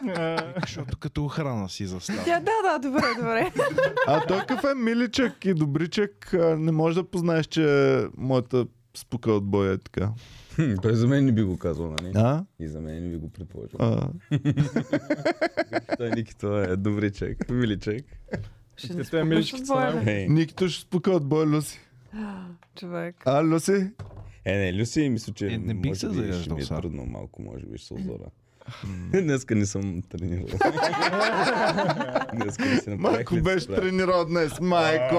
S5: Вика, Защото като охрана си
S4: Тя,
S5: застава.
S4: да, да, добре, добре.
S1: А той какъв е миличък и добричък, а, не може да познаеш, че моята спука от боя е така.
S2: Хм, Той за мен не би го казал, нали?
S1: А?
S2: И за мен не би го предположил.
S1: а
S2: Той Ники, това е добричък, миличък.
S4: Ще
S3: Те-
S4: не
S3: те милички
S4: спукаш от
S3: са
S4: боя,
S3: най-
S4: бе,
S2: Е,
S1: Никито ще спука от боя, Люси.
S4: човек.
S1: А, Люси?
S2: не, Люси, мисля, че
S5: Е, не бих
S2: може
S5: се
S2: би ще
S5: зареждал,
S2: ми е
S5: Сара.
S2: трудно малко, може би, ще се озора. Днеска не съм тренирал. Днеска не си направих.
S1: Майко
S2: не си
S1: беше
S2: правил.
S1: тренирал днес, майко!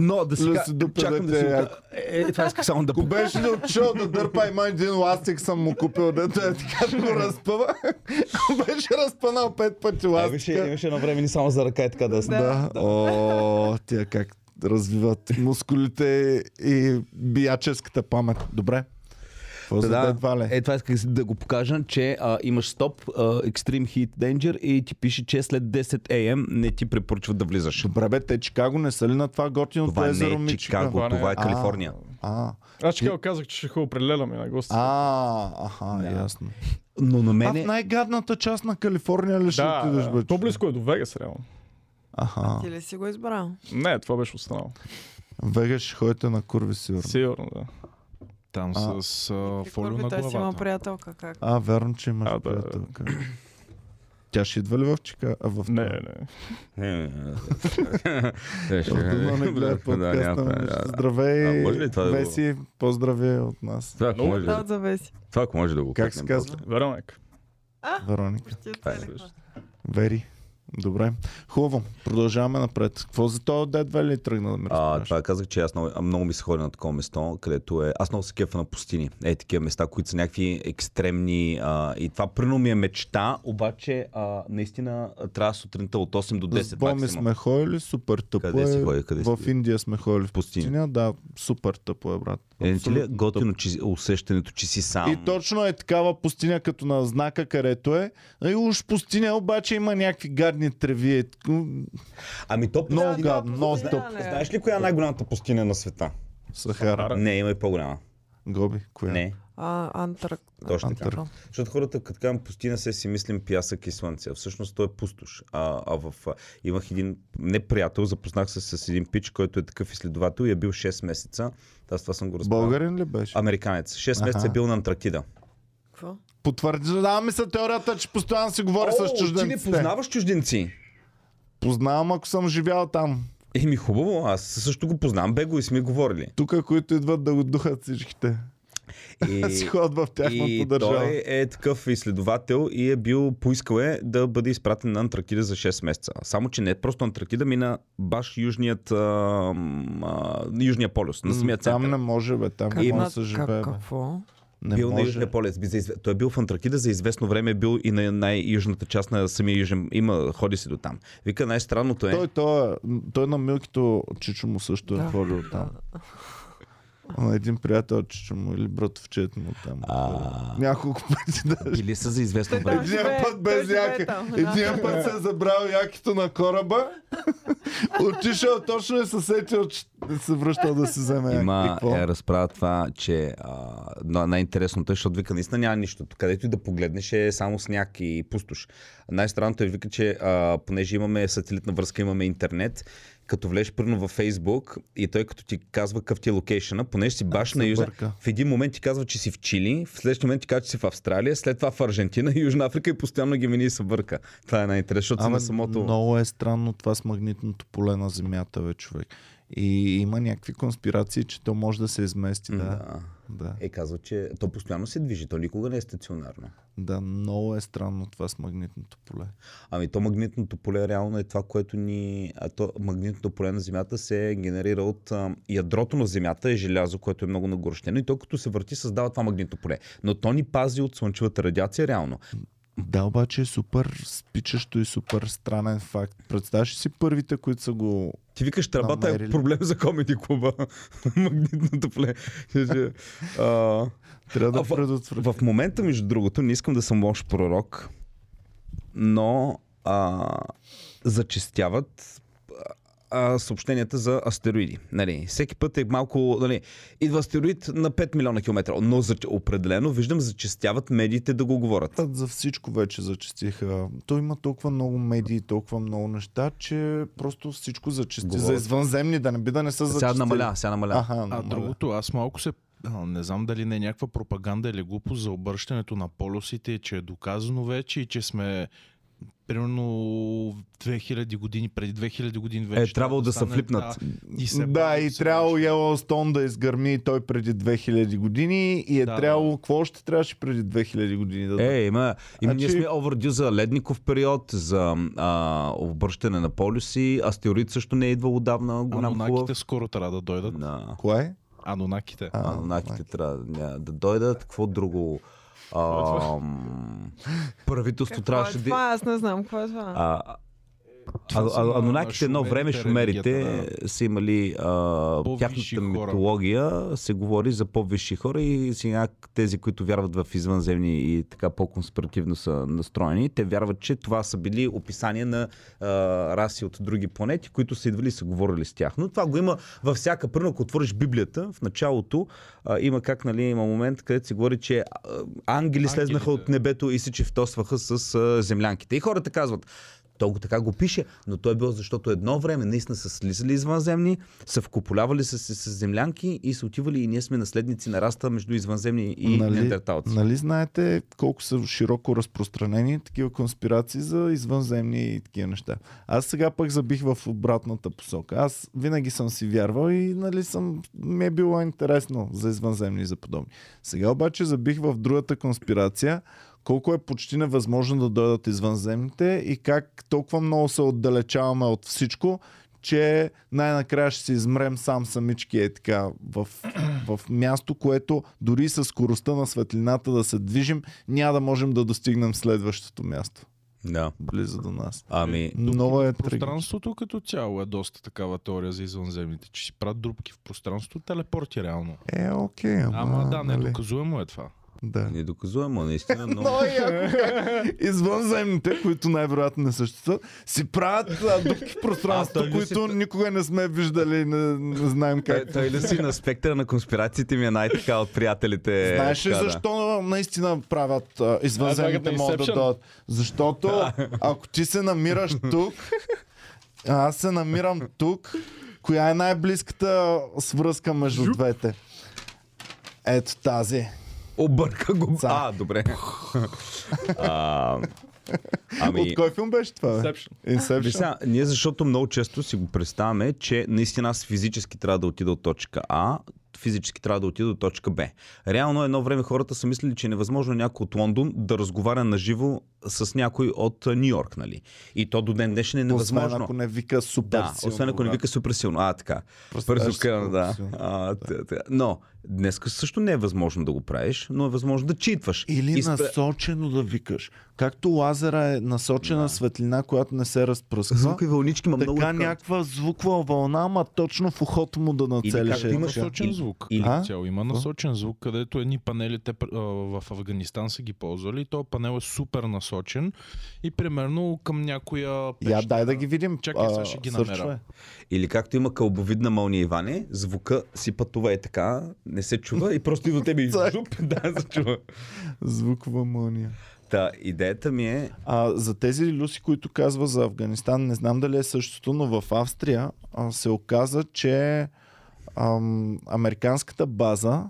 S2: Но да си
S1: Люси,
S2: ка-
S1: дупе
S2: чакам да си...
S1: дете,
S2: го-
S1: яко.
S2: Е, е, това исках само да...
S1: Ако беше ли отишъл да дърпа, има един ластик съм му купил, дето е така да го разпъва. Ако беше разпънал пет пъти
S2: А, Имаше,
S1: ластика.
S2: имаше едно време ни само за ръка и така да е се...
S1: Да, о, тия как развиват мускулите и бияческата памет. Добре. Какво за
S6: Да,
S1: Дед Вале?
S6: Е, това исках да го покажа, че а, имаш стоп, а, Extreme Heat Danger и ти пише, че след 10 AM не ти препоръчват да влизаш.
S1: Добре бе, те Чикаго не са ли на това готиното
S2: Това не
S1: езеро
S2: е Чикаго,
S1: Мичиган?
S2: това,
S3: Това не
S2: е
S3: е.
S2: Калифорния.
S1: А,
S3: Аз ще казах, че ще ходя определяме на гости.
S1: а, аха, ясно.
S6: Но на
S1: А в
S6: мене...
S1: най-гадната част на Калифорния ли ще
S3: да,
S1: отидеш, бе?
S3: да. То
S1: човек?
S3: близко е до Вегас, реално.
S1: Аха.
S4: Ти ли си го избрал?
S3: Не, това беше останало.
S1: Вега ще ходите на курви, сигурно.
S3: Сигурно, да.
S5: Там
S1: А.
S5: с а,
S4: При
S5: фолио
S4: Курби
S5: на
S4: той си има
S5: главата.
S4: приятелка, как?
S1: А, верно, че имаш
S3: А, да.
S1: приятелка. Тя ще идва ли в Чика? А, в
S3: Не, не.
S2: Е, е, е. Е, ще-
S1: Дума не гледа
S2: Да,
S1: подкаста.
S2: няма-
S1: ме.
S2: да, да.
S1: Здравей,
S2: А, може ли това да го-
S1: Веси, поздрави от нас.
S2: Това, ако може,
S4: Да, от завеси.
S2: това, ако може да го
S1: Как се
S2: пъкнем
S1: казва?
S3: Веронек.
S1: Вероника.
S4: Ти
S2: Това е
S4: оцелиха.
S1: Вери. Добре. Хубаво. Продължаваме напред. Какво за това Дед Вели тръгна да ми
S2: А,
S1: разправяш?
S2: това казах, че аз много, а, много ми се ходи на такова место, където е... Аз много се кефа на пустини. Е, такива места, които са някакви екстремни. А, и това прено ми е мечта, обаче а, наистина а, трябва сутринта от 8 до 10
S1: С Боми
S2: максимум.
S1: сме ходили, супер тъпо
S2: Къде си
S1: е.
S2: ходи, къде си
S1: в
S2: ходи?
S1: Индия сме ходили в
S2: Пустиня.
S1: пустиня. Да, супер тъпо е, брат.
S2: Е, ти ли е
S1: Абсолютно
S2: готино че, усещането, че си сам?
S1: И точно е такава пустиня, като на знака, където е. И уж пустиня, обаче има някакви гадни треви. Е, м,
S2: Ами то
S1: Много гадно, много
S4: пустиня,
S1: тъп.
S4: не.
S2: е.
S1: е
S2: Знаеш ли коя е най-голямата пустиня на света?
S1: Сахара.
S2: Не, има и по-голяма.
S1: Гоби, коя?
S2: Не.
S4: А, антарк...
S2: Точно
S1: така.
S4: Антарк.
S2: Защото хората, като казвам пустина, се си мислим пясък и слънце. А Всъщност той е пустош. А, а в, а, имах един неприятел, запознах се с един пич, който е такъв изследовател и е бил 6 месеца. Аз това съм го разправил.
S1: Българин ли беше?
S2: Американец. 6
S1: Аха.
S2: месеца е бил на Антарктида.
S4: Какво?
S1: Потвърждава ми се теорията, че постоянно си говори с
S2: ти
S1: чужденците.
S2: не познаваш чужденци.
S1: Познавам, ако съм живял там.
S2: Еми хубаво, аз също го познавам, бе го и сме говорили.
S1: Тук, които идват да го духат всичките.
S2: И...
S1: Аз си ходят в тяхното
S2: Е, И
S1: държава.
S2: той е такъв изследовател и е бил поискал е да бъде изпратен на Антарктида за 6 месеца. Само, че не е просто Антарктида, мина баш южният, а, а, южния полюс, на самия център.
S1: Там не може, бе. Там
S4: Как,
S1: не може
S4: на-
S1: да се живее,
S4: как,
S1: бе.
S4: какво?
S1: Не
S2: бил на
S1: може.
S2: Южния полюс. Би за изв- Той е бил в Антарктида за известно време, е бил и на най-южната част на самия южен. Има, ходи се до там. Вика, най-странното е.
S1: Той, той, е- той на милкито чичо му също е
S4: Да.
S1: ходил там. На един приятел чичо му или братовчет му там. е ходил. Няколко пъти даже.
S2: Били са за известно
S4: Те
S2: време.
S4: Той
S1: Един
S4: живее-
S1: път
S4: той
S1: без
S4: живее
S1: яка.
S4: там, да.
S1: Един път се е забрал якито на кораба. Отишъл точно и се сетил, че се връщал да си вземе яки. И
S2: Има,
S1: какво?
S2: е, разправя това, че а, но най-интересното е, защото вика, наистина няма нищо. Където и да погледнеш е само сняг и пустош. Най-странното е, вика, че а, понеже имаме сателитна връзка, имаме интернет, като влезеш първо във Фейсбук и той като ти казва какъв ти е локейшъна, понеже си баш на
S1: се
S2: Южна...
S1: бърка.
S2: В един момент ти казва, че си в Чили, в следващия момент ти казва, че си в Австралия, след това в Аржентина и Южна Африка и постоянно ги мини и се бърка. Това е най-интересно, защото си
S1: Абе,
S2: на самото...
S1: Много е странно това с магнитното поле на Земята, бе, човек. И има някакви конспирации, че то може да се измести. Да,
S2: Да.
S1: да,
S2: Е, казва, че то постоянно се движи, то никога не е стационарно.
S1: да, много е странно това с магнитното поле.
S2: Ами то магнитното поле реално е това, което ни... А то, магнитното поле на Земята се генерира от а, ядрото на Земята е желязо, което е много нагорещено и то като се върти създава това магнитно поле. Но то ни пази от слънчевата радиация реално.
S1: Да, обаче е супер спичащо и супер странен факт. Представяш ли си първите, които са го...
S2: Ти викаш, тръбата е
S1: Намерили.
S2: проблем за комеди клуба. магнитното поле. а,
S1: Трябва
S2: А,
S1: да
S2: в-
S1: предотвратят.
S2: В момента, между другото, не искам да съм лош пророк, но а, зачестяват а, съобщенията за астероиди. Нали, всеки път е малко... Нали, идва астероид на 5 милиона километра, но за, определено виждам зачестяват медиите да го говорят.
S1: За всичко вече зачистиха. Той има толкова много медии, толкова много неща, че просто всичко зачисти.
S2: Говорят.
S1: За извънземни, да не би да не са зачистили.
S2: Сега намаля, сега намаля.
S1: Аха,
S5: А
S1: намаля.
S5: другото, аз малко се. А, не знам дали не е някаква пропаганда или глупост за обръщането на полюсите, че е доказано вече и че сме примерно 2000 години, преди 2000 години вече.
S2: Е, трябвало да са
S5: стане,
S2: флипнат.
S5: Да, и се
S1: да,
S5: бави
S1: и
S5: все
S1: трябвало
S5: още.
S1: Йеллоустон да изгърми той преди 2000 години и е
S5: Да,
S1: трябвало, какво още трябваше преди 2000 години да
S2: Е, има. има
S1: А
S2: ние
S1: че-
S2: сме овердю за ледников период, за а, обръщане на полюси. Астероид също не е идвал отдавна. Голям хубав.
S5: Анунаките скоро трябва да дойдат.
S2: Да.
S1: Кое?
S5: Анунаките.
S1: А,
S2: Анунаките трябва да, да дойдат. Какво друго? А, м, правителство
S4: е Какво е
S2: трябваше да.
S4: това? Аз не знам какво е това.
S2: А, а,
S5: са
S2: а,
S5: на-
S2: анунаките едно
S5: шумерите,
S2: време, шумерите
S5: религията,
S2: са имали а,
S5: По-висши
S2: тяхната
S5: хора.
S2: митология, се говори за по-висши хора и сега тези, които вярват в извънземни и така по-конспиративно са настроени, те вярват, че това са били описания на а, раси от други планети, които са идвали и са говорили с тях. Но това го има във всяка, първо ако отвориш Библията, в началото а, има как, нали, има момент, където се говори, че а, ангели слезнаха от небето и се чифтосваха с а, землянките. И хората казват, то го така го пише, но той е бил защото едно време наистина са слизали извънземни, са вкополявали се с, с землянки и са отивали и ние сме наследници на раста между извънземни и нали,
S1: нали,
S2: неандерталци. Нали.
S1: нали знаете колко са широко разпространени такива конспирации за извънземни и такива неща. Аз сега пък забих в обратната посока. Аз винаги съм си вярвал и нали съм, ми е било интересно за извънземни и за подобни. Сега обаче забих в другата конспирация, колко е почти невъзможно да дойдат извънземните и как толкова много се отдалечаваме от всичко, че най-накрая ще се измрем сам самички е така в, в място, което дори с скоростта на светлината да се движим, няма да можем да достигнем следващото място,
S2: Да.
S1: близо до нас.
S2: Ами,
S1: Много е трагично.
S5: Пространството като цяло е доста такава теория за извънземните, че си правят дупки в пространството, телепорти реално.
S1: Е, окей, ама,
S5: Ама да, не
S1: нали.
S5: доказуемо е това.
S1: Да.
S2: Недоказуемо, наистина, но...
S1: Но и ако как извънземните, които най-вероятно не съществуват, си правят а, дупки в пространството,
S2: А, той ли си-
S1: които никога не сме виждали и не, не знаем
S2: Той,
S1: как.
S2: той да си на спектъра на конспирациите ми е най-така от приятелите.
S1: Знаеш ли
S2: така, да.
S1: защо наистина правят а, извънземните
S3: А,
S1: могат да
S3: Inception?
S1: дойдат? Защото ако ти се намираш тук, а аз се намирам тук, коя е най-близката свръзка между двете? Ето тази.
S2: Обърка го.
S1: Ца.
S2: А, добре. а,
S1: От
S2: ами,
S1: кой филм беше това? бе?
S3: Inception.
S2: Виж
S1: Inception.
S2: сега, ние защото много често си го представяме, че наистина аз физически трябва да отида от точка А, физически трябва да отида до точка Б. Реално едно време хората са мислили, че е невъзможно някой от Лондон да разговаря на живо с някой от Нью Йорк, нали? И то до ден днешен е невъзможно.
S1: Освен ако не вика супер
S2: Да,
S1: силно,
S2: освен ако не
S1: брат.
S2: вика супер силно. А, така.
S1: Просто
S2: Бързо
S1: кажеш
S2: крана,
S1: супер
S2: да.
S1: силно.
S2: А, т- т- Но, днес също не е възможно да го правиш, но е възможно да читваш.
S1: Или
S2: И спе-
S1: насочено да викаш. Както лазера е насочена да. светлина, която не се разпръсква.
S2: Звукови вълнички, ма много...
S1: така
S2: такъв-
S1: някаква звукова вълна, ама точно в ухото му да нацелиш.
S2: както
S1: е
S2: имаш-
S1: така.
S5: насочен
S2: и-
S5: звук.
S2: или-
S5: Или,
S1: А?
S5: цяло има насочен звук, където едни панели те, пр- а, в Афганистан са ги ползвали. и Този панел е супер насочен и примерно към някоя
S1: Я,
S5: пещера.
S1: дай да ги видим.
S5: Чакай,
S1: А, е.
S5: сега ще ги
S1: сърчове.
S5: намеря.
S2: Или както има кълбовидна мълния Иване, звука си пътува е така, не се чува и просто идва тебе и
S1: Цак.
S2: жуп, да, се чува.
S1: Звукова мълния.
S2: Та, идеята ми е...
S1: А, за тези люси, които казва за Афганистан, не знам дали е същото, но в Австрия а, се оказа, че ам, американската база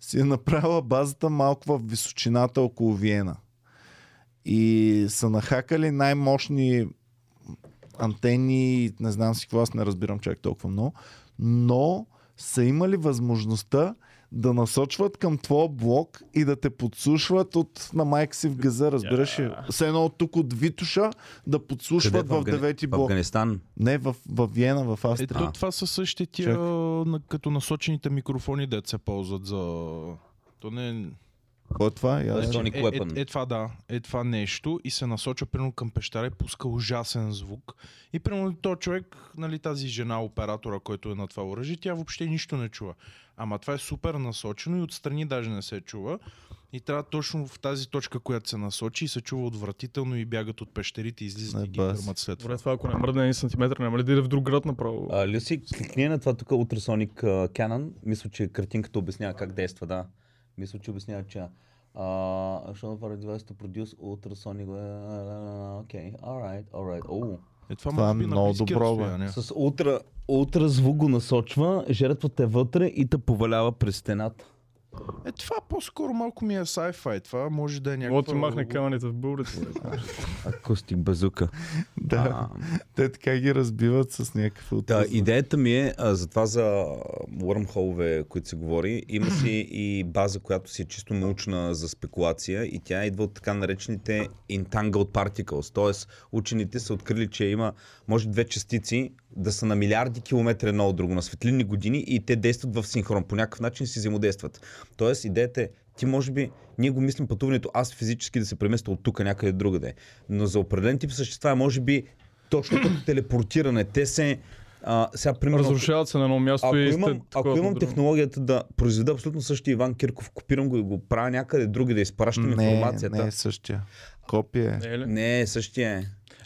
S1: си е направила базата малко в височината около Виена. И са нахакали най-мощни антени, не знам си какво, аз не разбирам чак толкова много, но са имали възможността да насочват към твоя блок и да те подслушват от на майка си в газа, разбираш ли? Все едно от тук от Витуша да подслушват
S2: Къде?
S1: в
S2: Афгани-
S1: девети
S2: в
S1: блок.
S2: Афганистан.
S1: Не, в, в Виена, в
S5: Е,
S1: Австрия.
S5: то, това са същите тия,
S1: Чакай.
S5: на, като насочените микрофони, де се ползват за... То не е...
S1: Кой е това? Я,
S2: Тоест,
S1: да
S2: Тони
S5: е, е,
S2: Клепън.
S5: е, това да, е това нещо и се насочва примерно към пещера и пуска ужасен звук. И примерно то човек, нали, тази жена, оператора, който е на това оръжие, тя въобще нищо не чува. Ама това е супер насочено и отстрани даже не се чува. И трябва точно в тази точка, която се насочи и се чува отвратително и бягат от пещерите, излизат
S1: Не,
S5: и ги
S1: бас.
S5: гърмат след това.
S3: Добре, това ако не мръдне един сантиметър, няма ли да иде в друг град направо?
S2: А, Люси, кликни на това тук Ultrasonic а, Canon. Мисля, че картинката обяснява как действа, да. Мисля, че обяснява, че... Uh, show for device to produce ultrasonic... а, а, а, Окей, alright, alright. Oh.
S5: Е, това,
S1: Това
S5: може
S1: е
S5: би на
S1: много
S5: близки
S1: добро, бе.
S5: разстояния.
S2: С ултра, ултразвук го насочва, жертвата е вътре и те повалява през стената.
S5: Е, това по-скоро малко ми е sci-fi. Това може да е някаква...
S3: Мога ти махне камъните в българите.
S2: Акустик базука.
S1: да. Те така ги разбиват с някакъв
S2: Да,
S1: отръзвък.
S2: идеята ми е а, за това за wormhole които се говори. Има си и база, която си е чисто научна за спекулация и тя идва от така наречените entangled particles. Тоест, учените са открили, че има, може две частици да са на милиарди километри едно от друго, на светлинни години и те действат в синхрон. По някакъв начин си взаимодействат. Тоест, идеята е ти може би, ние го мислим пътуването аз физически да се преместя от тук някъде другаде. Но за определен тип същества е може би точно като телепортиране. Те се... А, сега, примерно,
S3: Разрушават се на едно място
S2: ако
S3: и
S2: имам,
S3: сте
S2: ако
S3: такова
S2: имам
S3: на друго.
S2: технологията да произведа абсолютно същия Иван Кирков, копирам го и го правя някъде други, да изпращам
S1: Не,
S2: информацията.
S1: не е същия. Копие.
S3: Не е ли?
S2: не, същия е.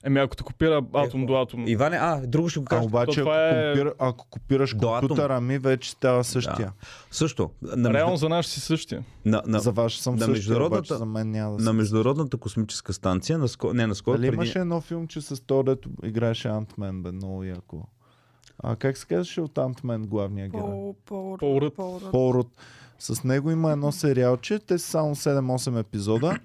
S3: Еми ако те копира атом
S2: Ехо.
S3: до атом.
S2: Иване, а, друго ще го
S1: А
S2: кажа.
S1: обаче, ако,
S3: това е-
S1: копира, ако копираш
S2: До атом.
S1: компютъра ми, вече става същия.
S2: Също, на,
S3: Реално
S2: между...
S3: за нас си същия.
S2: на, на,
S1: За ваш съм
S2: на
S1: същия,
S2: международната-
S1: обаче за мен няма да
S2: на
S1: съм.
S2: Международната космическа станция, наско... не, наскоро,
S1: Дали
S2: преди...
S1: имаше едно филмче с то, дето играеше Антмен, бе, много яко. А как се казваше от Антмен главния герой?
S4: Пол, пол,
S3: Пол Ръд.
S4: пол, Ръд.
S1: Пород. С него има едно сериалче, те са само 7-8 епизода,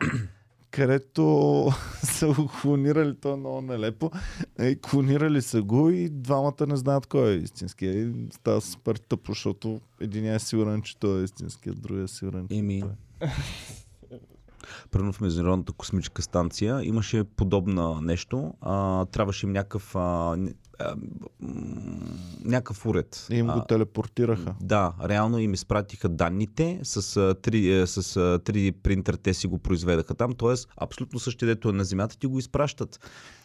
S1: където са го клонирали, то е много нелепо, Е, клонирали са го и двамата не знаят кой е истинския. И става супер тъпо, защото единия е сигурен, че той е истинския, другия е сигурен, че
S2: Еми.
S1: той е.
S2: Примерно в Международната космическа станция имаше подобна нещо. А, трябваше им някакъв а, н- а, м, някакъв уред.
S1: И им
S2: А,
S1: го телепортираха.
S2: да, реално им изпратиха данните, с, а, три, а, с а, 3D принтер те си го произведаха там, т.е. абсолютно същия дето е на земята ти го изпращат.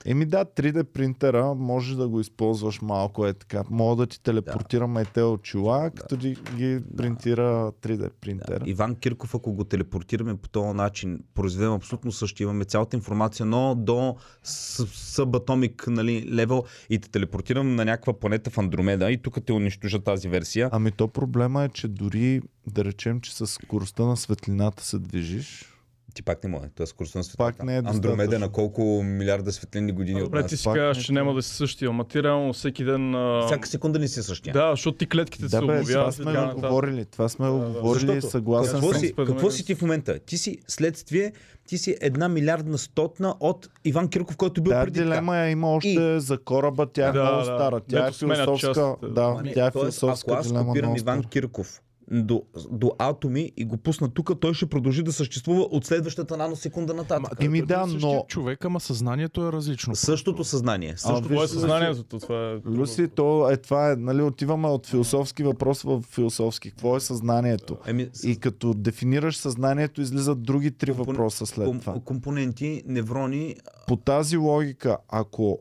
S1: Еми да, 3D принтера може да го използваш малко е така. Мога да ти телепортираме да. те очила, като ти ги принтира 3D принтера. Да.
S2: Иван Кирков, ако го телепортираме по този начин, произведем абсолютно същия, имаме цялата информация, но до с- сабатомик нали, левел и те телепортирам на някаква планета в Андромеда и тук те унищожа тази версия.
S1: Ами то проблема е, че дори да речем, че с скоростта на светлината се движиш.
S2: Ти пак не може, т.е. скоростта на
S1: Пак
S2: светлината.
S1: не е
S2: Андромеда
S1: достатъчно.
S2: на колко милиарда светлинни години от
S3: Добре, ти
S2: нас.
S3: си
S1: пак
S3: казваш, че няма да си същия, ама ти реално всеки ден... а,
S2: Всяка секунда не си същия.
S3: Да, защото ти клетките се
S1: Да, бе, това
S3: обновяват. и
S1: сме
S3: така
S1: го
S3: нататък.
S1: говорили. Това сме го говорили,
S2: Защото
S1: съгласен
S2: Какво
S1: съм.
S2: си,
S3: принципът,
S2: какво
S3: нали?
S2: си ти в момента? Ти си следствие, ти си една милиардна стотна от Иван Кирков, който е бил
S1: Тая
S2: преди така.
S1: е дилема я има още за кораба, тя е
S3: Да,
S1: много
S3: да.
S1: стара. Тя
S3: Дето
S1: е
S3: сменят
S1: философска.
S3: частите.
S1: Да,
S2: Ами,
S1: тя е
S2: тоест,
S1: философска
S2: Ако аз
S1: дилема.
S2: копирам
S1: много
S2: Иван
S1: стара.
S2: Кирков до, до атоми и го пусна тук, той ще продължи да съществува от следващата наносекунда нататък.
S1: Ма, Еми Ами да, но
S5: Човек, ама съзнанието е различно.
S2: Същото съзнание. Същото
S3: Това е
S1: виж,
S3: съзнанието, то това е... друго.
S1: Люси, то е това е, нали, отиваме от философски въпрос в философски. Какво е съзнанието?
S2: Еми, с-
S1: И като дефинираш съзнанието, излизат други три
S2: Компон-
S1: въпроса след
S2: ком-
S1: това.
S2: компоненти, неврони,
S1: По тази логика, ако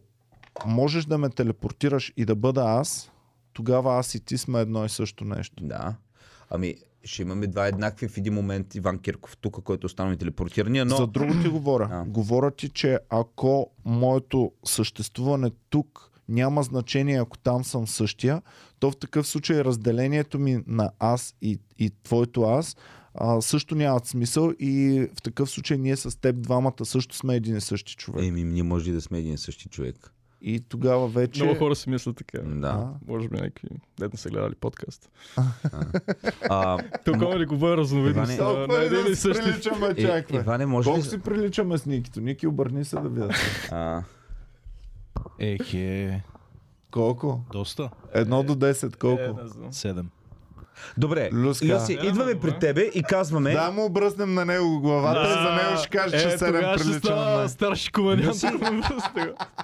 S1: можеш да ме телепортираш и да бъда аз, тогава аз и ти сме едно и също нещо.
S2: да. Ами, ще имаме два еднакви в един момент Иван Кирков тук, който останаме телепортирания, но...
S1: За друго ти говоря.
S2: А.
S1: Говоря ти, че ако моето съществуване тук няма значение, ако там съм същия, то в такъв случай разделението ми на аз и, и твоето аз а, също нямат смисъл и в такъв случай ние с теб двамата също сме един и същи човек.
S2: Еми, ние може и да сме един и същи човек.
S1: И тогава вече...
S3: Много хора си мислят така.
S2: Да.
S1: А,
S3: Може би някакви, дет не са гледали подкаст.
S2: А,
S3: Тук
S2: м-
S3: има ли кова е разновидност
S2: Иване-
S3: на на
S1: е
S3: един и същи?
S1: приличаме,
S2: Е, Иване, може ли...
S1: Колко си приличаме с Никито? Ники, обърни се да видя.
S2: А,
S5: Ех е,
S1: Колко?
S5: доста.
S1: Едно до 10, колко?
S3: Е, не знам.
S5: Седем.
S2: добре,
S1: Люска.
S2: Люси, идваме при тебе и казваме...
S1: Да му обръснем на него главата и за него ще каже, че
S3: Е,
S1: 7
S3: тогава ще
S1: приличаме.
S3: става старши комедиант.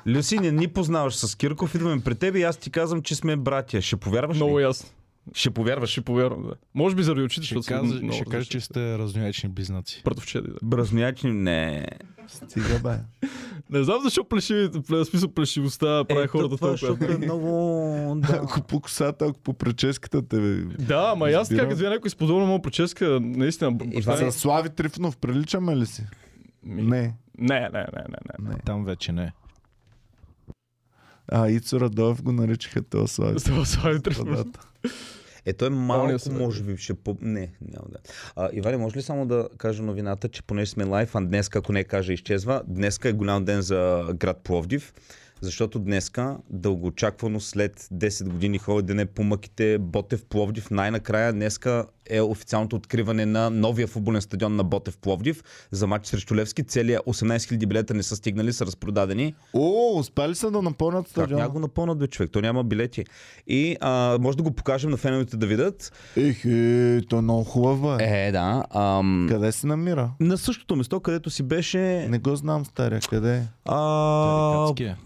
S2: Люси, не ни познаваш с Кирков, идваме при теб и аз ти казвам, че сме братя. Ще повярваш
S3: Много е.
S2: ли?
S3: ясно.
S2: Ще повярваш.
S3: Ще повярвам, да. Може би заради очите,
S5: Ще
S3: защото са
S5: кажа,
S3: много
S5: ще кажа, че сте разнячни близнаци.
S3: Братовчеди, да.
S2: Бразнячни, не.
S1: Стига бе.
S3: Не знам защо плешивите, в смисъл плешивостта прави хората
S2: това,
S3: толкова.
S2: Е, защото е много... Да.
S1: Ако по косата, ако по прическата те...
S3: Да, ма и аз така,
S1: Разбирам.
S3: като видя някой с подобна моя прическа, наистина... баща ми-
S1: С Слави Трифонов приличаме ли си?
S3: Ми-
S1: Не.
S3: Не, не, не, не, не.
S1: не.
S5: Там вече не.
S1: А Ицо Радоев го наричаха този Слави
S3: Става Слави Трифонов.
S1: Трифонов.
S2: Е, той е малко,
S3: Помня се, бе.
S2: може би, ще по... Не, няма да. А, Иване, може ли само да кажа новината, че понеже сме лайф, а днес, ако не кажа, изчезва, днес е голям ден за град Пловдив, защото днеска, дългоочаквано след 10 години хора дене по мъките, Ботев Пловдив, най-накрая днеска е официалното откриване на новия футболен стадион на Ботев Пловдив за матч срещу Левски. Целият 18 000 билета не са стигнали, са разпродадени.
S1: О, успели са да напълнят
S2: Как няма го
S1: стадиона.
S2: напълнат, бе, човек? То няма билети. И а, може да го покажем на феновете да видят.
S1: Ех, е, то е много хубаво е.
S2: Е, да. Ам...
S1: Къде се намира?
S2: На същото место, където си беше...
S3: Е.
S1: Не го знам, старя, къде е?
S2: А...
S5: Тарикатски е.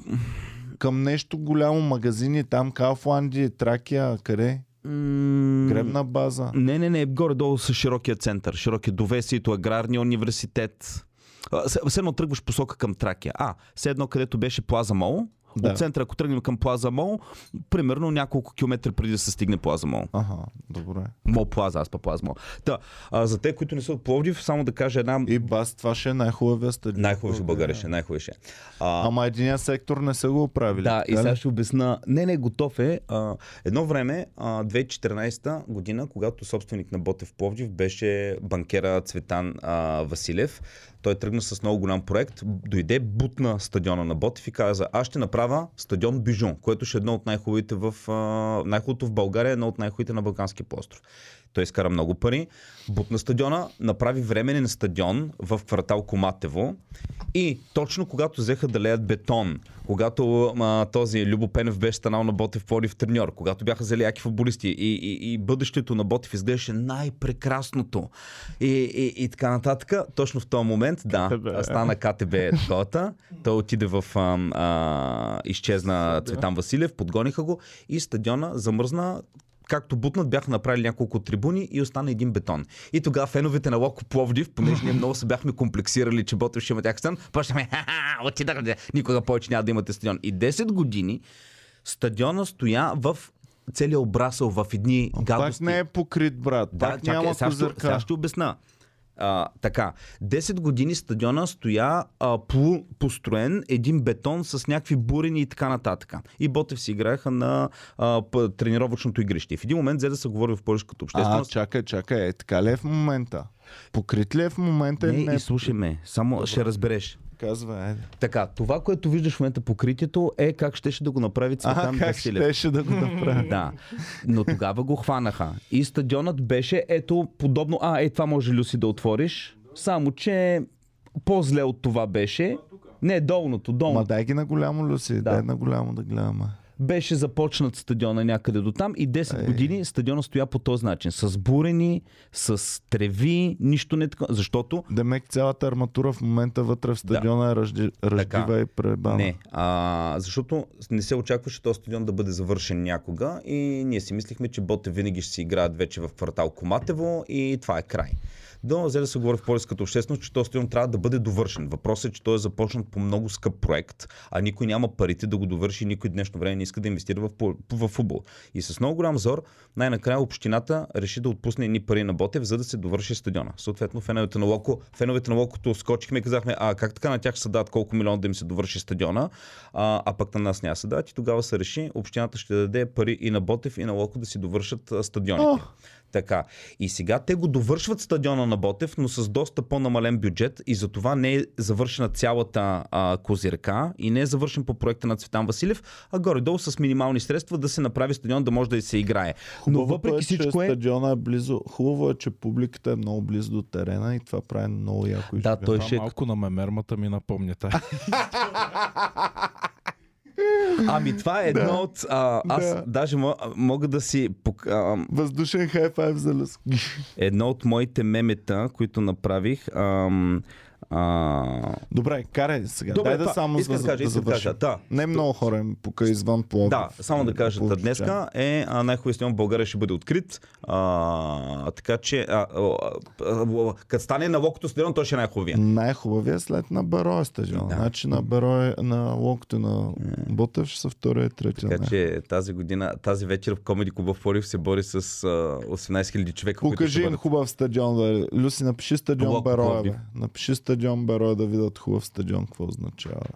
S1: Към нещо голямо магазини, там Кауфланди, Тракия, къде?
S2: м,
S1: Гребна база.
S2: Не, не, не, горе-долу с широкия център. Широкия довесието, е аграрния университет. А, с- Все едно тръгваш посока към Тракия. А, все едно където беше Плаза Мол.
S1: Да.
S2: От центъра, ако тръгнем към Плаза Мол, примерно няколко километра преди да се стигне Плаза Мол.
S1: Аха, добре.
S2: Мол Плаза, аз па Плаза Мол. Та, а, за те, които не са от Пловдив, само да кажа една...
S1: И бас, това ще е най-хубавия стадион.
S2: Най-хубавеше България, ще, е най-хубавеше. А,
S1: Ама единия сектор не са го оправили.
S2: Да,
S1: така
S2: и
S1: ли?
S2: сега ще обясна. Не, не, готов е. А, едно време, а, 2014 година, когато собственик на Ботев Пловдив беше банкера Цветан а, Василев, той тръгна с много голям проект, дойде, бутна стадиона на Ботев и каза, аз ще направя стадион Бижон, което ще е едно от най-хубавите в, а, най-хубавото в България, едно от най-хубавите на Балканския полуостров. Той изкара много пари, бутна стадиона, направи временен стадион в квартал Коматево И точно когато взеха да леят бетон, когато а, този Любопенев беше станал на Ботев Плодив треньор, когато бяха взели яки футболисти и, и, и бъдещето на Ботев изглеждаше най-прекрасното и, и, и така нататък, точно в този момент, да,
S3: КТБ.
S2: стана КТБ Тота, той отиде в... А, а, изчезна Цветан Василев, подгониха го и стадиона замръзна както бутнат, бяха направили няколко трибуни и остана един бетон. И тогава феновете на Локо Пловдив, понеже ние много се бяхме комплексирали, че Ботев ще има тях стадион, почнахме, ха-ха, отидахте, никога повече няма да имате стадион. И 10 години стадиона стоя в целия обрасъл в едни
S1: Пак
S2: гадости.
S1: не е покрит, брат.
S2: Да,
S1: Пак
S2: чакай,
S1: няма
S2: сега ще- Сега
S1: козирка.
S2: ще обясна. А, така, 10 години стадиона стоя а, полу, построен един бетон с някакви бурени и така нататък. И Ботев си играеха на а, п, тренировъчното игрище. И В един момент взе да се говори в
S1: А,
S2: полишката общественост.
S1: чакай, чакай. Е, така ли е в момента? Покрит ли е в момента? или
S2: не,
S1: не,
S2: не, и слушай ме, само ще разбереш.
S1: Казва, е.
S2: Така, това, което виждаш в момента покритието е как щеше да го направи
S1: А,
S2: Цветан
S1: как
S2: Василев.
S1: щеше да го направи?
S2: Да. Но тогава го хванаха. И стадионът беше, ето, подобно. А, е, това може Люси да отвориш. Само, че по-зле от това беше. Не, долното,
S1: Ма
S2: долното.
S1: дай ги на голямо, Люси.
S2: Да.
S1: Дай на голямо да гледаме.
S2: Беше започнат стадиона някъде до там и 10 години стадиона стоя по този начин. С бурени, с треви, нищо не така. Защото
S1: Демек цялата арматура в момента вътре в стадиона е ръжди, ръждива и пребана.
S2: Не, а, защото не се очакваше този стадион да бъде завършен някога и ние си мислихме, че Боте винаги ще си играят вече в квартал Коматево и това е край. До взе да се говори в полиската общественост, че този стадион трябва да бъде довършен. Въпросът е, че той е започнат по много скъп проект, а никой няма парите да го довърши, никой днешно време не иска да инвестира в, по- в футбол. И с много голям зор, най-накрая общината реши да отпусне едни пари на Ботев, за да се довърши стадиона. Съответно, феновете на Локо, феновете на Локото скочихме и казахме, а как така на тях са дадат колко милиона да им се довърши стадиона, а, а пък на нас няма се дадат. И тогава се реши, общината ще даде пари и на Ботев, и на Локо да си довършат а, стадионите. Така. И сега те го довършват стадиона на Ботев, но с доста по-намален бюджет и затова не е завършена цялата а, козирка и не е завършен по проекта на Цветан Василев, а горе-долу с минимални средства да се направи стадион да може да се играе. но въпреки
S1: е,
S2: всичко
S1: че
S2: е...
S1: стадиона е близо. Хубаво е, че публиката е много близо до терена и това прави много яко. и
S2: Да,
S1: живя.
S2: той
S5: Това
S2: ще... е.
S5: малко на мемермата ми напомня тая.
S2: Ами това е едно от... А, аз
S1: Да.
S2: даже мо- мога да си... пок- А,
S1: Въздушен хай-файв за Люски.
S2: едно от моите мемета, които направих... Ам, а,
S1: Добре, карай сега.
S2: Добре,
S1: Добре, Дай да
S2: това-
S1: само
S2: искам
S1: за,
S2: да кажа,
S1: да
S2: искам да
S1: завършим.
S2: кажа, да.
S1: Не много хора им пока извън Пловдив. нали,
S2: Да, само да
S1: Или
S2: кажа, да
S1: Пловдив,
S2: днеска е а, най-хубавият стадион в България ще бъде открит. А, така че, а, а, а, а, като стане на локото стадион, той ще е най-хубавия.
S1: Най-хубавия след на Беро е стадион.
S2: Да. Е.
S1: Значи на Беро е, на локото на Ботев ще са втория и третия.
S2: Така
S1: не.
S2: че тази година, тази вечер в Комеди Клуба в Порив се бори с а, 18 000 човека, които ще
S1: Покажи им
S2: бъдат.
S1: хубав стадион. Бе. Люси, напиши стадион
S2: Локо
S1: Беро. Бе.
S2: Пловдив.
S1: Напиши стадион Беро да видят хубав стадион. Какво означава? Бе.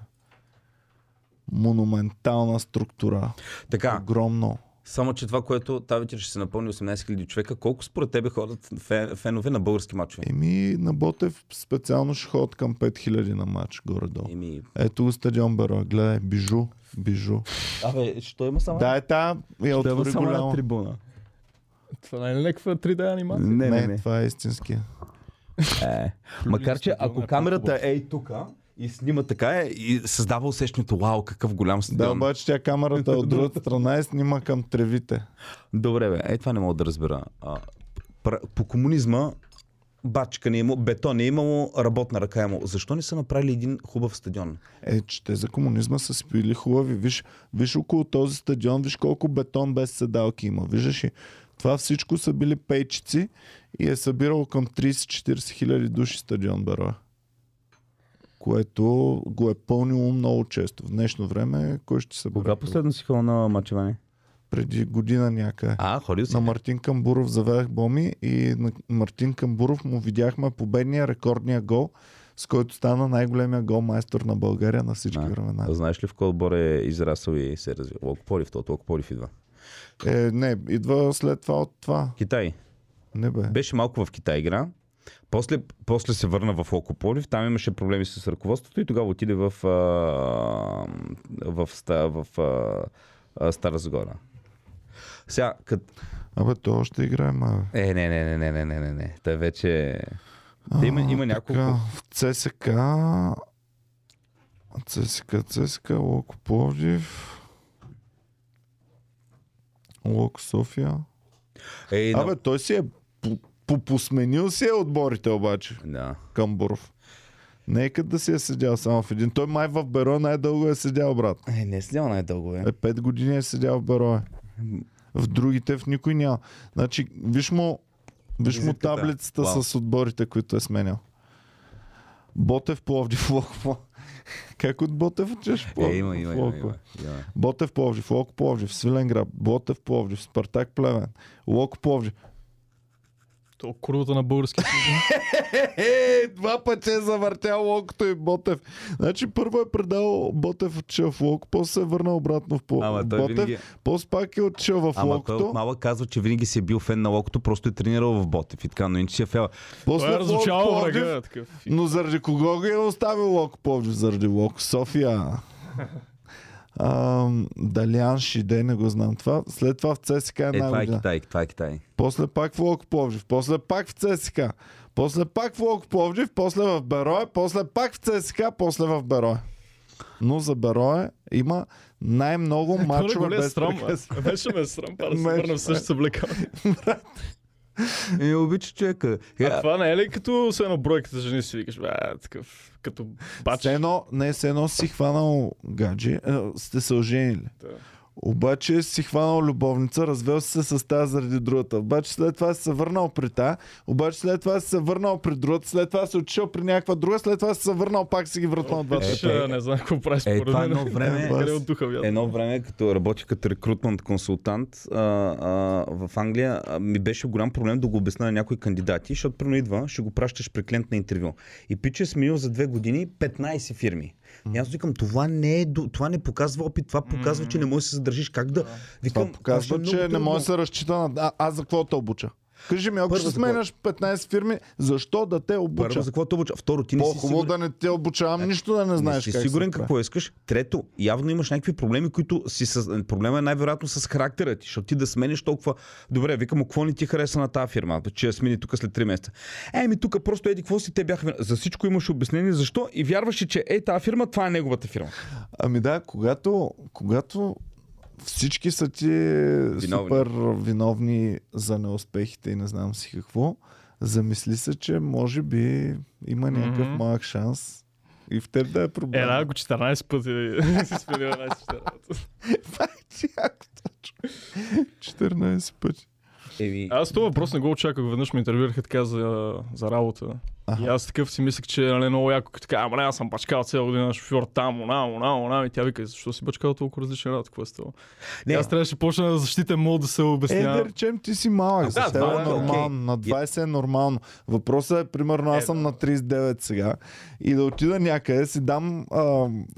S1: Монументална структура.
S2: Така,
S1: Огромно.
S2: само че това, което тази вечер ще се напълни 18 000 човека, колко според тебе ходят фен- фенове на български мачове?
S1: Еми, на Ботев специално ще ходят към 5000 на матч горе-долу.
S2: Еми,
S1: Ето го стадион Беро. Гледай, бижу. Бижу.
S2: абе, що има само?
S1: Да, е та. Я
S6: Да,
S1: отвори
S6: само една
S1: голямо.
S6: трибуна.
S3: Това не е ли някаква 3D анимация?
S6: Не, не,
S1: Не,
S6: не.
S1: това е истинския.
S2: Е, макар че
S5: стадион
S2: ако
S5: е
S2: камерата
S5: по-хубав.
S2: е и тук и снима така е, и създава усещането, вау, какъв голям
S1: Да,
S2: стадион.
S1: обаче тя камерата е от другата страна и снима към тревите.
S2: Добре, бе, е това не мога да разбера. А, пр- по комунизма бачка не е имало, бетон не е имало, работна ръка е имало. Защо не са направили един хубав стадион?
S1: Е, че те за комунизма са спили хубави. Виж, виж около този стадион, виж колко бетон без седалки има. Виждаш ли? Това всичко са били пейчици и е събирало към 30-40 хиляди души стадион Бероя. Което го е пълнило много често. В днешно време кой ще се бъде?
S2: си ходил на мачеване?
S1: Преди година някъде.
S2: А, ходил си.
S1: На Мартин Камбуров заведах боми и на Мартин Камбуров му видяхме победния рекордния гол, с който стана най-големия гол майстор на България на всички
S2: А,
S1: времена.
S2: А знаеш ли в кой отбор е израсъл и се е развил? Локополив, тот, Локополив идва.
S1: Е, не, идва след това от това.
S2: Китай.
S1: Не бе.
S2: Беше малко в Китай игра. После, после се върна в Локополив, там имаше проблеми с ръководството и тогава отиде в, а, в, ста, в а, а, Стара Загора. Сега, кът...
S1: Абе, той още играе, ма. бе.
S2: Е, не, не, не, не, не, не, не, не. Той вече... Та има, има
S1: А,
S2: няколко...
S1: Така, в ЦСК ЦСКА, ЦСКА, Локо Пловдив. Локо София.
S2: Ей, на-
S1: Абе, той си е по- по- посменил си е отборите обаче,
S2: Да.
S1: Камбуров. Нека да си е седял само в един. Той май в Беро най-дълго е седял, брат.
S2: Е, не е снял най-дълго, е.
S1: Е, пет години е седял в Беро. Е. В другите в никой няма. Значи, виж му, виж му
S2: Визитката.
S1: таблицата
S2: Вау.
S1: с отборите, които е сменял. Ботев Пловдив Локво. Как от Ботев отиваш в
S2: Е,
S1: Пловдив?
S2: има, има, има,
S1: Локво?
S2: има, има.
S1: Ботев Пловдив, Лок Пловдив, Свиленград, Ботев Пловдив, Спартак Плевен, Лок Пловдив.
S3: То курвата на български.
S1: Е, два пъти е завъртял локото и Ботев. Значи първо е предал Ботев отишъл в лок, после се е върнал обратно в Пловдив.
S2: Ама той
S1: Ботев,
S2: винаги...
S1: после пак е отишъл в
S2: Ама той
S1: локото,
S2: от малък казва, че винаги си е бил фен на локото, просто е тренирал в Ботев и така, но иначе си е фел.
S1: после
S3: Той е
S1: в Лок
S3: разучавал
S1: Пловдив,
S3: врага. е Такъв.
S1: Но заради кого го е оставил лок Пловдив? Заради лок София. Ам, Далиан Шиде, не го знам това. След това в ЦСКА е
S2: Е, това е
S1: най-година.
S2: Китай, това е Китай.
S1: После пак в Лок Пловдив, после пак в ЦСКА. После пак в Лок Пловдив, после в Берое, после пак в ЦСКА, после в Берое. Но за Берое има
S3: Е,
S1: най-много
S3: Хора,
S1: мачове
S3: голе,
S1: без
S3: срам.
S1: прекъс.
S3: а. Беше ме срам, пара да се
S1: Беше,
S3: върна в същата облека.
S2: Е, обича човека. Е,
S3: А това не е ли като с едно бройката жени си викаш, бе, такъв, като бач.
S1: С едно, не, с едно си хванал гадже, е, сте се оженили.
S3: Да.
S1: Обаче си хванал любовница, развел си се с тази заради другата. Обаче след това си се върнал при тая, обаче след това си се върнал при другата, след това си отишъл при някаква друга, след това си се върнал пак си ги вратнал двата.
S3: Е,
S2: Е, е,
S3: не знам какво прави
S2: е,
S3: според
S2: това
S3: мен.
S2: едно време-
S3: Къде от духа вятър?
S2: Едно време, като работих като рекрутмент консултант а, а, в Англия, а, ми беше голям проблем да го обясня на някои кандидати, защото примерно идва, ще го пращаш при клиент на интервю. И пиче е сменил за две години 15 фирми. И аз викам, това не, е, до- това не показва опит, това показва, че не можеш да се задържиш. Как да... Викам,
S1: Това показва,
S2: "Може е
S1: че
S2: много
S1: не може да
S2: трудно."
S1: се разчита на... А, аз за какво те обуча? Кажи ми, ако
S2: Първо,
S1: ще
S2: за какво?
S1: сменяш 15 фирми, защо да те обуча?
S2: Първо, за какво те обуча? Второ, ти не си
S1: По-хубаво
S2: сигурен-
S1: да не те обучавам, нищо да не знаеш
S2: не си
S1: как
S2: сигурен
S1: се прави.
S2: какво искаш. Трето, явно имаш някакви проблеми, които си с... Проблема е най-вероятно с характера ти, защото ти да смениш толкова... Добре, викам, «А какво не ти хареса на тази фирма, бе, че я смени тук след 3 месеца. Еми, тук просто еди, какво си те бяха... вина- За всичко имаш обяснение защо и вярваше, че е тази фирма, това е неговата фирма.
S1: Ами да, когато, когато всички са ти супер виновни за неуспехите и не знам си какво, замисли се, че може би има някакъв
S3: Мгм.
S1: малък шанс и в теб да е
S3: Е,
S1: проблем.
S3: да, ако 14 пъти си сменил една и съща работа.
S1: Яко точно. 14 пъти.
S2: Еми,
S3: Аз този въпрос не го очаквах. Веднъж ме интервюираха така за, за работа.
S1: Аха.
S3: И аз такъв си мислех, че нали, много яко като така, ама не, аз съм бачкал цяла година шофьор там, она, она, она. И тя вика, защо си бачкал толкова различни работи? Какво е стало?
S2: Не.
S3: Не, аз трябваше да почна да защитя мол да се
S1: Е,
S3: обяснява.
S1: да речем, ти си малък.
S2: А,
S1: За
S2: да,
S1: теб
S2: това
S1: е
S2: е
S1: нормално.
S2: окей.
S1: На 20 е нормално. Въпросът е, примерно, аз
S3: Е,
S1: съм на 39 сега и да отида някъде, си дам а,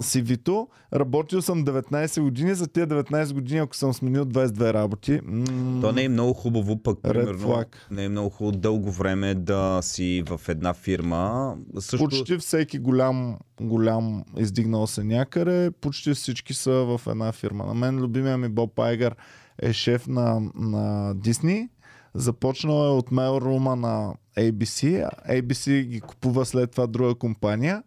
S1: CV-то, работил съм 19 години, за тези 19 години, ако съм сменил 22 работи, м-
S2: То не е много хубаво, пък
S1: Red
S2: примерно,
S1: flag.
S2: не е много хубаво дълго време да си в една фирма. Също...
S1: почти всеки голям, голям издигнал се някъде, почти всички са в една фирма. На мен любимия ми Боб Айгър е шеф на, на Дисни. Започнал е от Mailroom на ABC. ABC ги купува след това друга компания.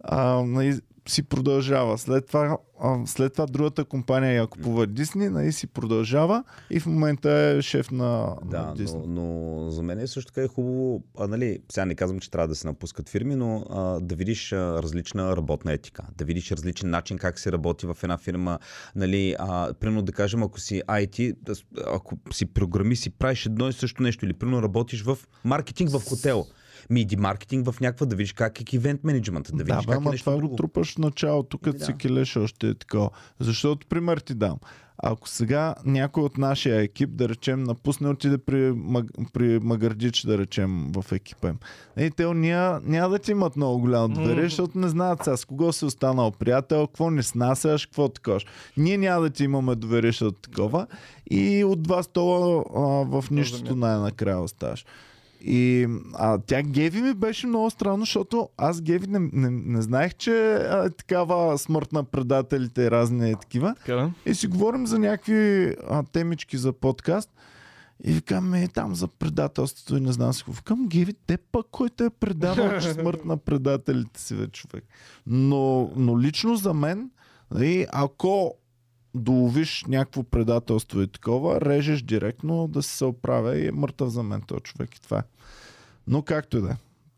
S1: А, и си продължава. След това, а, след това другата компания я купува Дисни, нали си продължава и в момента е шеф на,
S2: Да,
S1: на Дисни.
S2: но, но за мен е също така е хубаво, а, нали, сега не казвам, че трябва да се напускат фирми, но а, да видиш а, различна работна етика, да видиш различен начин как се работи в една фирма. Нали, а, примерно да кажем, ако си IT, да с- ако си програмист си правиш едно и също нещо, или примерно работиш в маркетинг в хотел. Ми иди маркетинг в някаква, да видиш как е ивент менеджмента, да видиш
S1: да, бе,
S2: как е
S1: ама
S2: нещо
S1: това го
S2: друго. Ами
S1: трупаш в началото, като
S2: да.
S1: си килеш още е такова. Защото, пример ти дам. Ако сега някой от нашия екип, да речем, напусне, отиде при, маг... при Магардич, да речем, в екипа им. И те уния няма да ти имат много голямо доверие,
S3: Мгм.
S1: защото не знаят сега с кого си останал приятел, какво не снасяш, какво такош. Ние няма да ти имаме доверие, защото такова. И от два стола а, в нищото най-накрая оставаш. И а, тя Геви ми беше много странно, защото аз Геви не, не, не знаех, че а, е такава смърт на предателите и разни такива.
S3: Така, да?
S1: И си говорим за някакви а, темички за подкаст. И викам, е, там за предателството и не знам си какво. Викам, Геви, те пък, който е предавал, че смърт на предателите си, бе, човек. Но, но лично за мен, нали, ако доловиш някакво предателство и такова, режеш директно да си се оправя и е мъртъв за мен този човек и това е. Но както и да е.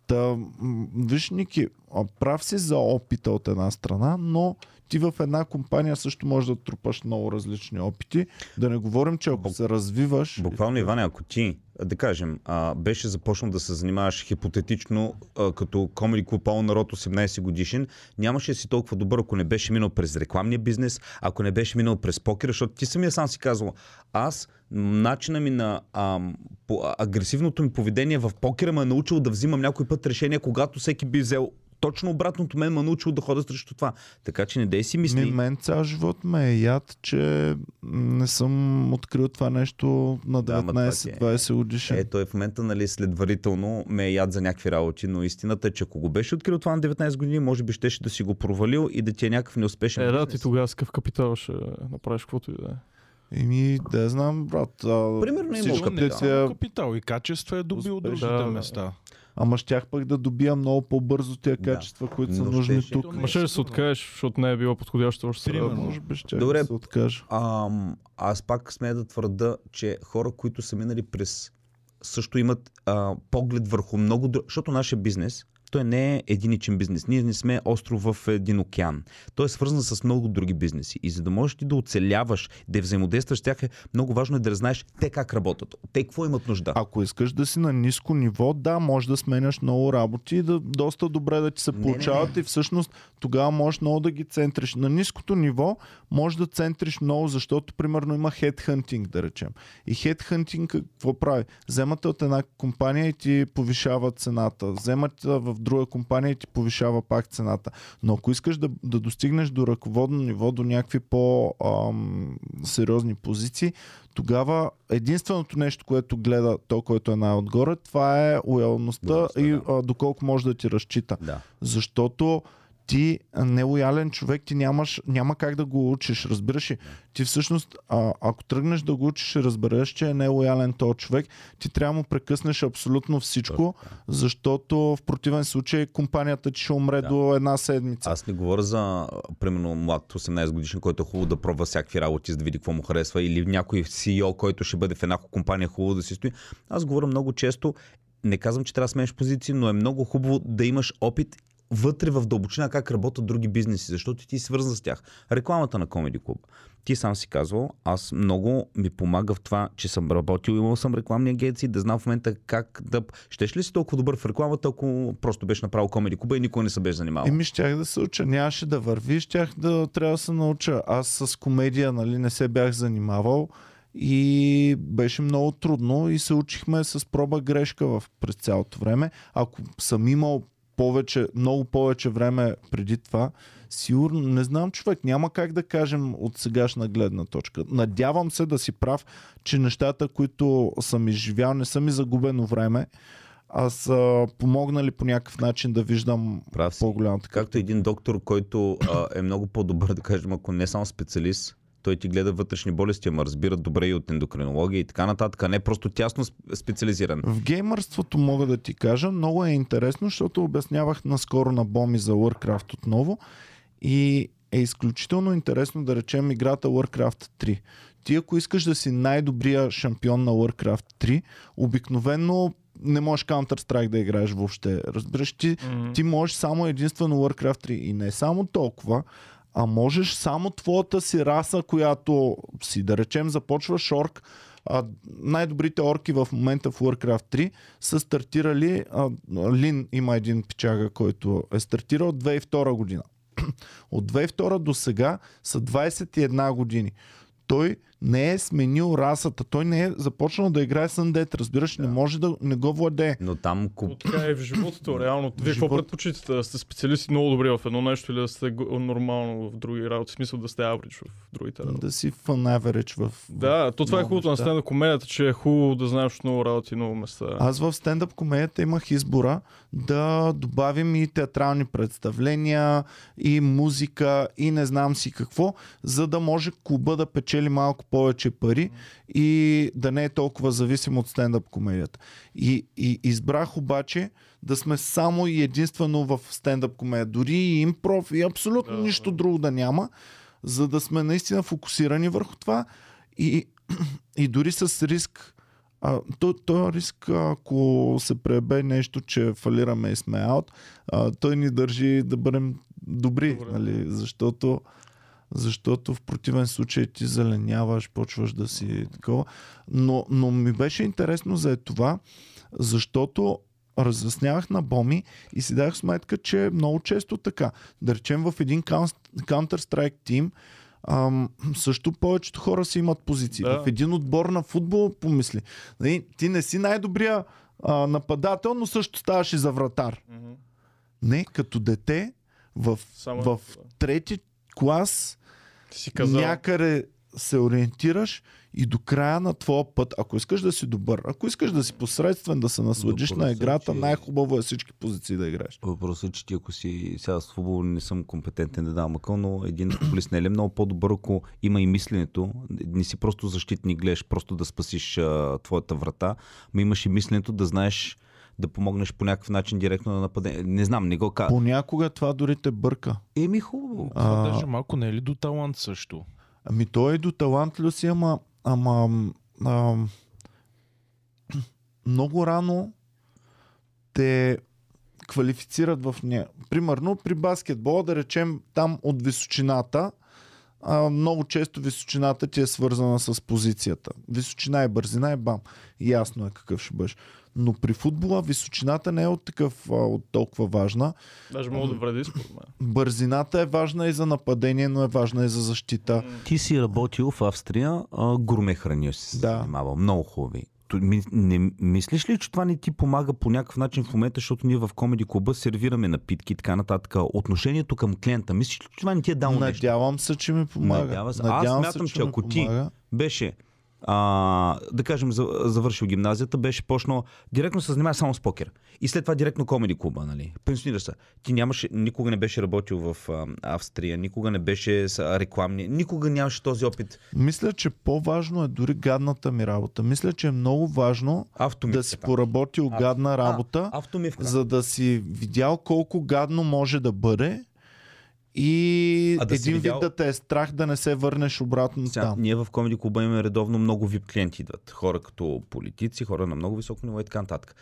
S1: Та, м, виж, Ники, а, прав си за опита от една страна, но ти в една компания също можеш да трупаш много различни опити. Да не говорим, че ако
S2: Бу-
S1: се развиваш...
S2: Буквално, Иване, ако ти, да кажем, а, беше започнал да се занимаваш хипотетично а, като комеди клуб Ал народ 18 годишен, нямаше да си толкова добър, ако не беше минал през рекламния бизнес, ако не беше минал през покера, защото ти самия сам си казвал, аз начина ми на ам, по, а, агресивното ми поведение в покера ме е научил да взимам някой път решение, когато всеки би взел точно обратното мен ме е научил да хода срещу това. Така че не дей си мисли.
S1: Ми, мен цял живот ме е яд, че не съм открил това нещо на
S2: Да, ама това ти е-
S1: 19-20 годишен.
S2: Е, той в момента, нали, следварително ме е яд за някакви работи, но истината е, че ако го беше открил това на 19 години, може би щеше да си го провалил и да ти е някакъв неуспешен.
S3: Е, да,
S2: бизнес.
S3: ти тогава с къв капитал ще направиш каквото и да е.
S1: Еми, да знам, брат. А,
S2: Примерно е има
S1: всички
S2: капитал.
S1: тия-
S5: е Капитал и качество е добил от
S3: Успех.
S5: другите
S3: Да, да.
S5: места.
S1: Ама щях пък да добия много по-бързо тия
S2: Да.
S1: качества, които са
S2: Но
S1: нужни
S2: щеше-
S1: тук.
S5: То не е
S3: Ма ще се
S5: сигурно.
S3: откажеш, защото не е било подходящо още сега.
S5: Примерно.
S1: Може би ще
S2: Добре.
S1: да се откажа.
S2: Ам, аз пак смея да твърда, че хора, които са минали през също имат а, поглед върху много друг... Защото нашия бизнес, той не е единичен бизнес. Ние не сме остров в един океан. Той е свързан с много други бизнеси. И за да можеш ти да оцеляваш, да взаимодействаш с тях, е много важно е да знаеш те как работят. Те какво имат нужда.
S1: Ако искаш да си на ниско ниво, да, може да сменяш много работи и да доста добре да ти се
S2: не,
S1: получават и всъщност тогава можеш много да ги центриш. На ниското ниво може да центриш много, защото примерно има хедхантинг, да речем. И хедхантинг какво прави? Вземат те от една компания и ти повишава цената. Вземат те в друга компания и ти повишава пак цената. Но ако искаш да, да достигнеш до ръководно ниво, до някакви по-сериозни позиции, тогава единственото нещо, което гледа то, който е най-отгоре, това е лоялността
S2: Лоялността,
S1: и
S2: да.
S1: а, доколко може да ти разчита.
S2: Да.
S1: Защото ти а, нелоялен човек, ти нямаш, няма как да го учиш, разбираш ли? Ти всъщност, а, ако тръгнеш да го учиш, ще разбереш, че е нелоялен този човек, ти трябва да му прекъснеш абсолютно всичко, защото в противен случай компанията ти ще умре
S2: Да.
S1: до една седмица.
S2: Аз не говоря за, а, примерно, млад 18 годишен, който е хубаво да пробва всякакви работи, за да види какво му харесва, или някой CEO, който ще бъде в една компания, е хубаво да си стои. Аз говоря много често, не казвам, че трябва да сменеш позиции, но е много хубаво да имаш опит вътре в дълбочина как работят други бизнеси, защото ти си свързан с тях. Рекламата на Comedy Club. Ти сам си казвал, аз много ми помага в това, че съм работил, имал съм рекламни агенции, да знам в момента как да... Щеш ли си толкова добър в рекламата, ако просто беше направил Comedy Club и никой не се беше занимавал?
S1: Еми, щях да се уча. Нямаше да върви, щях да трябва да се науча. Аз с комедия, нали, не се бях занимавал и беше много трудно и се учихме с проба грешка в, през цялото време. Ако съм имал повече, много повече време преди това, сигурно, не знам човек, няма как да кажем от сегашна гледна точка. Надявам се да си прав, че нещата, които съм изживял, не са ми загубено време, а са помогнали по някакъв начин да виждам
S2: Прав си.
S1: по-голямата
S2: Както един доктор, който а, е много по-добър, да кажем, ако не е само специалист, той ти гледа вътрешни болести, ама разбира добре и от ендокринология и така нататък, а не просто тясно сп- специализиран.
S1: В геймърството мога да ти кажа, много е интересно, защото обяснявах наскоро на Боми за Warcraft отново и е изключително интересно да речем играта Warcraft 3. Ти ако искаш да си най-добрия шампион на Warcraft 3, обикновено не можеш Counter-Strike да играеш въобще. Разбираш, ти,
S3: М.
S1: ти можеш само единствено Warcraft 3 и не само толкова, а можеш само твоята си раса, която си, да речем, започваш орк. А, най-добрите орки в момента в Warcraft 3 са стартирали. А, Лин има един пичага, който е стартирал 2002 година. От 2002 до сега са 21 години. Той не е сменил расата. Той не е започнал да играе Undead. Разбираш, да. не може да не го владее.
S2: Но там
S3: Но
S2: куп...
S3: така е в живота, то, реално. Вие какво
S1: живота.
S3: предпочитате? Да сте специалисти много добри в едно нещо или да сте го- нормално в други работи? В смисъл да сте аврич в другите работи?
S1: Да си фан average в...
S3: Да, то това е
S1: Много
S3: хубавото на
S1: неща.
S3: стенда комедията, че е хубаво да знаеш много работи и много места.
S1: Аз в стендъп комедията имах избора да добавим и театрални представления, и музика, и не знам си какво, за да може клуба да печели малко повече пари и да не е толкова зависим от стендъп комедията. И, и избрах обаче да сме само и единствено в стендъп комедия. Дори и импров и абсолютно
S5: Да,
S1: нищо
S5: да.
S1: друго да няма, за да сме наистина фокусирани върху това и, и дори с риск а, то, то е риск, ако се пребе нещо, че фалираме и сме аут, а, той ни държи да бъдем добри,
S3: Добре.
S1: нали? защото, защото в противен случай ти заленяваш, почваш да си такова. Но, но ми беше интересно за е това, защото разяснявах на Боми и си дах сметка, че е много често така. Да речем в един каун- Counter-Strike тим, Ам, също повечето хора си имат позиции.
S3: Да.
S1: Да. В един отбор на футбол помисли. Нали, Ти не си най-добрия а, нападател, но също ставаш и за вратар.
S3: Мгм.
S1: Не, като дете в,
S3: Само-
S1: в трети клас
S3: Ти си казал.
S1: някъде се ориентираш и до края на твоя път, ако искаш да си добър, ако искаш да си посредствен, да се насладиш на
S2: Въпросът е,
S1: играта,
S2: че-
S1: най-хубаво е всички позиции да играеш.
S2: Въпросът е, че ти ако си сега с футбол не съм компетентен да дам мъкъл, но един футболист не е ли много по-добър, ако има и мисленето, не си просто защитник, гледаш просто да спасиш а, твоята врата, но имаш и мисленето да знаеш да помогнеш по някакъв начин директно на нападение. Не знам, не го казвам.
S1: Понякога това дори те бърка.
S2: Еми хубаво.
S5: Това
S1: А,
S5: даже малко не е ли до талант също?
S1: Ами той е до талант, Люси, ама, ама ам, много рано те квалифицират в нея. Примерно при баскетбола, да речем там от височината, а, много често височината ти е свързана с позицията. Височина е бързина е бам. Ясно е какъв ще бъдеш. Но при футбола височината не е от такъв, а, от толкова важна.
S3: Даже мога да вреди според мен.
S1: Бързината е важна и за нападение, но е важна и за защита.
S2: Ти си работил в Австрия, а, гурме хранил си се
S1: Да.
S2: занимавал. Много хубави. Ту- ми- Не, мислиш ли, че това не ти помага по някакъв начин в момента, защото ние в комеди клуба сервираме напитки и така нататък. Отношението към клиента, мислиш ли, че това не ти е дало
S1: Значи,
S2: нещо?
S1: Надявам се, че ми помага.
S2: Надява се. Аз
S1: Надявам
S2: смятам, че
S1: ми
S2: ако ти-
S1: помага.
S2: беше, а, да кажем, за- завършил гимназията, беше почнал, директно се занимава само с покер. И след това директно комеди клуба, нали? Пенсионира се. Ти нямаше, никога не беше работил в а, Австрия, никога не беше с а, рекламни, никога нямаше този опит.
S1: Мисля, че по-важно е дори гадната ми работа. Мисля, че е много важно
S2: Автомивката.
S1: да си поработил
S2: А,
S1: гадна работа,
S2: А, автомивка.
S1: за да си видял колко гадно може да бъде и
S2: А да си
S1: един вид
S2: видял-
S1: да те е страх да не се върнеш обратно
S2: Сега,
S1: там.
S2: Ние в Комеди клуба имаме редовно много VIP клиенти идват. Хора като политици, хора на много високо ниво и така нататък.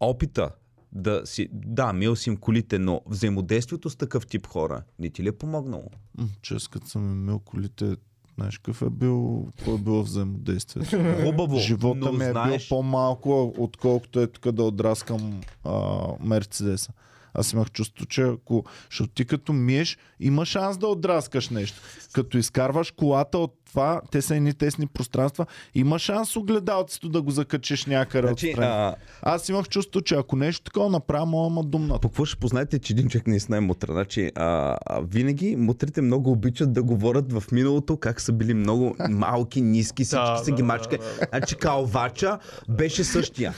S2: Опита да си... Да, мил си им колите, но взаимодействието с такъв тип хора не ти ли е помогнало?
S1: М, Чест, като съм имел колите, знаеш какъв е бил, какво е било взаимодействието.
S2: Хубаво,
S1: Живота
S2: но
S1: ми е
S2: знаеш-
S1: бил по-малко, отколкото е тук да отраскам а, Мерцедеса. Аз имах чувство, че ако защото ти като миеш, има шанс да отраскаш нещо. Като изкарваш колата от това, те са едни тесни пространства, има шанс огледалцето да го закачиш някъде
S2: Значи,
S1: отстрани.
S2: а,
S1: Аз имах чувство, че ако нещо такова направя, мога ма думна.
S2: по какво ще познаете, че един човек наистина е мутра? Значи, а, а, винаги мутрите много обичат да говорят в миналото как са били много малки, ниски, всички
S3: Да,
S2: да, са
S3: да,
S2: ги
S3: да,
S2: мачкали.
S3: да, да.
S2: Значи Калвача беше същия.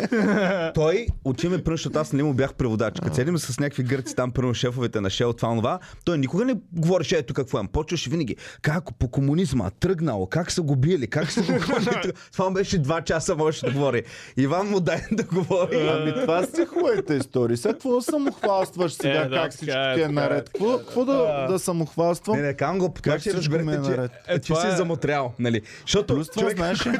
S2: Той отиваме, прън, защото аз не му бях преводач. Като седим с някакви гърци там, пръвно шефовете на Шел, това, това, той никога не говореше ето какво им. Почваше винаги как по комунизма тръгнало, как са го били, как са го хванали. Това му беше два часа, можеше да говори. Иван му дай да говори.
S1: Ами това са си хубавите истории. Сега какво да самохвалстваш сега,
S3: Е,
S1: как
S3: да, така
S1: всичко
S3: е,
S1: ти е
S3: така е,
S1: наред?
S3: така
S1: Какво, какво да, да самохвалствам?
S2: Не, не, кам го, това ще
S1: всичко ми е
S2: разберете, че,
S1: наред?
S2: е,
S3: Е,
S2: че
S3: това
S2: си е
S3: е-
S2: замотрял. Нали? Защото
S1: Плюс това,
S2: човек,
S1: знаеш, ли,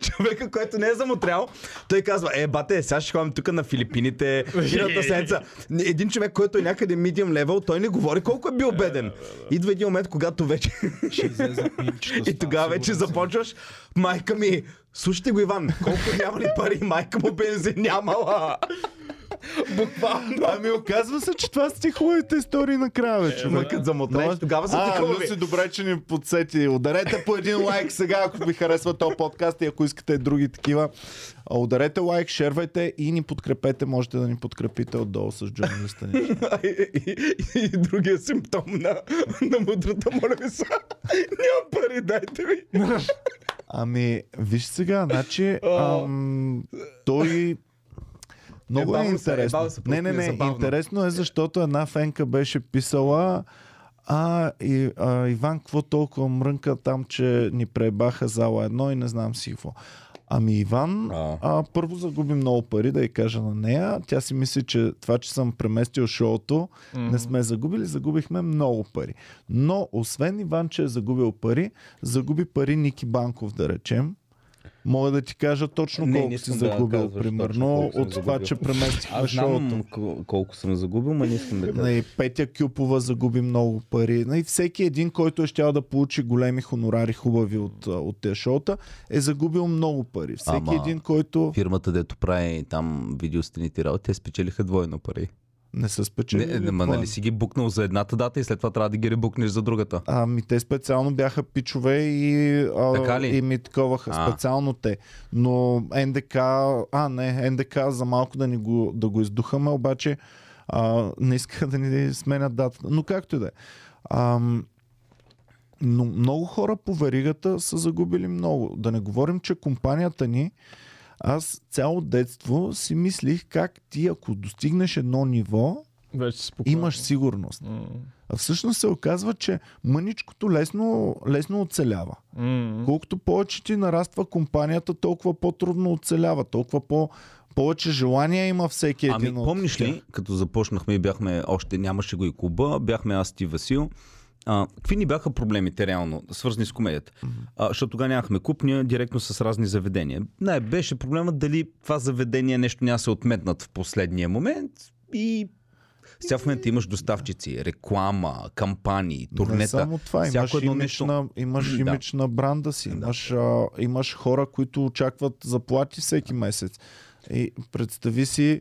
S2: човека, който не е замотрял, той казва, е, бате, сега ще ходим тук на Филипините, миналата седмица. Не, Един човек, който е някъде medium level, той не говори колко е бил беден. Идва един момент, когато вече...
S5: Ще излезат мимчета.
S2: И тогава вече започваш, майка ми, слушайте го Иван, колко няма ли пари, майка му бензин нямала. Буквално.
S1: Ами оказва се, че това са ти хубавите истории накрая, бе, човек.
S2: Човекът замотреш,
S1: Но-
S2: Е, тогава са ти
S1: а,
S2: хубави.
S1: Люси, добре, че ни подсети. Ударете по един лайк сега, ако ви харесва този подкаст и ако искате други такива. А, Ударете лайк, шервайте и ни подкрепете. Можете да ни подкрепите отдолу с журналиста ни.
S2: и, и, и другия симптом на, на мудрата, моля ви са. Няма пари, дайте ми.
S1: Ами, виж сега, значи ам, той много е
S2: Ебавно се,
S1: интересно.
S2: ебавно се, просто
S1: Не, не,
S2: ми е
S1: не,
S2: забавно.
S1: интересно е, защото една фенка беше писала А, и, а Иван, какво толкова мрънка там, че ни пребаха зала едно и не знам си какво. Ами Иван,
S2: А.
S1: а, първо загуби много пари, да я кажа на нея. Тя си мисли, че това, че съм преместил шоуто, mm-hmm. не сме загубили, загубихме много пари. Но освен Иван, че е загубил пари, загуби пари Ники Банков, да речем. Мога да ти кажа точно
S2: Не, не
S1: колко си
S2: искам да
S1: загубил,
S2: казваш точно
S1: примерно,
S2: колко съм
S1: от това,
S2: загубил.
S1: че преместихме
S2: Аз
S1: шоуто.
S2: знам кол- колко съм загубил, но не искам да кажа.
S1: И Петя Кюпова загуби много пари. И всеки един, който е щял да получи големи хонорари хубави от, а, от тези шоута, е загубил много пари. Всеки
S2: Ама-
S1: един, който
S2: Фирмата, дето прави там видеостените работи, те спечелиха двойно пари.
S1: не са
S2: Не,
S1: спечели.
S2: не, ма, нали си ги букнал за едната дата и след това трябва да ги ребукнеш за другата.
S1: Ами те специално бяха пичове и, а,
S2: Така ли?
S1: и ми таковаха.
S2: А.
S1: Специално те. Но НДК, а не, НДК за малко да, ни го, да го издухаме, обаче а, не искаха да ни сменят датата. Но както и да е. Ам, но много хора по веригата са загубили много. Да не говорим, че компанията ни, аз цяло детство си мислих как ти, ако достигнеш едно ниво,
S3: Вече си спокойно.
S1: имаш сигурност.
S3: М,
S1: А всъщност се оказва, че мъничкото лесно, лесно оцелява.
S3: м.
S1: Колкото повече ти нараства компанията, толкова по-трудно оцелява, толкова по- повече желания има всеки един
S2: Ами
S1: от
S2: помниш
S1: тях.
S2: ли, като започнахме и бяхме, още нямаше го и клуба, бяхме аз ти и Васил, а, какви ни бяха проблемите реално, свързани с комедията? А, защото тогава нямахме клуб, ние директно с разни заведения. Не, беше проблема дали това заведение нещо няма да се отметнат в последния момент и сега в момента имаш доставчици, реклама, кампании,
S1: Не
S2: турнета.
S1: само това,
S2: всяко
S1: имаш
S2: едно
S1: имидж,
S2: нещо.
S1: на, имаш
S2: Да.
S1: имидж на бранда си, имаш, а, имаш хора, които очакват заплати всеки месец. И представи си,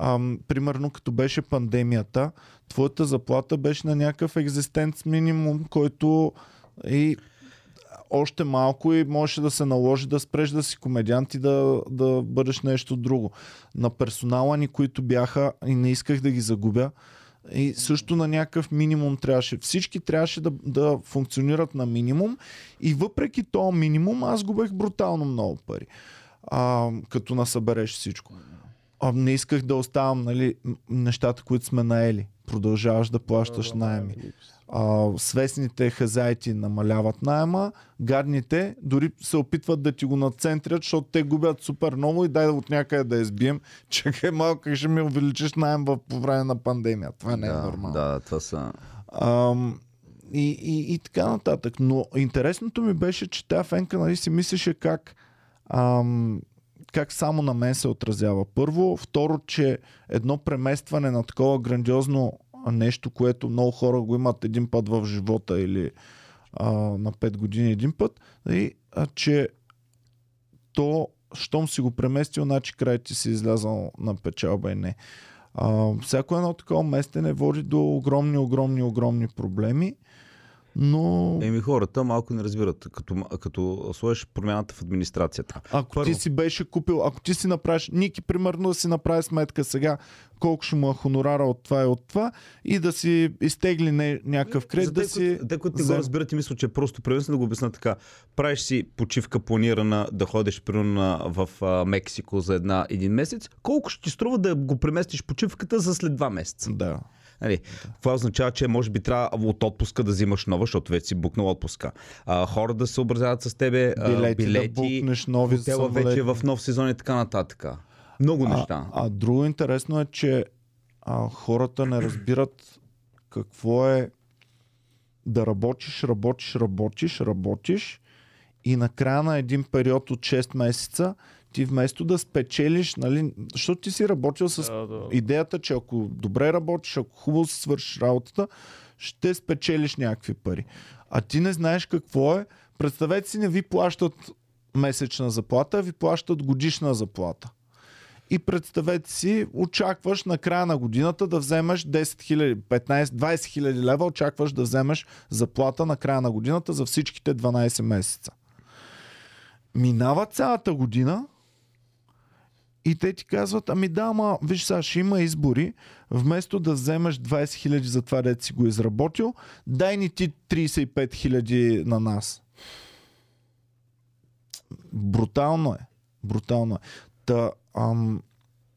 S1: ам, примерно като беше пандемията, твоята заплата беше на някакъв екзистенц минимум, който и още малко и можеше да се наложи да спреш да си комедиант и да, да бъдеш нещо друго. На персонала ни, които бяха и не исках да ги загубя, и също на някакъв минимум трябваше. Всички трябваше да, да функционират на минимум и въпреки то минимум аз губех брутално много пари. А, като насъбереш всичко. А, не исках да оставам нали, м- нещата, които сме наели. Продължаваш да плащаш найеми. А, свестните хазаити намаляват найема, гадните дори се опитват да ти го нацентрят, защото те губят супер много и дай от някъде да избием. Чакай малко, как ще ми увеличиш найем в, по време на пандемия. Това не е
S2: да,
S1: нормално.
S2: да, това са...
S1: Ам, и, и, и така нататък. Но интересното ми беше, че тя фенка нали, си мислеше как, ам, как само на мен се отразява. Първо, второ, че едно преместване на такова грандиозно нещо, което много хора го имат един път в живота или а, на 5 години един път, и, а, че то, щом си го преместил, значи край ти си излязал на печалба и не. А, всяко едно такова местене води до огромни, огромни, огромни проблеми, но
S2: Еми хората малко не разбират, като, като сложиш промяната в администрацията.
S1: ако ти си беше купил, ако ти си направиш, Ники примерно да си направи сметка сега колко ще му е хонорара от това и от това и да си изтегли не, някакъв
S2: За
S1: кредит, да
S2: те,
S1: си...
S2: които- Те, които не
S1: взем-
S2: го разбират и мислят, че е просто превенство да го обясна така. Правиш си почивка планирана да ходиш примерно на- в а, Мексико за една, един месец. Колко ще ти струва да го преместиш почивката за след два месеца?
S1: Да.
S2: Нали, това означава, че може би трябва от отпуска да взимаш нова, защото вече си букнал отпуска. А, хора да се съобразяват с тебе, а,
S1: Билети,
S2: билети
S1: да букнеш нови
S2: хотела вече е в нов сезон и така нататък. Много неща.
S1: А, а друго интересно е, че а, хората не разбират какво е да работиш, работиш, работиш, работиш и накрая на един период от 6 месеца ти вместо да спечелиш, нали, защото ти си работил с
S3: Да, да.
S1: идеята, че ако добре работиш, ако хубаво си свършиш работата, ще спечелиш някакви пари. А ти не знаеш какво е. Представете си, не ви плащат месечна заплата, а ви плащат годишна заплата. И представете си, очакваш на края на годината да вземеш 10 000, 15, 20 000 лева, очакваш да вземеш заплата на края на годината за всичките 12 месеца. Минава цялата година и те ти казват, ами да, ама виж сега, ще има избори, вместо да вземеш 20 000 за това, дето си го изработил, дай ни ти 35 000 на нас. Брутално е. Брутално е. Та, ам,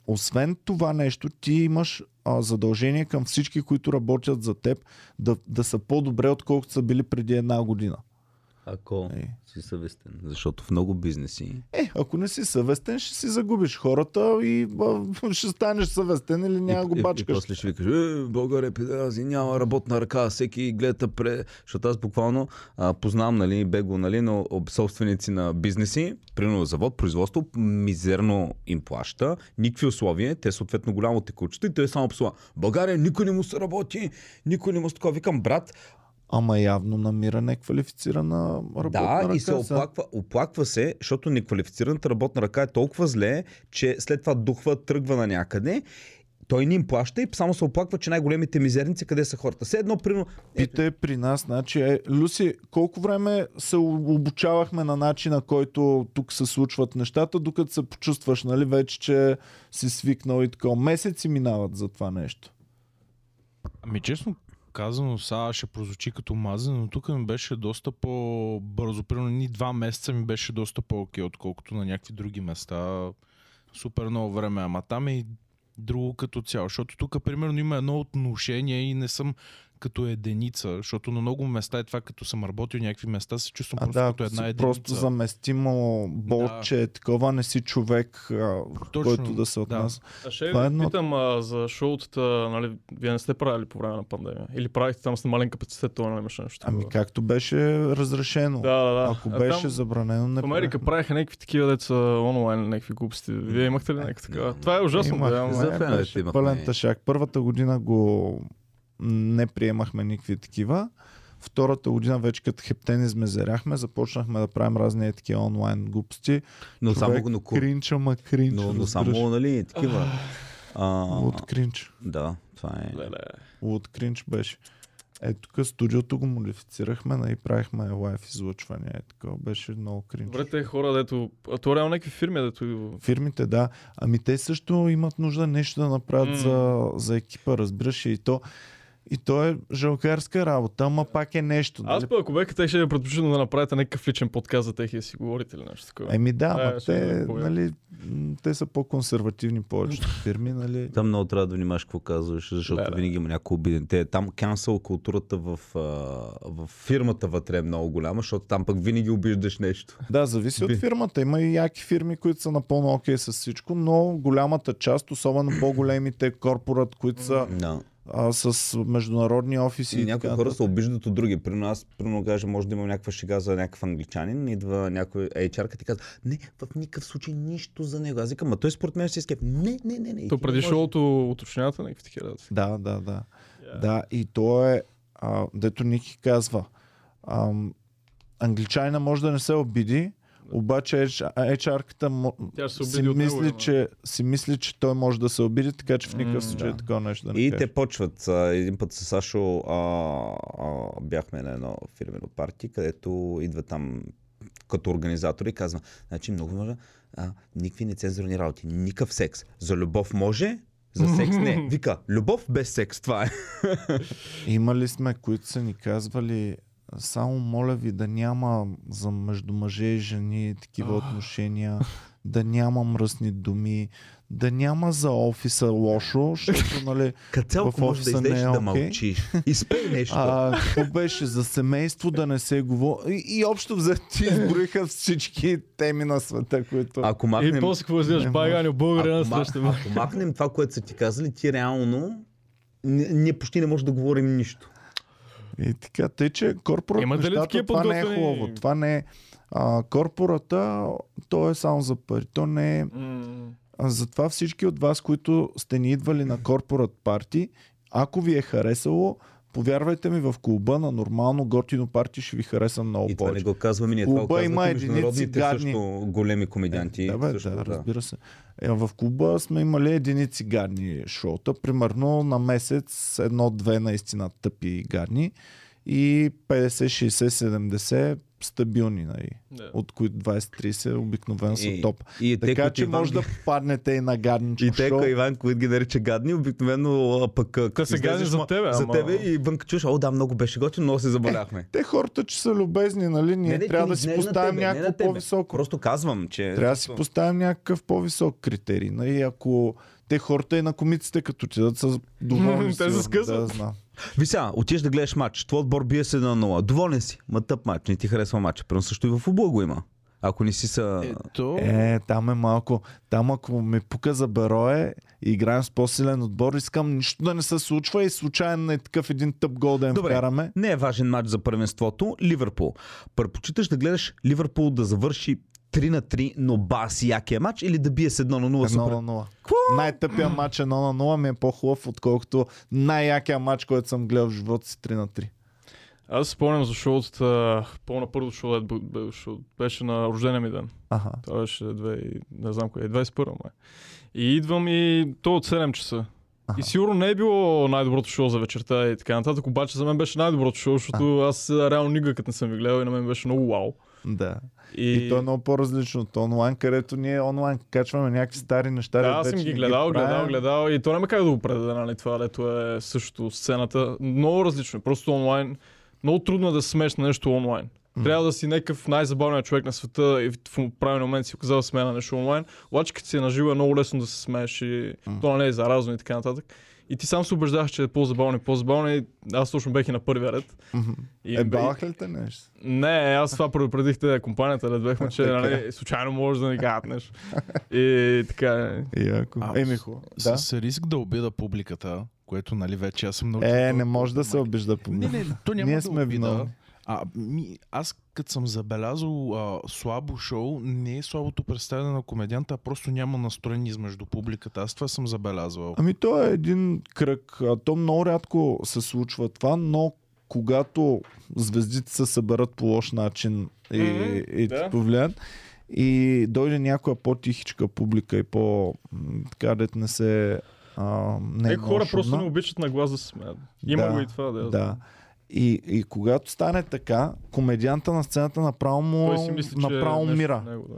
S1: Освен това нещо, ти имаш а, задължение към всички, които работят за теб, да, да са по-добре, отколкото са били преди една година.
S2: Ако
S1: Е.
S2: си съвестен. Защото в много бизнеси.
S1: Е, ако не си съвестен, ще си загубиш хората и а, ще станеш съвестен или няма го
S2: и, и, и
S1: бачкаш.
S2: после ще ви кажа, е, България педази, няма работна ръка, всеки гледа пре. Защото аз буквално а, познавам, нали, бего, нали, но об- собственици на бизнеси, примерно завод, производство, мизерно им плаща, никакви условия, те съответно голямо текучето и те само псува. България никой не му се работи, никой не му се такова. Викам, брат,
S1: Ама явно намира неквалифицирана работна
S2: Да,
S1: ръка.
S2: и се
S1: сега.
S2: оплаква, оплаква се, защото неквалифицираната работна ръка е толкова зле, че след това духва, тръгва на някъде. Той не им плаща и само се оплаква, че най-големите мизерници къде са хората. Все едно, примерно, е,
S1: Питай при нас, значи, е, Люси, колко време се обучавахме на начина, който тук се случват нещата, докато се почувстваш, нали, вече, че си свикнал и така. Месеци минават за това нещо.
S5: Ами честно казано, сега ще прозвучи като мазен, но тук ми беше доста по-бързо. Примерно ни два месеца ми беше доста по-окей, отколкото на някакви други места. Супер много време, ама там е и друго като цяло. Защото тук, примерно, има едно отношение и не съм като единица, защото на много места е това, като съм работил някакви места, се чувствам
S1: А
S5: просто
S1: да,
S5: като
S1: ако
S5: една
S1: си
S5: единица.
S1: просто заместимо болче, да. такова не си човек, а,
S5: Точно,
S1: който да се
S5: да.
S1: отнася.
S3: А ще
S1: Това е
S3: ви
S1: едно-
S3: питам а, за шоутата, нали, вие не сте правили по време на пандемия? Или правихте там с намален капацитет, това не имаше нещо.
S1: Ами
S3: такова?
S1: както беше разрешено.
S3: Да, да, да.
S1: Ако
S3: А
S1: беше
S3: там
S1: забранено, не
S3: В Америка
S1: правихме.
S3: правиха някакви такива деца онлайн, някакви глупости. Вие имахте ли някакви такива? Това е ужасно.
S1: Имахме,
S3: Да, ама-
S2: За феновете
S1: беше
S2: имахме.
S1: Пълен тъшак. Първата година го не приемахме никакви такива. Втората година вече като хептени змезеряхме, започнахме да правим разни е такива онлайн глупости.
S2: но само
S1: Човек
S2: го но,
S1: кринч, ама кринч.
S2: но, но
S1: разбираш.
S2: само, нали, такива. А,
S1: Луд кринч.
S2: да, това е.
S3: Леле.
S1: Луд кринч беше. Е, тук студиото го модифицирахме нали, и правихме лайф излъчвания. Е, така беше много кринч.
S3: Добре, те хора, дето... А то е реално някакви фирми, дето...
S1: Фирмите, да. Ами те също имат нужда нещо да направят
S3: М.
S1: mm. за, за екипа, разбираш. ли? И то, и то е жалкарска работа, ама пак е нещо.
S3: Аз
S1: дали?
S3: пък, ако беха, те ще ви предпочитам да направите някакъв личен подкаст за тех и да си говорите или нещо
S2: Ами,
S3: такова.
S1: Еми да,
S3: Е,
S1: ама
S3: ще
S1: те,
S3: видим кога.
S1: нали, м, те са по-консервативни повечето фирми, нали.
S2: Там много трябва да внимаваш какво казваш, защото
S3: Да, да.
S2: винаги има някой обиден. Те, там cancel културата в, а, в фирмата вътре е много голяма, защото там пък винаги обиждаш нещо.
S1: Да, зависи от фирмата. Има и яки фирми, които са напълно окей с всичко, но голямата част, особено по-големите корпорат, които са
S2: Да.
S1: а, с международни офиси.
S2: И
S1: и
S2: някои
S1: така
S2: хора
S1: нататък.
S2: се обиждат от други. При нас, примерно, каже, може да има някаква шега за някакъв англичанин, идва някой HR-ка и ти казва, не, в никакъв случай нищо за него. Аз викам, ма той според мен ще си скеп. Не, не, не, не. и
S3: То
S2: ти
S3: преди
S2: не може.
S3: шоуто уточнявате някакви такива работи.
S1: Да, да, да. Да, и то е, а, дето Ники казва, ам, англичанина може да не се обиди, обаче H- HR-ката мо-
S3: Тя ще се
S1: си
S3: обиди от него.
S1: мисли,
S3: ама.
S1: че, си мисли, че той може да се обиди, така че в никакъв случай такова нещо да не
S2: И
S1: каже.
S2: те почват. А, Един път с Сашо а, а, бяхме на едно фирмено парти, където идва там като организатор и казва, значи много може, а, никакви нецензурни работи, никакъв секс. За любов може, за секс не. Вика, любов без секс, това е.
S1: Имали сме, които са ни казвали, само моля ви да няма за между мъже и жени такива отношения, да няма мръсни думи, да няма за офиса лошо, защото нали,
S2: Кацелко
S1: В
S2: може да
S1: офиса не
S2: излезеш
S1: е
S2: да
S1: окей.
S2: мълчиш. Изпей нещо.
S1: а, какво беше за семейство да не се говори. И, и общо взето ти изброиха всички теми на света, които...
S2: ако
S3: И
S2: махнем,
S3: после какво излизаш?
S1: не
S3: Байгани, българина на
S2: Ами, ако, ма,
S3: среща.
S2: ако махнем това, което са ти казали, ти реално н- ние почти не можем да говорим нищо.
S1: И така, тъй че корпорат
S3: Имате ли
S1: нещата,
S3: такива
S1: това не е
S3: подготвени-
S1: хубаво. Това не е... А, корпората, то е само за пари. То не е...
S3: М.
S1: А, Затова всички от вас, които сте ни идвали на корпорат парти, ако ви е харесало, повярвайте ми, в клуба на нормално готино парти ще ви хареса много
S2: И това не
S1: повече.
S2: го казваме ние. Това
S1: Клуба
S2: го казват
S1: има
S2: и
S1: единици
S2: международните
S1: гадни.
S2: също големи комедианти.
S1: да, бе,
S2: също,
S1: да, разбира се. Е, в клуба сме имали единици гадни шоута, примерно на месец едно-две наистина тъпи и гадни и 50, 60, 70 стабилни, нали?
S3: Да.
S1: от които 20-30 обикновено са
S2: И-
S1: топ.
S2: И те,
S1: Така
S2: които
S1: че
S2: Иван
S1: може
S2: ги-
S1: да паднете и на гадничко
S2: И те,
S1: шоу.
S2: като Иван, които ги нарича гадни, обикновено а, пък... а, като
S3: се гадни
S2: излезеш,
S3: за
S2: ма-
S3: тебе,
S2: За
S3: ама-
S2: тебе и вънка чуш, о да, много беше готино, но се заболяхме.
S1: Те хората, че са любезни, нали? Ние
S2: Не, не,
S1: трябва
S2: не,
S1: да си
S2: не на
S1: поставим
S2: тебе, не на
S1: някакво
S2: тебе.
S1: по-високо.
S2: Просто казвам, че...
S1: Трябва да си поставим някакъв по-висок критерий. Нали? Ако Те хората и на комиците, като отидат са доволни.
S3: Те се
S1: сигурно,
S3: скъсват.
S1: Да, знам.
S2: Вися, отиваш да гледаш матч, твой отбор бие се 1-0. Доволен си, ма тъп матч, не ти харесва матча. Прено също и в футбол го има. Ако не си са...
S5: Ето,
S1: Е, там е малко. Там ако ми пука за берое и играем с по-силен отбор, искам нищо да не се случва и случайно е такъв един тъп гол да им
S2: Добре.
S1: вкараме.
S2: Не е важен матч за първенството. Ливърпул. Предпочиташ да гледаш Ливърпул да завърши 3 на 3, но бас якия матч или да бие с 1 на 0
S1: 1
S2: супер?
S1: на 0. Най-тъпия матч 1 на 0 ми е по-хубав, отколкото най-якия матч, който съм гледал в живота си 3 на 3.
S3: Аз си спомням за шоуто, а, по-на първо шоу, дето бе- бе- шоу, беше на рождения ми ден.
S1: Аха.
S3: Това беше 2, е не знам кое, 21 май. И идвам и то от 7 часа. И сигурно не е било най-доброто шоу за вечерта и така нататък, обаче за мен беше най-доброто шоу, защото аз а, реално никога като не съм ви гледал и на мен беше много вау.
S1: Да.
S3: И,
S1: И... то е много по-различно от онлайн, където ние онлайн качваме някакви стари неща.
S3: Да,
S1: дето
S3: аз съм
S1: Е, вече
S3: ги
S1: не
S3: гледал,
S1: правим.
S3: гледал, гледал и то няма как да го предаде, нали, това, дето е също сцената. Много различно, е, просто онлайн. Много трудно е да се смееш на нещо онлайн. Трябва да си някакъв най-забавният човек на света и в правилен момент си оказал да смея на нещо онлайн. Обаче като си е наживо е много лесно да се смееш и то не е заразно и така нататък. И ти сам се убеждаваш, че е по-забавно и по-забавно и аз точно бех и на първия ред. И
S1: Е, балах ли те нещо?
S3: не, аз това предупредихте компанията, да бехме, че
S1: Така.
S3: нали, случайно може да ни кажат нещо. И така.
S1: Яко.
S5: А,
S1: Еми, хубаво. Да.
S5: с риск да обида публиката, което нали вече аз съм научил.
S1: Е,
S5: това
S1: не може да
S5: толкова
S1: се обижда по
S5: Не,
S1: мен.
S5: не, то няма
S1: Ние
S5: да
S1: сме
S5: обида.
S1: виновни.
S5: А, ми, аз като съм забелязал а, слабо шоу, не е слабото представяне на комедианта, а просто няма настроение измежду публиката. Аз това съм забелязвал.
S1: Ами то е един кръг. А, То много рядко се случва това, но когато звездите се съберат по лош начин и,
S3: Мгм,
S1: и
S3: да.
S1: ти повлияят, и дойде някоя по-тихичка публика и по... м, така дет не се... А, не
S3: Е, хора
S1: много
S3: просто
S1: шумна.
S3: не обичат на глас да се смеят. Има
S1: Да,
S3: го и това, да.
S1: Да. И, и когато стане така, комедианта на сцената направо, му,
S3: Той си мисли, че
S1: направо
S3: е нещо
S1: умира.
S3: в Него, да.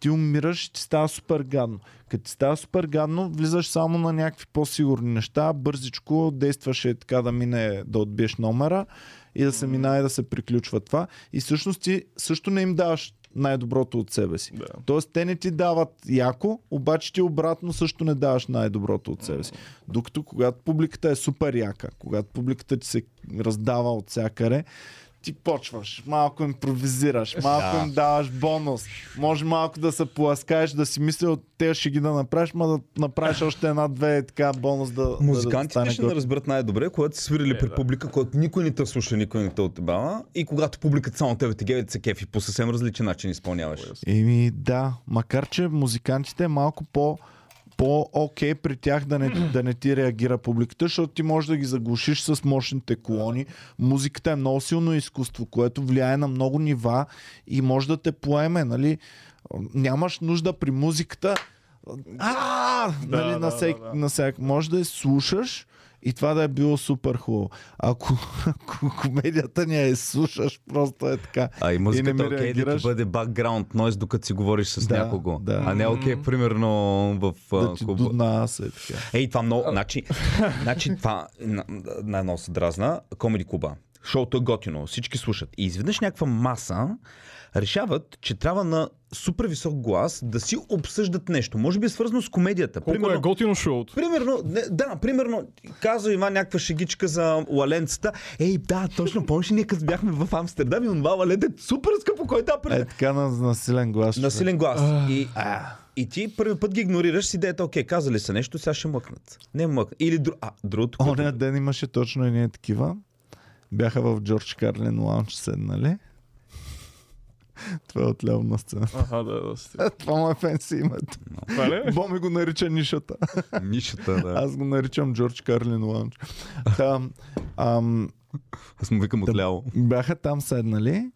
S1: ти умираш и ти става супер гадно. Като ти става супер гадно, влизаш само на някакви по-сигурни неща, бързичко действаш е така да мине, да отбиеш номера и да се минае да се приключва това. И всъщност ти също не им даваш най-доброто от себе си.
S3: Да.
S1: Тоест те не ти дават яко, обаче ти обратно също не даваш най-доброто от себе си. Докато когато публиката е супер яка, когато публиката ти се раздава от всякъде, ти почваш, малко импровизираш, малко им даваш бонус, може малко да се поласкаеш, да си мисля от те ще ги да направиш, ма да направиш още една-две и така бонус да- да
S2: Музикантите
S1: да
S2: ще да разберат най-добре, когато са свирили
S3: Е,
S2: при
S3: да.
S2: публика, която никой не те слуша, никой не те отебава и когато публиката само тебе те гледа, се кефи по съвсем различен начин изпълняваш.
S1: Еми да, макар че музикантите е малко по по-окей при тях да не, да не ти реагира публиката, защото ти можеш да ги заглушиш с мощните колони. Музиката е много силно изкуство, което влияе на много нива и може да те поеме, нали? Нямаш нужда при музиката а,
S3: Да,
S1: нали, на,
S3: да, да,
S1: всек,
S3: да.
S1: на всяк, може да я слушаш и това да е било супер хубаво. Ако, ако комедията не я слушаш, просто е така.
S2: А и
S1: И не
S2: музиката
S1: ми
S2: е окей да
S1: реагираш.
S2: ти бъде бакграунд нойз, докато си говориш с
S1: Да,
S2: някого.
S1: да.
S2: А не окей, примерно в а,
S1: Да ти
S2: клуба.
S1: дудна аз е така.
S2: Ей, това много. Значи, значи това на, на едно се дразна. Комеди клуба. Шоуто е готино. Всички слушат. И изведнъж някаква маса решават, че трябва на супер висок глас да си обсъждат нещо. Може би е свързано с комедията.
S3: Колко е готино шоуто.
S2: Примерно, не, да, примерно, казва Иван някаква шегичка за лаленцата. Ей, да, точно, помниш ли ние като бяхме в Амстердам и онова лалент е супер скъпо, кой е тази
S1: Е така на насилен глас. човек.
S2: Насилен глас. И, и ти първи път ги игнорираш с идеята, окей, казали са нещо, сега ще мъкнат. Не мъкнат. Или друг. А, другото. което-
S1: Оня ден имаше точно едни такива. Бяха в Джордж Карлин лаунч седнали. Това е от ляво на сцена.
S3: Аха, да, да. си.
S1: Това му е фенси името.
S3: Това ли? е?
S1: Боми го нарича нишата.
S2: Нишата, да.
S1: Аз го наричам Джордж Карлин лаунч. Там, ам,
S2: Аз му викам отляво.
S1: бяха там седнали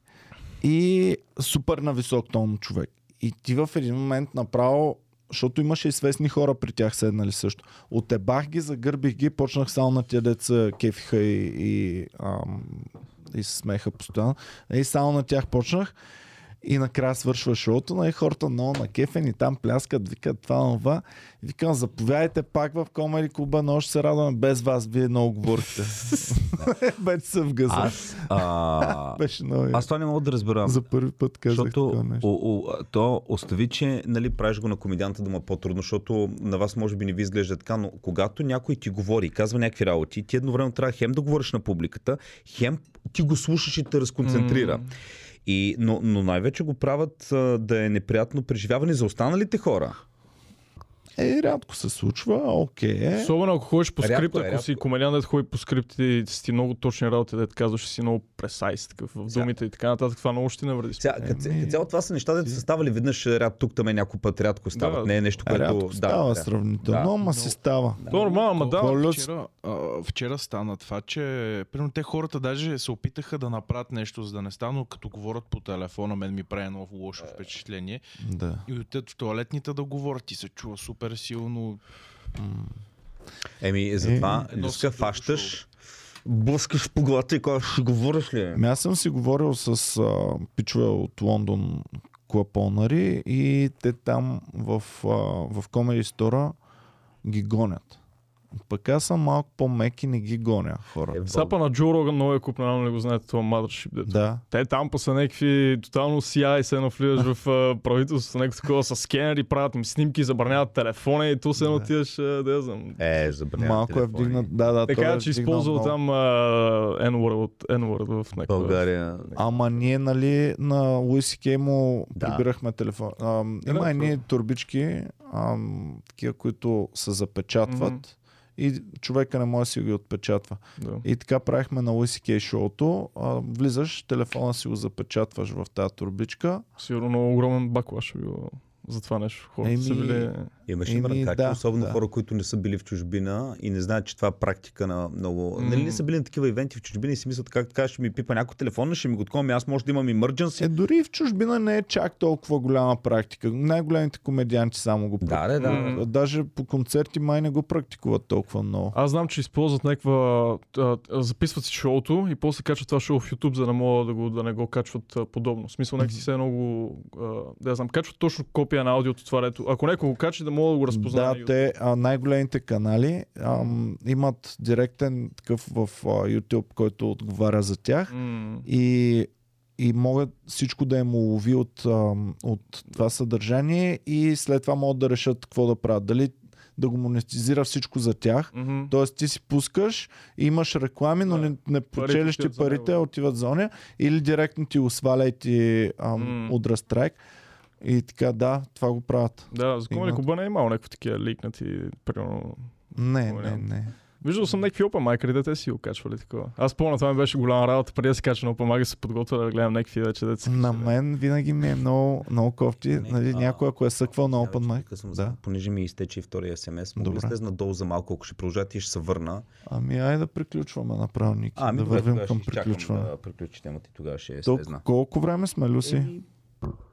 S1: и супер на висок тон човек. И ти в един момент направо, защото имаше известни хора при тях седнали също. Отебах ги, загърбих ги, почнах само на тия деца кефиха и, и, ам, и се смеха постоянно. И само на тях почнах. И накрая свършва шоуто, на и хората много на кефен и там пляскат, викат това, това. Викам, заповядайте пак в Комери клуба, но ще се радваме без вас, вие много говорихте. Вече се вгъза.
S2: Аз, а...
S1: Беше много.
S2: аз това не мога да разбера.
S1: За първи път казах
S2: Защото
S1: такова нещо.
S2: о, о, а, то остави, че нали, правиш го на комедианта да му е по-трудно, защото на вас може би не ви изглежда така, но когато някой ти говори, и казва някакви работи, ти едновременно трябва хем да говориш на публиката, хем ти го слушаш и те разконцентрира. И, но, но най-вече го правят а, да е неприятно преживяване за останалите хора.
S1: Е, рядко се случва, окей. е.
S3: Особено ако ходиш по
S2: Рядко
S3: скрипт,
S2: е,
S3: ако
S2: рядко
S3: си
S2: е.
S3: комедиан, да ходи по скрипт и си ти много точни работи, да казваш, си много пресайз такъв в думите и така нататък, това много ще ти навреди.
S2: Ця,
S1: Е,
S2: като ця- като цяло това са неща, да са ставали веднъж е, ряд тук, там е някой път рядко стават.
S3: Да.
S2: не е нещо, което...
S1: Рядко става сравнително,
S2: Да.
S1: ама си става.
S3: То е нормално, ама да.
S1: Колко-
S5: Вчера, а, вчера стана това, че примерно те хората даже се опитаха да направят нещо, за да не стане, но като говорят по телефона, мен ми прави едно лошо
S3: Е.
S5: впечатление.
S1: Да.
S5: И отидат в туалетните да говорят и се чува супер силно.
S2: Еми, затова,
S5: Е,
S2: Люска,
S5: носи
S2: фащаш, блъскаш по главата и казваш, ще говориш ли?
S1: Ами аз съм си говорил с а, пичове от Лондон клапонари и те там в, а, в Comedy Store ги гонят. Пък аз съм малко по-мек и не ги гоня хора.
S2: Е, Бог.
S3: Сапа на Джо Роган много е куп, не го знаете, това Mothership. дето.
S1: Да.
S3: Те там па са някакви тотално CIA и се едно влизаш в а, правителството, някакво такова с скенери, правят им снимки, забраняват телефона и то се едно
S1: Да.
S3: отиваш, а, да я знам.
S2: Е, забранява
S1: Малко е
S2: телефони.
S1: вдигнат. Да, да, той е
S3: Така че
S1: вдигнал
S3: използвал
S1: много. е.
S3: там а, N-word, от- N-word в някаква...
S2: България.
S1: Ама ние, нали, на Луис Кей му
S2: Да.
S1: прибирахме телефон. Ам,
S3: да,
S1: има
S3: това-
S1: едни турбички, ам, такива, които се запечатват
S3: Мгм.
S1: и човека не може да си ги отпечатва.
S3: Да.
S1: И така правихме на Луис Кей шоуто. А, влизаш, телефона си го запечатваш в тази турбичка.
S3: Сигурно много огромен баклаш е било за това нещо. Хората са
S1: Еми,
S3: били...
S2: Имаше
S1: Еми,
S2: мрънкачи,
S1: да,
S2: особено
S1: да.
S2: хора, които не са били в чужбина и не знаят, че това е практика на много... Нали не са били на такива ивенти в чужбина и си мислят, как така, ще ми пипа някой телефон, ще ми го такова, аз може да имам emergency.
S1: Е, дори и в чужбина не е чак толкова голяма практика. Най-големите комедианти само го
S2: Да, да, да.
S1: практикуват. Даже по концерти май не го практикуват толкова много.
S3: Аз знам, че използват някаква... а, а, Записват си шоуто и после качват това шоу в YouTube, за да могат да, го, да не го качват а, подобно. В смисъл, някакси се е много... Да я знам, качват точно копия на аудиото това, дето. Ако някой го качи, да мога да го разпознаят.
S1: Да, те а, най-големите канали ам, имат директен такъв в а, YouTube, който отговаря за тях и, и могат всичко да им улови от, ам, от това съдържание и след това могат да решат какво да правят. Дали да го монетизира всичко за тях, Тоест ти си пускаш, имаш реклами, но
S3: Да.
S1: не, не печелиш ти
S3: отиват за него.
S1: парите, а отиват за оня. Или директно ти го сваля и ти ам,
S3: М.
S1: удра страйк. И така, да, това го правят.
S3: Да, за Комали
S1: Имат.
S3: Куба не е имало някакви такива ликнати, примерно.
S1: Не, не,
S3: Вариант.
S1: не.
S3: Виждал съм някакви опа майкари, да те си го качвали такова. Аз помня, това ми беше голяма работа, преди да се кача на опа майка, се подготвя да гледам някакви вече деца.
S1: На мен винаги ми е много, много кофти. нали,
S2: Ами, а,
S1: някой, ако е съквал на
S2: Извинявай,
S1: Open
S2: че
S1: Mic.
S2: прекъсвам,
S1: Да.
S2: Понеже ми изтече и втория СМС, мога да
S1: Добре.
S2: слезна долу за малко, ако ще продължат и ще се върна.
S1: Ами айде да приключваме направо, Ники.
S2: А, ами
S1: да
S2: добре,
S1: вървим
S2: тогава
S1: към
S2: ще изчакам
S1: приключване.
S2: Да приключи темата и тогава ще
S1: Толкова-
S2: слезна.
S1: колко време сме, Люси?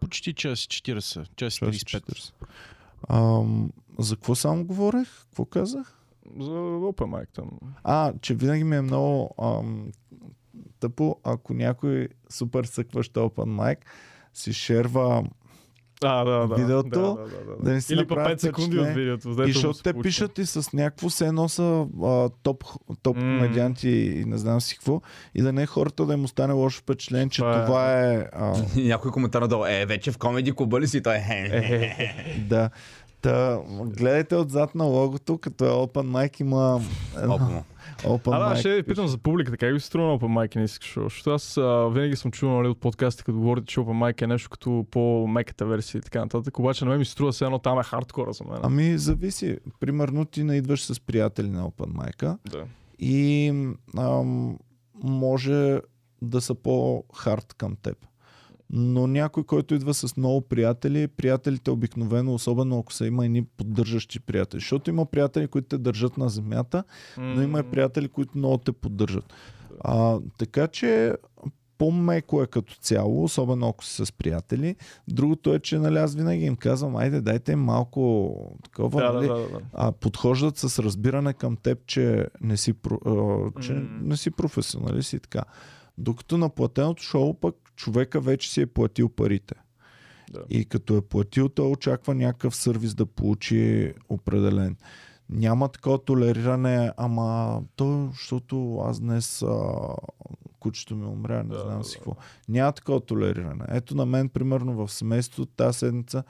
S5: Почти час и 40, час и 35.
S1: 40. Ам, за какво само говорех? Какво казах?
S3: За опа майк там.
S1: А, че винаги ми е много ам, тъпо, ако някой супер съкващ Open Mic си шерва,
S3: А, да, да.
S1: Видеото,
S3: да, да, да, да.
S1: да не си
S3: Или по
S1: направят
S3: 5 секунди от
S1: впечатление.
S3: видеото.
S1: и
S3: дето му
S1: защото
S3: се
S1: те
S3: получи.
S1: пишат и с някакво се носа а, топ, топ
S3: М.
S1: комедианти и не знам си какво, и да не е хората да им остане лошо впечатление, че
S3: Това е-
S1: това е... А,
S2: Някой коментар надолу. Е, вече в комеди клуба ли си? Той е.
S1: да. Та, гледайте отзад на логото, като е Open Mic има
S2: Е, Опа
S1: Open,
S2: му.
S1: open
S3: А, да,
S1: Mic.
S3: ще ви питам за публиката. Как ви се струва на Open Mic и не искаш? Защото аз а, винаги съм чувал нали, от подкастите, като говорите, че Open Mic е нещо като по-меката версия и така нататък. Обаче на мен ми се струва се едно там е хардкора за мен.
S1: Ами зависи. Примерно ти не идваш с приятели на Open Mic,
S3: Да.
S1: и ам, може да са по-хард към теб. Но някой, който идва с много приятели, приятелите обикновено, особено ако са има едни поддържащи приятели, защото има приятели, които те държат на земята, но има и приятели, които много те поддържат. А, така че по-меко е като цяло, особено ако си с приятели. Другото е, че нали, аз винаги им казвам, айде дайте им малко такова,
S3: Да,
S1: нали,
S3: да, да, да, да.
S1: а подхождат с разбиране към теб, че не си, про- а, че
S3: М.
S1: не си професионалист и така. Докато на платеното шоу пък човека вече си е платил парите. Да. И като е платил, той очаква някакъв сервис да получи определен. Няма такова толериране, ама то, защото аз днес а, кучето ми умря, не да, знам си какво. Няма такова толериране. Ето на мен, примерно в семейството, тази седмица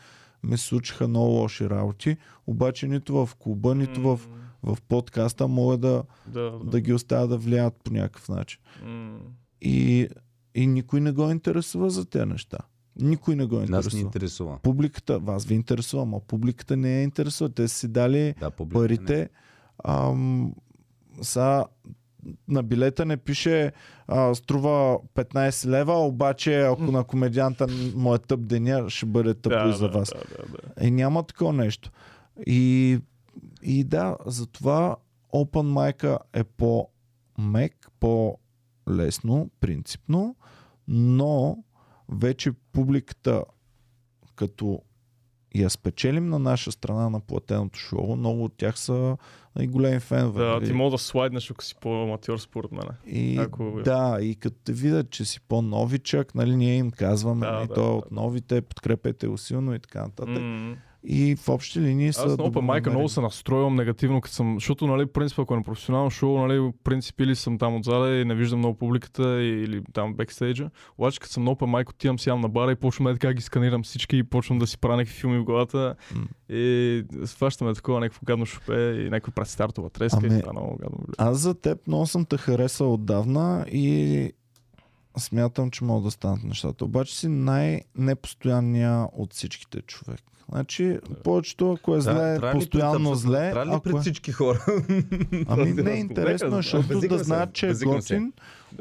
S1: ми се случиха много лоши работи, обаче нито в клуба, нито в, в подкаста мога да,
S3: Да,
S1: да ги оставя да влияят по някакъв начин.
S3: М,
S1: И, и никой не го интересува за тези неща. Никой не го е,
S2: Нас
S1: интересува.
S2: ни интересува.
S1: Публиката, вас ви интересува, ама публиката не я интересува. Те са си дали
S2: Да, публика, не.
S1: парите. Ам, са, на билета не пише а, струва 15 лева, обаче ако на комедианта му е тъп деня, ще бъде тъпо
S3: да,
S1: и за
S3: да,
S1: вас.
S3: Да, да, да.
S1: Е, няма такова нещо. И, и да, затова Open mic е по-мек, по-лесно, принципно, но вече публиката, като я спечелим на наша страна на платеното шоу, много от тях са и големи фенове.
S3: Да,
S1: нали?
S3: ти мога да слайднеш, ако си по-аматьор според мен.
S1: И,
S3: Ако- е.
S1: Да, и като те видят, че си по-новичък, нали, ние им казваме,
S3: Да,
S1: да,
S3: да,
S1: той е
S3: да,
S1: от новите, подкрепете го силно и така нататък.
S3: М.
S1: И в общи линии са...
S3: Аз на Open Майка много се настроивам негативно, като съм, защото, нали, принцип, ако е на професионално шоу, нали, принцип или съм там отзад и не виждам много публиката или там бекстейджа. Обаче, като съм на Open Майк, отивам сям на бара и почвам е така ги сканирам всички и почвам да си правя някакви филми в главата.
S1: М.
S3: И сващаме такова някакво гадно шопе и някакво предстартова треска
S1: Ами-
S3: и това много гадно. влияе.
S1: Аз за теб много съм те харесал отдавна и смятам, че могат да станат нещата. Обаче си най-непостоянния от всичките човек. Значи, повечето, ако е зле,
S2: трябва ли
S1: постоянно
S2: пред-
S1: зле.
S2: Трябва ли
S1: ако
S2: пред
S1: е...
S2: всички хора?
S1: Ами
S2: Този
S1: не е
S2: разговор.
S1: интересно,
S2: Нека-
S1: защото да
S2: Възикам се,
S1: знаят, че е
S2: възикам се.
S1: готин,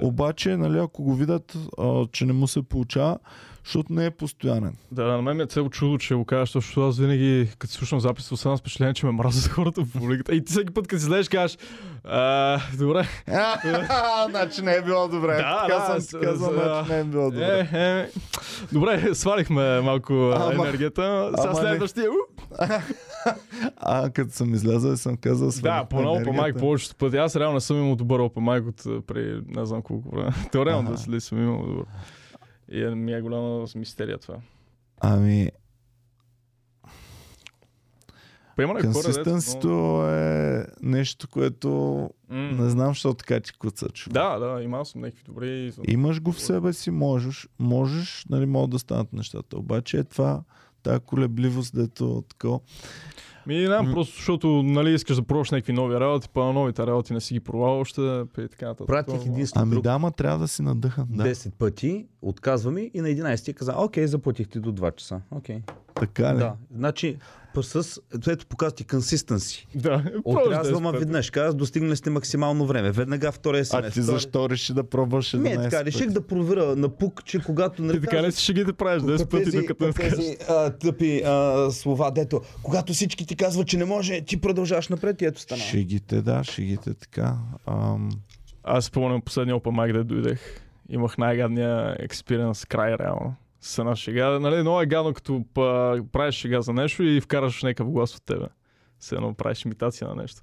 S1: обаче, нали, ако го видят, а, че не му се получава, защото не е постоянен.
S3: Да, на мен ми е цело чудо, че го кажеш, защото аз винаги, като слушам запис, оставам с впечатление, че ме мразят хората в публиката. И ти всеки път, като си знаеш, кажеш, а, добре,
S1: значи не е било добре.
S3: Да,
S1: Ако така
S3: да,
S1: съм ти казал,
S3: за-
S1: значи не е било добре.
S3: Е, е, добре, свалихме малко а,
S1: Ама-
S3: енергията. Сега
S1: ама не.
S3: следващия. у!
S1: А като съм излязъл и съм казал
S3: Да,
S1: свалихме
S3: по много по майк
S1: енергията.
S3: повечето пъти. Аз реално не съм имал добър опен майк от а, при не знам колко време. Теоретално
S1: Ага.
S3: да си ли съм имал добър. И е, ми е голяма мистерия това.
S1: Ами,
S3: Приема ли хора, дето много-
S1: консистенцито е нещо, което
S3: М.
S1: не знам, защо така ти куца, човек.
S3: Да, да, имал съм някакви добри.
S1: Имаш го в себе си, можеш, можеш, нали, могат да станат нещата. Обаче е това, тази колебливост, дето е такова.
S3: Ми, не, знам, просто защото нали, искаш да пробваш някакви нови работи, па на новите работи не си ги провал още, па и така нататък.
S2: Пратих един след
S1: Ами
S2: друг.
S1: да, ама трябва да си надъхан. Да.
S2: 10 пъти, отказва ми и на 11 ти каза, окей, заплатихте до 2 часа. Окей.
S1: Така ли?
S2: Да. Значи, па с, ето показва ти консистенси.
S3: Да,
S2: е Отразвам
S3: пробваш
S2: веднъж, каза, достигнали сте максимално време. Веднага втория
S1: А ти
S2: семестър.
S1: защо реши да пробваш
S2: Не,
S1: 11
S2: така, реших да проверя на пук, че когато... нали,
S3: Ти така
S2: кажеш,
S3: не си шегите правиш 10
S2: по
S3: пъти,
S2: тези,
S3: докато не
S2: по тези а, тъпи а, слова, дето, когато всички ти казват, че не може, ти продължаваш напред и ето стана.
S1: Шигите, да, шигите така. Ам,
S3: Аз спомням последния Open Mic, да дойдех. Имах най-гадния експириенс край, реално. С една шега. Нали, много е гадно, като па, правиш шега за нещо и вкараш някакъв глас от тебе. Все едно правиш имитация на нещо.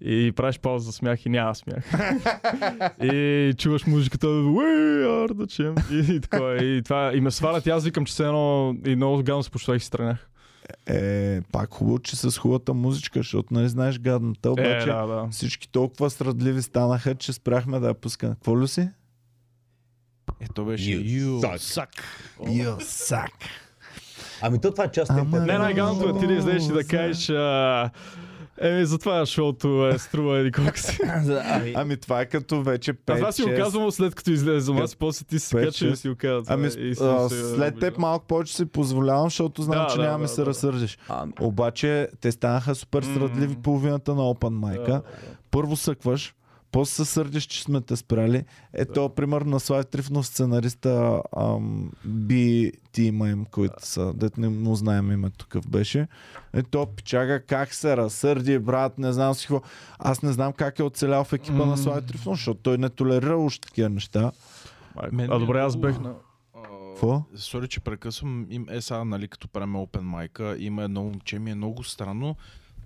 S3: И правиш пауза за смях и няма смях. и чуваш музиката We are the champ. И, и, такова, и, това, и ме свалят и аз викам, че се едно и много гадно се почувствах и се странях.
S1: е, пак хубаво, че с хубавата музичка, защото нали знаеш гадната,
S3: Е,
S1: обаче
S3: да, да.
S1: всички толкова срадливи станаха, че спряхме да я пускаме. Какво ли си?
S5: Е, то беше
S2: You
S5: You
S2: suck.
S5: suck.
S1: Йосак.
S2: Ами то това е част
S1: Ама
S2: от
S3: Не,
S1: да.
S3: най-гадното е ти да излезеш и
S1: О,
S3: да кажеш а, Еми, затова шоуто е струва еди колко си.
S1: Ами това е като вече 5
S3: Аз това си го казвам след като излезем, аз после ти си
S1: пет,
S3: кача и
S1: шест.
S3: си го казвам.
S1: Ами,
S3: и
S1: с-
S3: съм
S1: а,
S3: се
S1: след теб
S3: обидил.
S1: малко повече си позволявам, защото знам,
S3: Да,
S1: че
S3: да,
S1: няма
S3: да,
S1: ми се
S3: да, да.
S1: разсърдиш.
S2: Ами,
S1: Обаче те станаха супер срадливи
S3: М.
S1: половината на Open Майка.
S3: Да, да,
S1: Първо съкваш, после се сърдиш, че сме те спряли. Ето, да. пример на Слави Трифнов, сценариста ам, BT има им, които са, дет не му знаем името какъв беше. Ето, пичага, как се разсърди, брат, не знам си какво. Аз не знам как е оцелял в екипа на Слави Трифнов, защото той не толерира уж такива неща.
S3: Майко.
S5: Мен
S3: А
S5: ми е
S3: добре, аз
S5: много-
S3: бех на...
S1: Какво?
S5: Сори, че прекъсвам. Им, е сега, нали, като правим Open майка, има едно момче, ми е много странно.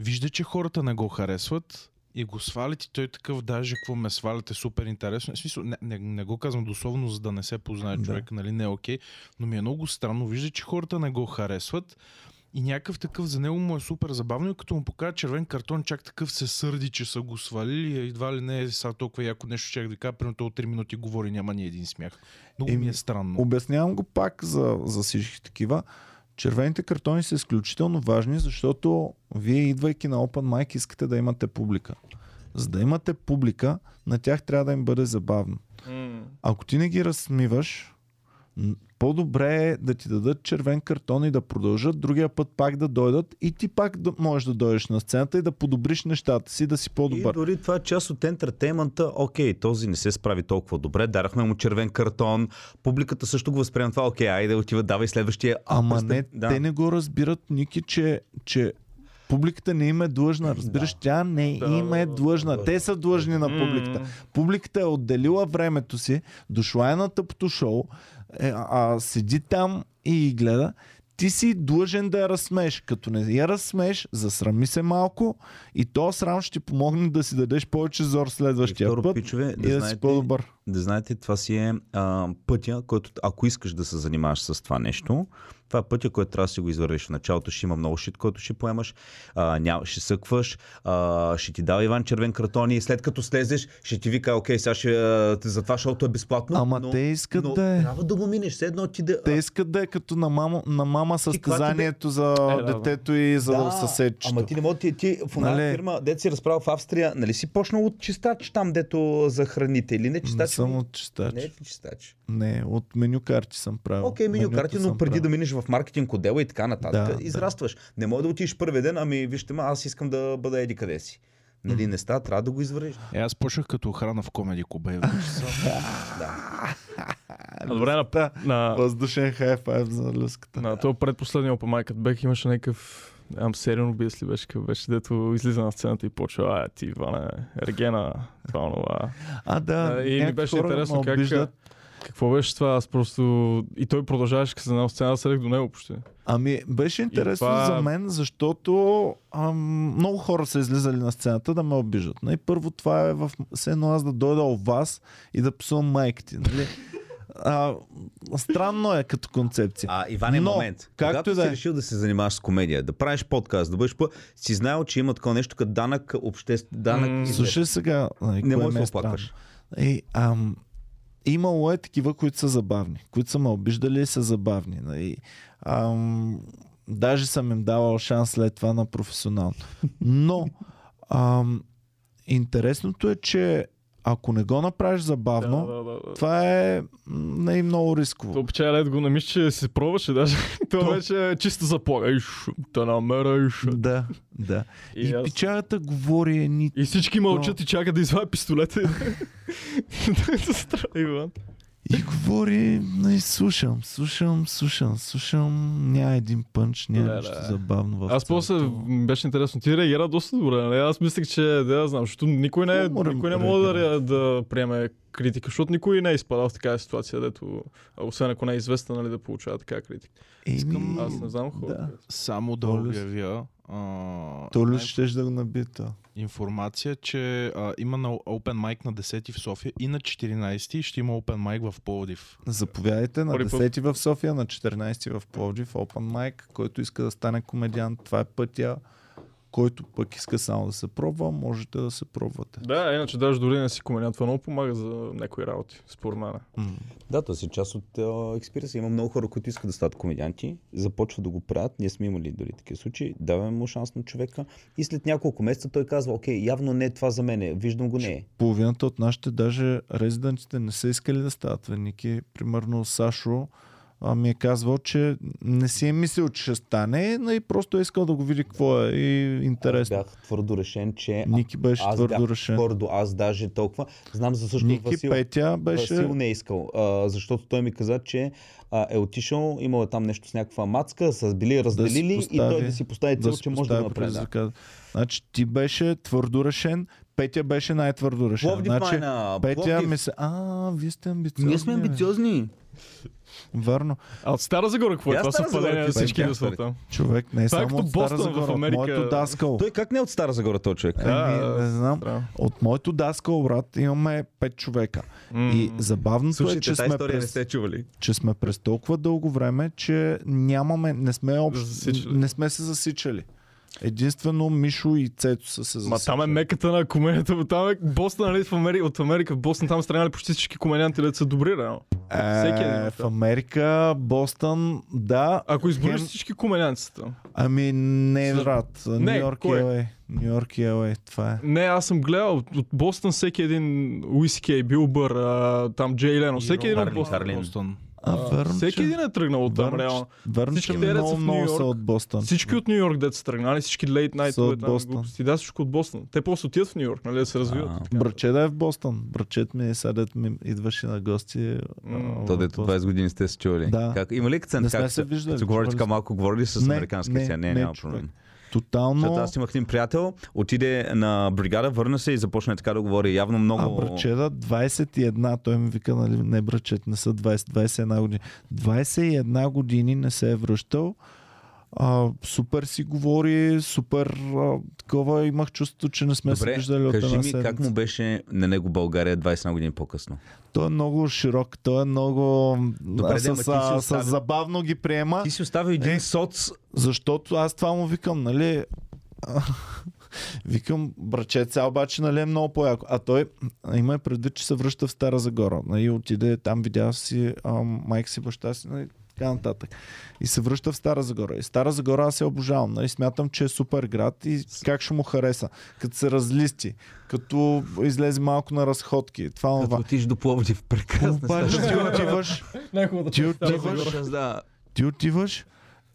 S5: Вижда, че хората не го харесват и го свалят и той такъв даже какво ме сваляте супер интересно. Е, В смисъл, не, не, не го казвам дословно, за да не се познае
S1: Да.
S5: човек, нали не е окей, но ми е много странно. Вижда, че хората не го харесват и някакъв такъв за него му е супер забавно и като му покажа червен картон, чак такъв се сърди, че са го свалили и едва ли не е сега толкова яко нещо, чак да кажа, примерно той от 3 минути говори, няма ни един смях. Много ми
S1: Еми,
S5: е странно.
S1: Обяснявам го пак за, за всички такива. Червените картони са изключително важни, защото вие идвайки на Open Mic искате да имате публика. За да имате публика, на тях трябва да им бъде забавно.
S3: М.
S1: Ако ти не ги разсмиваш, м, по-добре е да ти дадат червен картон и да продължат, другия път пак да дойдат и ти пак да, можеш да дойдеш на сцената и да подобриш нещата си, да си
S2: И
S1: по-добър.
S2: дори това е част от ентертеймента. Окей, този не се справи толкова добре. Дарахме му червен картон. Публиката също го възприема това. Окей, айде отива, давай следващия. А,
S1: Ама
S2: пръстен-
S1: не,
S2: да.
S1: те не го разбират, Ники, че, че публиката не им е длъжна. Разбираш, тя не
S3: Да,
S1: им е
S3: да, да,
S1: длъжна.
S2: да.
S1: Те са длъжни на
S3: М.
S1: публиката. Публиката е отделила времето си, дошла е на тъпто шоу, е, а, а седи там и ги гледа. Ти си длъжен да я разсмеш. Като не я разсмеш, засрами се малко и то срам ще ти помогне да си дадеш повече зор следващия
S2: Второ,
S1: път
S2: пичове,
S1: и да
S2: да,
S1: си
S2: знаете,
S1: по-добър.
S2: да знаете, това си е а, пътя, който ако искаш да се занимаваш с това нещо, това е пътя, който трябва да си го извървиш. В началото ще има много шит, който ще поемаш, а, ня, ще съкваш, а, ще ти дава Иван червен картон и след като слезеш, ще ти вика, окей, сега ще, а, за това шоуто е безплатно.
S1: Ама
S2: но,
S1: те искат
S2: но
S1: да е.
S2: Трябва да го минеш, все едно ти да...
S1: Те искат да е като на мама, на мама състезанието за
S3: Е, да,
S1: детето и за да, съседчето.
S2: Ама ти не мога, ти, ти в една
S1: Нали?
S2: нали... фирма, дето си разправил в Австрия, нали си почнал от чистач там, дето за храните или не
S1: не
S2: чистач?
S1: съм
S2: ми?
S1: от чистач.
S2: Не,
S1: Не.
S2: чистач.
S1: от меню карти съм правил.
S2: Окей, меню карти, но преди да минеш в маркетинг отдела и така
S1: Да,
S2: нататък,
S1: да.
S2: да, израстваш. Не мога да отидеш първи ден, ами вижте, ма, аз искам да бъда еди къде си. Нали, не става, трябва да го извървиш.
S5: Е, аз почнах като охрана в е, комеди куба и вече съм.
S3: А, Добре, на,
S1: Да.
S3: на,
S1: Въздушен хай-файв за люската.
S3: На този предпоследния Open Mic, като бех, имаше някакъв Ам сериен убиец ли беше, къв беше, дето излиза на сцената и почва, а ти, Иване, Ергена, това, нова.
S1: А, да.
S3: А, и ми
S1: някакви
S3: беше
S1: хора
S3: интересно
S1: ме
S3: как,
S1: обиждат.
S3: какво беше това, аз просто... И той продължаваше, като се на сцена, аз седех до него почти.
S1: Ами, беше интересно това...
S3: това-
S1: за мен, защото ам, много хора са излизали на сцената да ме обиждат. Най- първо това е в... Все едно аз да дойда у вас и да псувам майка ти. Нали? А, странно е като концепция.
S2: А, Иван е
S1: Но,
S2: момент.
S1: както
S2: Когато
S1: и да
S2: си
S1: е.
S2: решил да се занимаваш с комедия, да правиш подкаст, да бъдеш по... си знаел, че има такова нещо като данък, обществен данък.
S3: М,
S2: Mm,
S1: Слушай сега, нали,
S2: не
S1: кое
S2: можеш
S1: ме
S2: да
S1: е
S2: се оплакваш.
S1: странно. И, ам, имало е такива, които са забавни, които са ме обиждали и са забавни. Нали. Ам, даже съм им давал шанс след това на професионално. Но ам, интересното е, че ако не го направиш забавно, да, да. това е м, не, много рисково.
S3: То пече лед го намиш, че се пробваше даже. То беше чиста заплага. Иш, те намера, иш.
S1: Да, да. И,
S3: И,
S1: и
S3: аз...
S1: печалята говори ни
S3: и всички мълчат и чакат да извадя пистолета. и да- Да се страни, Иван.
S1: И говори, и слушам, слушам, слушам, слушам. Няма един пънч, няма
S3: Да,
S1: нищо
S3: да.
S1: забавно в
S3: Аз после
S1: цялото.
S3: м, беше интересно. Ти реагира доста добре. Нали? Аз мислех, че да я знам, защото никой не, е-
S1: Хуморен
S3: никой не може да,
S1: реагира.
S3: ре- да приеме критика, защото никой не е изпадал в такава ситуация, дето, а, освен ако не е известен, нали, да получава такава критика.
S1: Еми,
S3: Аз не знам хора.
S1: Ами, да.
S5: Само да
S1: Толюс.
S5: обявя а,
S1: Толю
S5: най-
S1: ще да го наби то.
S5: информация, че а, има на Open Mic на 10 в София и на 14 ще има Open Mic в Пловдив.
S1: Заповядайте на
S3: Първи път.
S1: 10 в София, на 14 в Пловдив, Open Mic, който иска да стане комедиант. Това е пътя, който пък иска само да се пробва, можете да се пробвате.
S3: Да, иначе даже дори не си коменят, това много помага за някои работи, според мен.
S1: М.
S2: Да, то си част от а, експириенса. Има много хора, които искат да стават комедианти, започват да го правят. Ние сме имали дори такива случаи. Даваме му шанс на човека и след няколко месеца той казва, окей, явно не е това за мене, виждам го не е.
S1: Половината от нашите, даже резидентите, не са искали да стават веники. Примерно Сашо а, ми е казвал, че не си е мислил, че ще стане, но и просто е искал да го види какво е и интересно.
S2: Аз бях твърдо решен, че
S1: Ники беше
S2: аз
S1: твърдо
S2: бях
S1: решен.
S2: твърдо, аз даже толкова. Знам за също
S1: Ники
S2: Васил.
S1: Петя беше...
S2: Васил не е искал, а, защото той ми каза, че а, е отишъл, имал е там нещо с някаква мацка, са били разделили да и той
S1: постави-
S2: да си постави цел,
S1: да си
S2: че може да
S1: постави
S2: го направи. Да.
S1: предизвикателство. Значи ти беше твърдо решен, Петя беше най-твърдо решен.
S2: Пловдив,
S1: значи,
S2: майна,
S1: Петя
S2: Пловдив.
S1: ми се... А, вие сте амбициозни. бе.
S2: амбициозни.
S1: Вярно.
S3: А от Стара Загора какво е?
S2: Я
S3: Това
S2: Стара Загора
S3: съвпадение
S2: ти съм
S3: всички да са
S2: кястър.
S3: там.
S1: Човек, не е
S3: Това е
S1: само
S3: като
S1: от Стара
S3: Бостън в
S1: Загора,
S3: Америка.
S1: от моето даскал.
S2: Той как не е от Стара Загора, този човек?
S1: Еми, Ами, не знам.
S3: Здраво.
S1: От моето даскал, брат, имаме 5 човека.
S3: М.
S1: И забавното е, че
S2: Слушайте, тази
S1: сме,
S2: история не
S1: през,
S2: сте чували.
S1: че сме през толкова дълго време, че нямаме, не сме, общ,
S3: Засичали.
S1: не сме се засичали. Единствено Мишо и Цето са се засичали.
S3: Ма там е меката на коменията, бо там е Бостън, нали, в Америка, от Америка в Бостън, там стреляли почти всички комедианти, дето са добри, реално. всеки един
S1: е,
S3: от
S1: в
S3: тях.
S1: Америка, Бостън, да.
S3: Ако избориш
S1: Хем-
S3: всички комедианти са там.
S1: Ами не,
S3: С-
S1: брат.
S3: Не,
S1: Нью Йорк и
S3: кой е?
S1: LA. Нью Йорк и LA, това е.
S3: Не, аз съм гледал от, от Бостън всеки един Уиски, Билбър, а, там Джей Лено, всеки един от
S2: Харли,
S3: Бостън.
S2: Харлин.
S5: Бостън.
S1: А, верно,
S3: Всеки
S1: че-
S3: един е тръгнал от там,
S1: Верно,
S3: реално.
S1: че- Верно,
S3: Всички
S1: че
S3: те, деца
S1: много,
S3: в
S1: много
S3: Ню
S1: са
S3: Йорк.
S1: от Бостън.
S3: Всички от Нью Йорк дете са тръгнали, всички лейт найт
S1: Са от
S3: там
S1: Бостън.
S3: глупости. Да, всичко от Бостън. Те просто отиват в Нью Йорк, нали, да се развиват.
S2: А,
S1: Браче да е в Бостън. Брачет ми е седят ми идваше на гости. а,
S3: М,
S1: в
S2: То дето
S1: Бостън.
S2: 20 години сте се чували.
S1: Да.
S2: Как, има ли акцент?
S1: Не сме
S2: Как
S1: се
S2: се
S1: виждали,
S2: Се говори
S1: чували
S2: така
S1: сме.
S2: малко, говорили е с
S1: Не,
S2: американски
S1: не,
S2: акцент. Не,
S1: не,
S2: няма
S1: човек.
S2: проблем. Защото
S1: Тотално.
S2: аз имах един приятел, отиде на бригада, върна се и започна така да говори. Явно
S1: А
S2: много...
S1: брачета 21, той ми вика, нали, не брачет, не са 20, 21 години. 21 години не се е връщал. А, супер си говори, супер а, такова имах чувството, че не сме се
S2: Добре,
S1: виждали от
S2: кажи
S1: една
S2: ми как
S1: седмица.
S2: му беше на него България 21 години по-късно.
S1: Той е много широк, той е много...
S2: Добре,
S1: а,
S2: де, ма ти
S1: с,
S2: си
S1: а,
S2: оставил-
S1: с, забавно ги приема.
S2: Ти си остави един соц...
S1: Защото аз това му викам, нали... а, Викам, брачеца, обаче, нали е много по-яко. А той а, има и предвид, че се връща в Стара Загора. Нали, отиде там, видя си а, майка си, баща си, нали, така нататък. И се връща в Стара Загора. И Стара Загора аз я обожавам. Нали, смятам, че е супер град и как ще му хареса. Като се разлисти, като излезе малко на разходки. Това,
S2: Като
S1: това.
S2: отиш до Пловдив, прекрасно.
S1: Обаче ти отиваш,
S3: Някога
S1: ти отиваш,
S2: Да,
S1: ти отиваш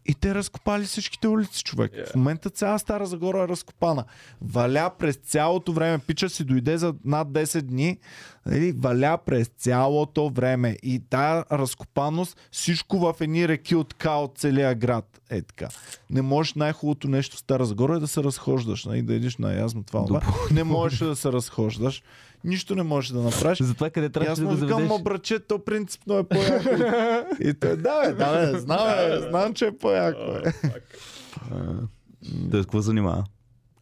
S1: и те разкопали всичките улици, човек. Yeah. В момента цяла Стара Загора е разкопана. Валя през цялото време. Пича си дойде за над 10 дни. Нали? Валя през цялото време. И тая разкопаност, всичко в едни реки от ка от целия град. Е така. Не можеш най-хубавото нещо в Стара Загора е да се разхождаш. Нали? Да идиш на язно това. това. Не можеш да се разхождаш. Нищо не можеш да направиш.
S6: Затова къде
S1: И аз
S6: трябваше да
S1: му
S6: го
S1: викам,
S6: заведеш?
S1: ма браче, то принципно е по-яко. И той, да, бе, да, бе, знам, бе, знам, че е по-яко. Бе.
S2: Той с какво занимава?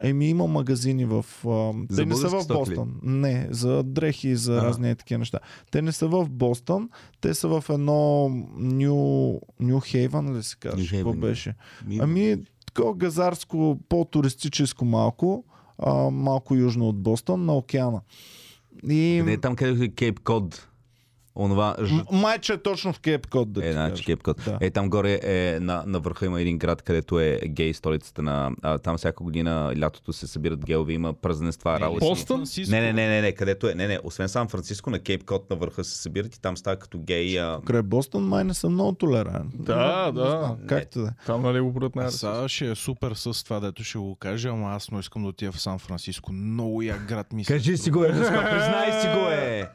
S1: Еми има магазини в... А, те
S2: За
S1: не са в
S2: български стоки ли?
S1: Бостън. Не, за дрехи и за
S2: А.
S1: разни е такива неща. Те не са в Бостън, те са в едно Нью, Нью Хейвън, ли се
S2: Ню
S1: каже?
S2: Хейвън,
S1: Какво
S2: да.
S1: беше? Ами, такова газарско, по-туристическо малко, а, малко южно от Бостън, на океана. И...
S2: Не е там където е Кейп Код. Онова... ж-
S1: М- Май, че е точно в Кейп Код, да ти
S2: Е, значи
S1: кажа.
S2: Кейп Код.
S1: Да.
S2: Е, там горе е, на, на върха има един град, където е гей столицата на... А, там всяка година лятото се събират гелви, има празненства, работи.
S3: Бостън?
S2: Не, не, не, не, не, където е. Не, не, освен Сан Франциско, на Кейп Код на върха се събират и там става като гей. А...
S1: Край Бостън май не съм много толерантен.
S3: Да,
S1: Не
S3: да.
S1: знам, Както да. е.
S3: Там, нали, го брат най
S5: Аз сега ще е супер с това, дето ще го кажа, ама аз но искам да отида в Сан Франциско. Много як град ми се
S2: Кажи си го, е, признай си го, е!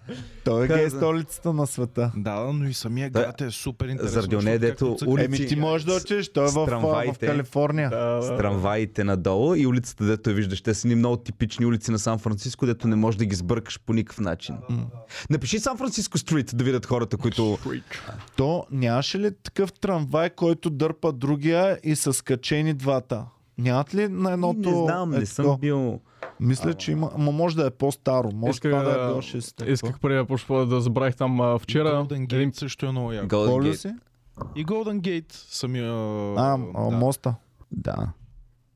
S1: Той е гей
S2: Каза.
S1: столицата на света.
S5: Да, да, но и самия
S2: Да.
S5: град е супер интересен.
S2: Заради оне,
S5: защото
S2: дето
S5: както цъкам-
S2: улици-
S1: Еми ти можеш да отидеш, той е
S2: с
S1: в, а, в
S2: трамваите.
S1: Калифорния.
S2: С трамваите надолу и улицата, дето я виждаш. Те са ни много типични улици на Сан Франциско, дето не можеш да ги сбъркаш по никакъв начин. Напиши Сан Франциско стрит да видят хората, които...
S1: То нямаше ли такъв трамвай, който дърпа другия и са скачени двата? Нямат ли на едното?
S2: Не знам,
S1: е
S2: не
S1: тако?
S2: съм бил...
S1: Мисля, че има. Ама може да е по-старо. Може
S3: Иска-
S1: това да е било 60.
S3: Исках преди да почва да забравих там а, вчера.
S5: Golden Gate
S3: един-
S5: също е много яко.
S2: Golden
S1: Полю
S2: Gate.
S1: си?
S5: И Golden Gate самия...
S1: А, а,
S5: да.
S1: моста.
S2: Да.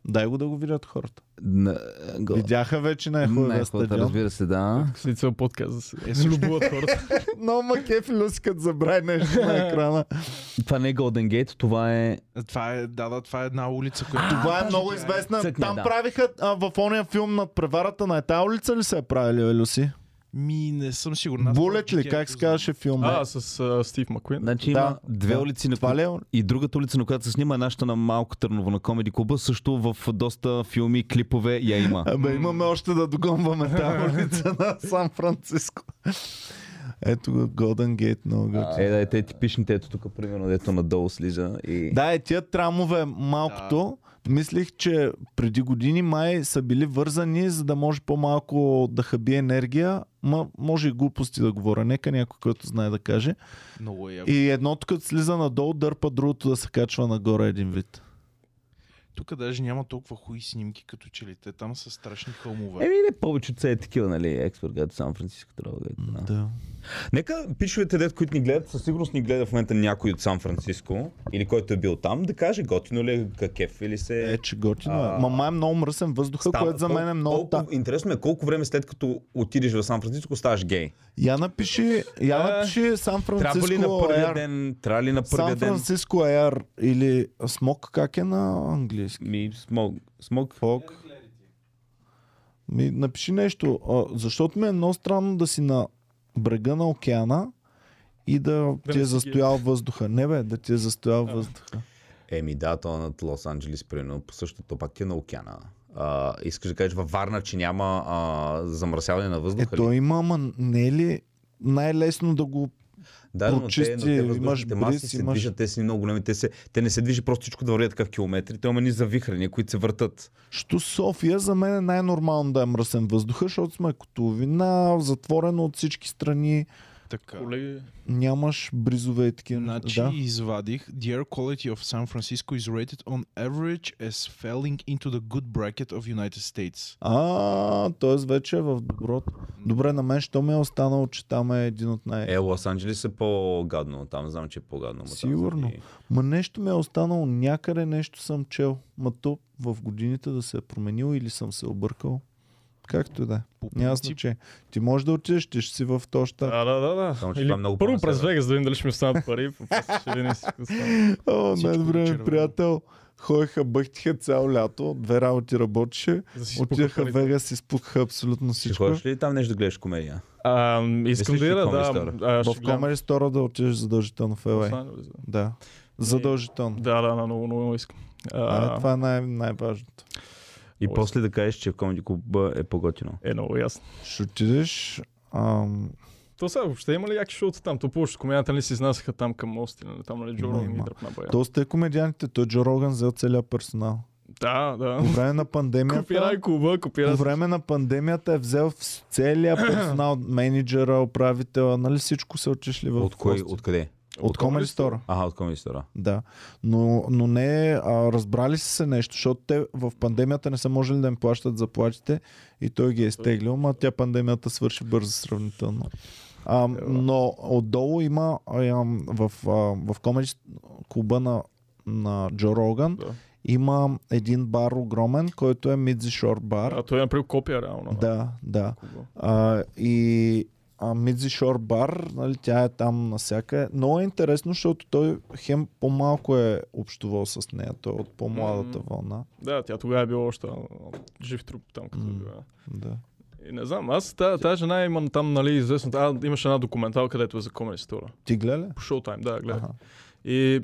S1: Дай го да го видят хората.
S2: На... Гол-
S1: Видяха вече най-хубавия
S2: Най-хубавата,
S1: стадион.
S2: разбира се, да.
S3: След това подкаст да се
S5: е
S3: любуват хората.
S1: Но ма кефи Люси, като забрави нещо на екрана.
S2: Това не е Golden Gate, това е...
S5: Това е, да, да, това е една улица, която...
S1: Това е много известна.
S2: цъкне,
S1: Там
S2: да.
S1: правиха а, в ония филм над преварата на етая улица ли се е правили, бе, Люси?
S5: Ми, не съм сигурен. Аз
S1: Булет
S5: Golden
S1: ли,
S5: Gate
S1: как
S5: го
S1: се
S5: знам.
S1: казваше филма?
S3: А, с а, Стив Макуин.
S2: Значи има
S1: Да,
S2: две
S1: да.
S2: улици, на
S1: Това
S2: които...
S1: ли е? он?
S2: И другата улица, на която се снима, е нашата на Малко Търново, на Комеди Клуба, също в доста филми, клипове я има.
S1: Абе, имаме още да догонваме тази улица на Сан Франциско. Ето го, Golden Gate, много
S2: А,
S1: готино.
S2: Е, да, е, те типичните, ето тук, примерно, дето надолу слиза и...
S1: Да, е тия трамове малкото, Мислих, че преди години май са били вързани, за да може по-малко да хаби енергия. Ма, може и глупости да говоря. Нека някой, който знае да каже.
S5: Много е яко.
S1: И едното, като слиза надолу, дърпа другото да се качва нагоре един вид.
S5: Тук даже няма толкова хуи снимки, като че ли те там са страшни
S1: Е,
S5: хълмове.
S6: Еми, не повече от
S2: е
S6: сега такива, нали, експорт, гад Сан Франциско трябва да е. Да.
S1: Да.
S2: Нека пичовете, дет, които ни гледат, със сигурност ни гледа в момента някой от Сан Франциско или който е бил там, да каже готино ли е, какъв или се...
S1: Е, че готино
S2: А.
S1: е. Мама е много мръсен въздуха,
S2: Става-
S1: което за мен е много...
S2: толкова,
S1: та.
S2: толкова, Интересно е колко време след като отидеш в Сан Франциско ставаш гей.
S1: Я напиши, я
S2: Е,
S1: напиши Сан
S2: Трябва
S1: Франциско
S2: ли на първия
S1: Air.
S2: ден? Трябва ли на първия
S1: Сан
S2: ден?
S1: Франциско Air или Смок, как е на английски?
S2: Ми, смог. Смог.
S1: Фок. Ми, напиши нещо, а, защото ми е много странно да си на брега на океана и да,
S3: Да
S1: ти
S3: не
S1: е
S3: си
S1: застоял въздуха. Не бе, да ти е застоял въздуха.
S2: Еми да, то е над Лос Анджелис, примерно, по същото пак ти е на океана. А, искаш да кажеш във Варна, че няма а, замърсяване на
S1: Е,
S2: въздуха ли?
S1: то има, ама не е ли най-лесно да го...
S2: Да, но те, но
S1: прочисти,
S2: те
S1: имаш
S2: въздушните
S1: бриз,
S2: маси се
S1: имаш-
S2: движат, те са ни много големи. Те, се, те не се движи просто всичко да върви така в километри. Те има ни завихрания, които се въртат.
S1: Що София за мен е най-нормално да е мръсен въздуха, защото сме котовина, затворено от всички страни,
S5: Така.
S3: Колеги,
S1: нямаш бризове и такива.
S5: Значи
S1: да.
S5: да. извадих The air quality of San Francisco is rated on average as falling into the good bracket of United States.
S1: А, т.е. вече е в доброто. Добре, на мен, що ми е останало, че там е един от най...
S2: Е, Лос Анджелис е по-гадно. Там знам, че е по-гадно. ама там
S1: Сигурно.
S2: заради-
S1: Ма нещо ми е останало някъде, нещо съм чел. Ма то в годините да се е променил или съм се объркал. Както и да е.
S5: По
S1: Няма
S5: принцип,
S1: значение. Ти можеш да отидеш, ти ще си в този щат.
S3: да, да, да. да.
S2: Само, че
S3: Или
S2: това е много
S3: първо
S2: по-на
S3: през
S2: север.
S3: Вегас да видим дали ще ми останат пари, по после ще видим всичко стане.
S1: О,
S5: всичко е
S1: най-добре ми
S5: червено.
S1: приятел. Ходиха, бъхтиха цяло лято, две работи работеше,
S3: Да си
S1: отидеха
S3: спукам
S1: в
S3: парите.
S1: Вегас, изпукаха абсолютно
S2: Ще
S1: всичко. е.
S2: ходиш ли там нещо да гледаш комедия?
S3: А, Искам
S2: Мислиш
S3: да
S2: ли
S3: ида,
S2: Comedy
S3: да.
S2: Store?
S1: В
S3: а, ще гледам.
S1: Комери Стора да отидеш задължително в
S3: Лос
S1: LA.
S3: Анджелес, да.
S1: Да. Задължително.
S3: Да, да, да, много, много искам.
S1: А,
S3: А,
S1: това е най- най-важното.
S2: И
S3: Ой.
S2: после да кажеш, че в комеди клуба е по-готино.
S3: Е, много ясно.
S1: Ще отидеш... Ам,
S3: То сега въобще има ли яки шоута там? То повечето комедията ли си изнасяха там към Остин, нали? там нали Джо
S1: Има,
S3: Роган ги
S1: има.
S3: дръпна бая.
S1: Доста е комедиантите. Той Джо Роган взел целият персонал.
S3: Да, да.
S1: По време на
S3: Копира
S1: пандемията,
S3: и клуба, копира.
S1: по време на пандемията е взел вс- целия персонал, менеджера, управителя, нали всичко са отишли в
S2: От кой?
S1: гости.
S2: От къде?
S1: от Comedy Store.
S2: Ага, от комеди стора.
S1: Да. Но, но не, а, разбрали са се нещо, защото те в пандемията не са можели да им плащат заплатите и той ги е изтеглил, ма тя пандемията свърши бързо сравнително. А, но отдолу има а, ам, в, а, в комедж клуба на, на Джо Роган
S3: Да.
S1: има един бар огромен, който е Мидзи Шор бар.
S3: А той е направил копия реално. на
S1: Да, да.
S3: клуба.
S1: А, и а, Мидзи Шор бар, нали, тя е там насяка. Много е интересно, защото той хем по-малко е общувал с нея. Той е от по-младата
S3: М.
S1: вълна.
S3: Да, тя тогава е била още а, жив труп там, като е
S1: М.
S3: била.
S1: Да.
S3: И Е, не знам, аз тази, тази жена има там, нали, известно. А, имаше една документалка, където е за Comedy Store.
S1: Ти гледа?
S3: По Showtime, да, гледах.
S1: Аха.
S3: И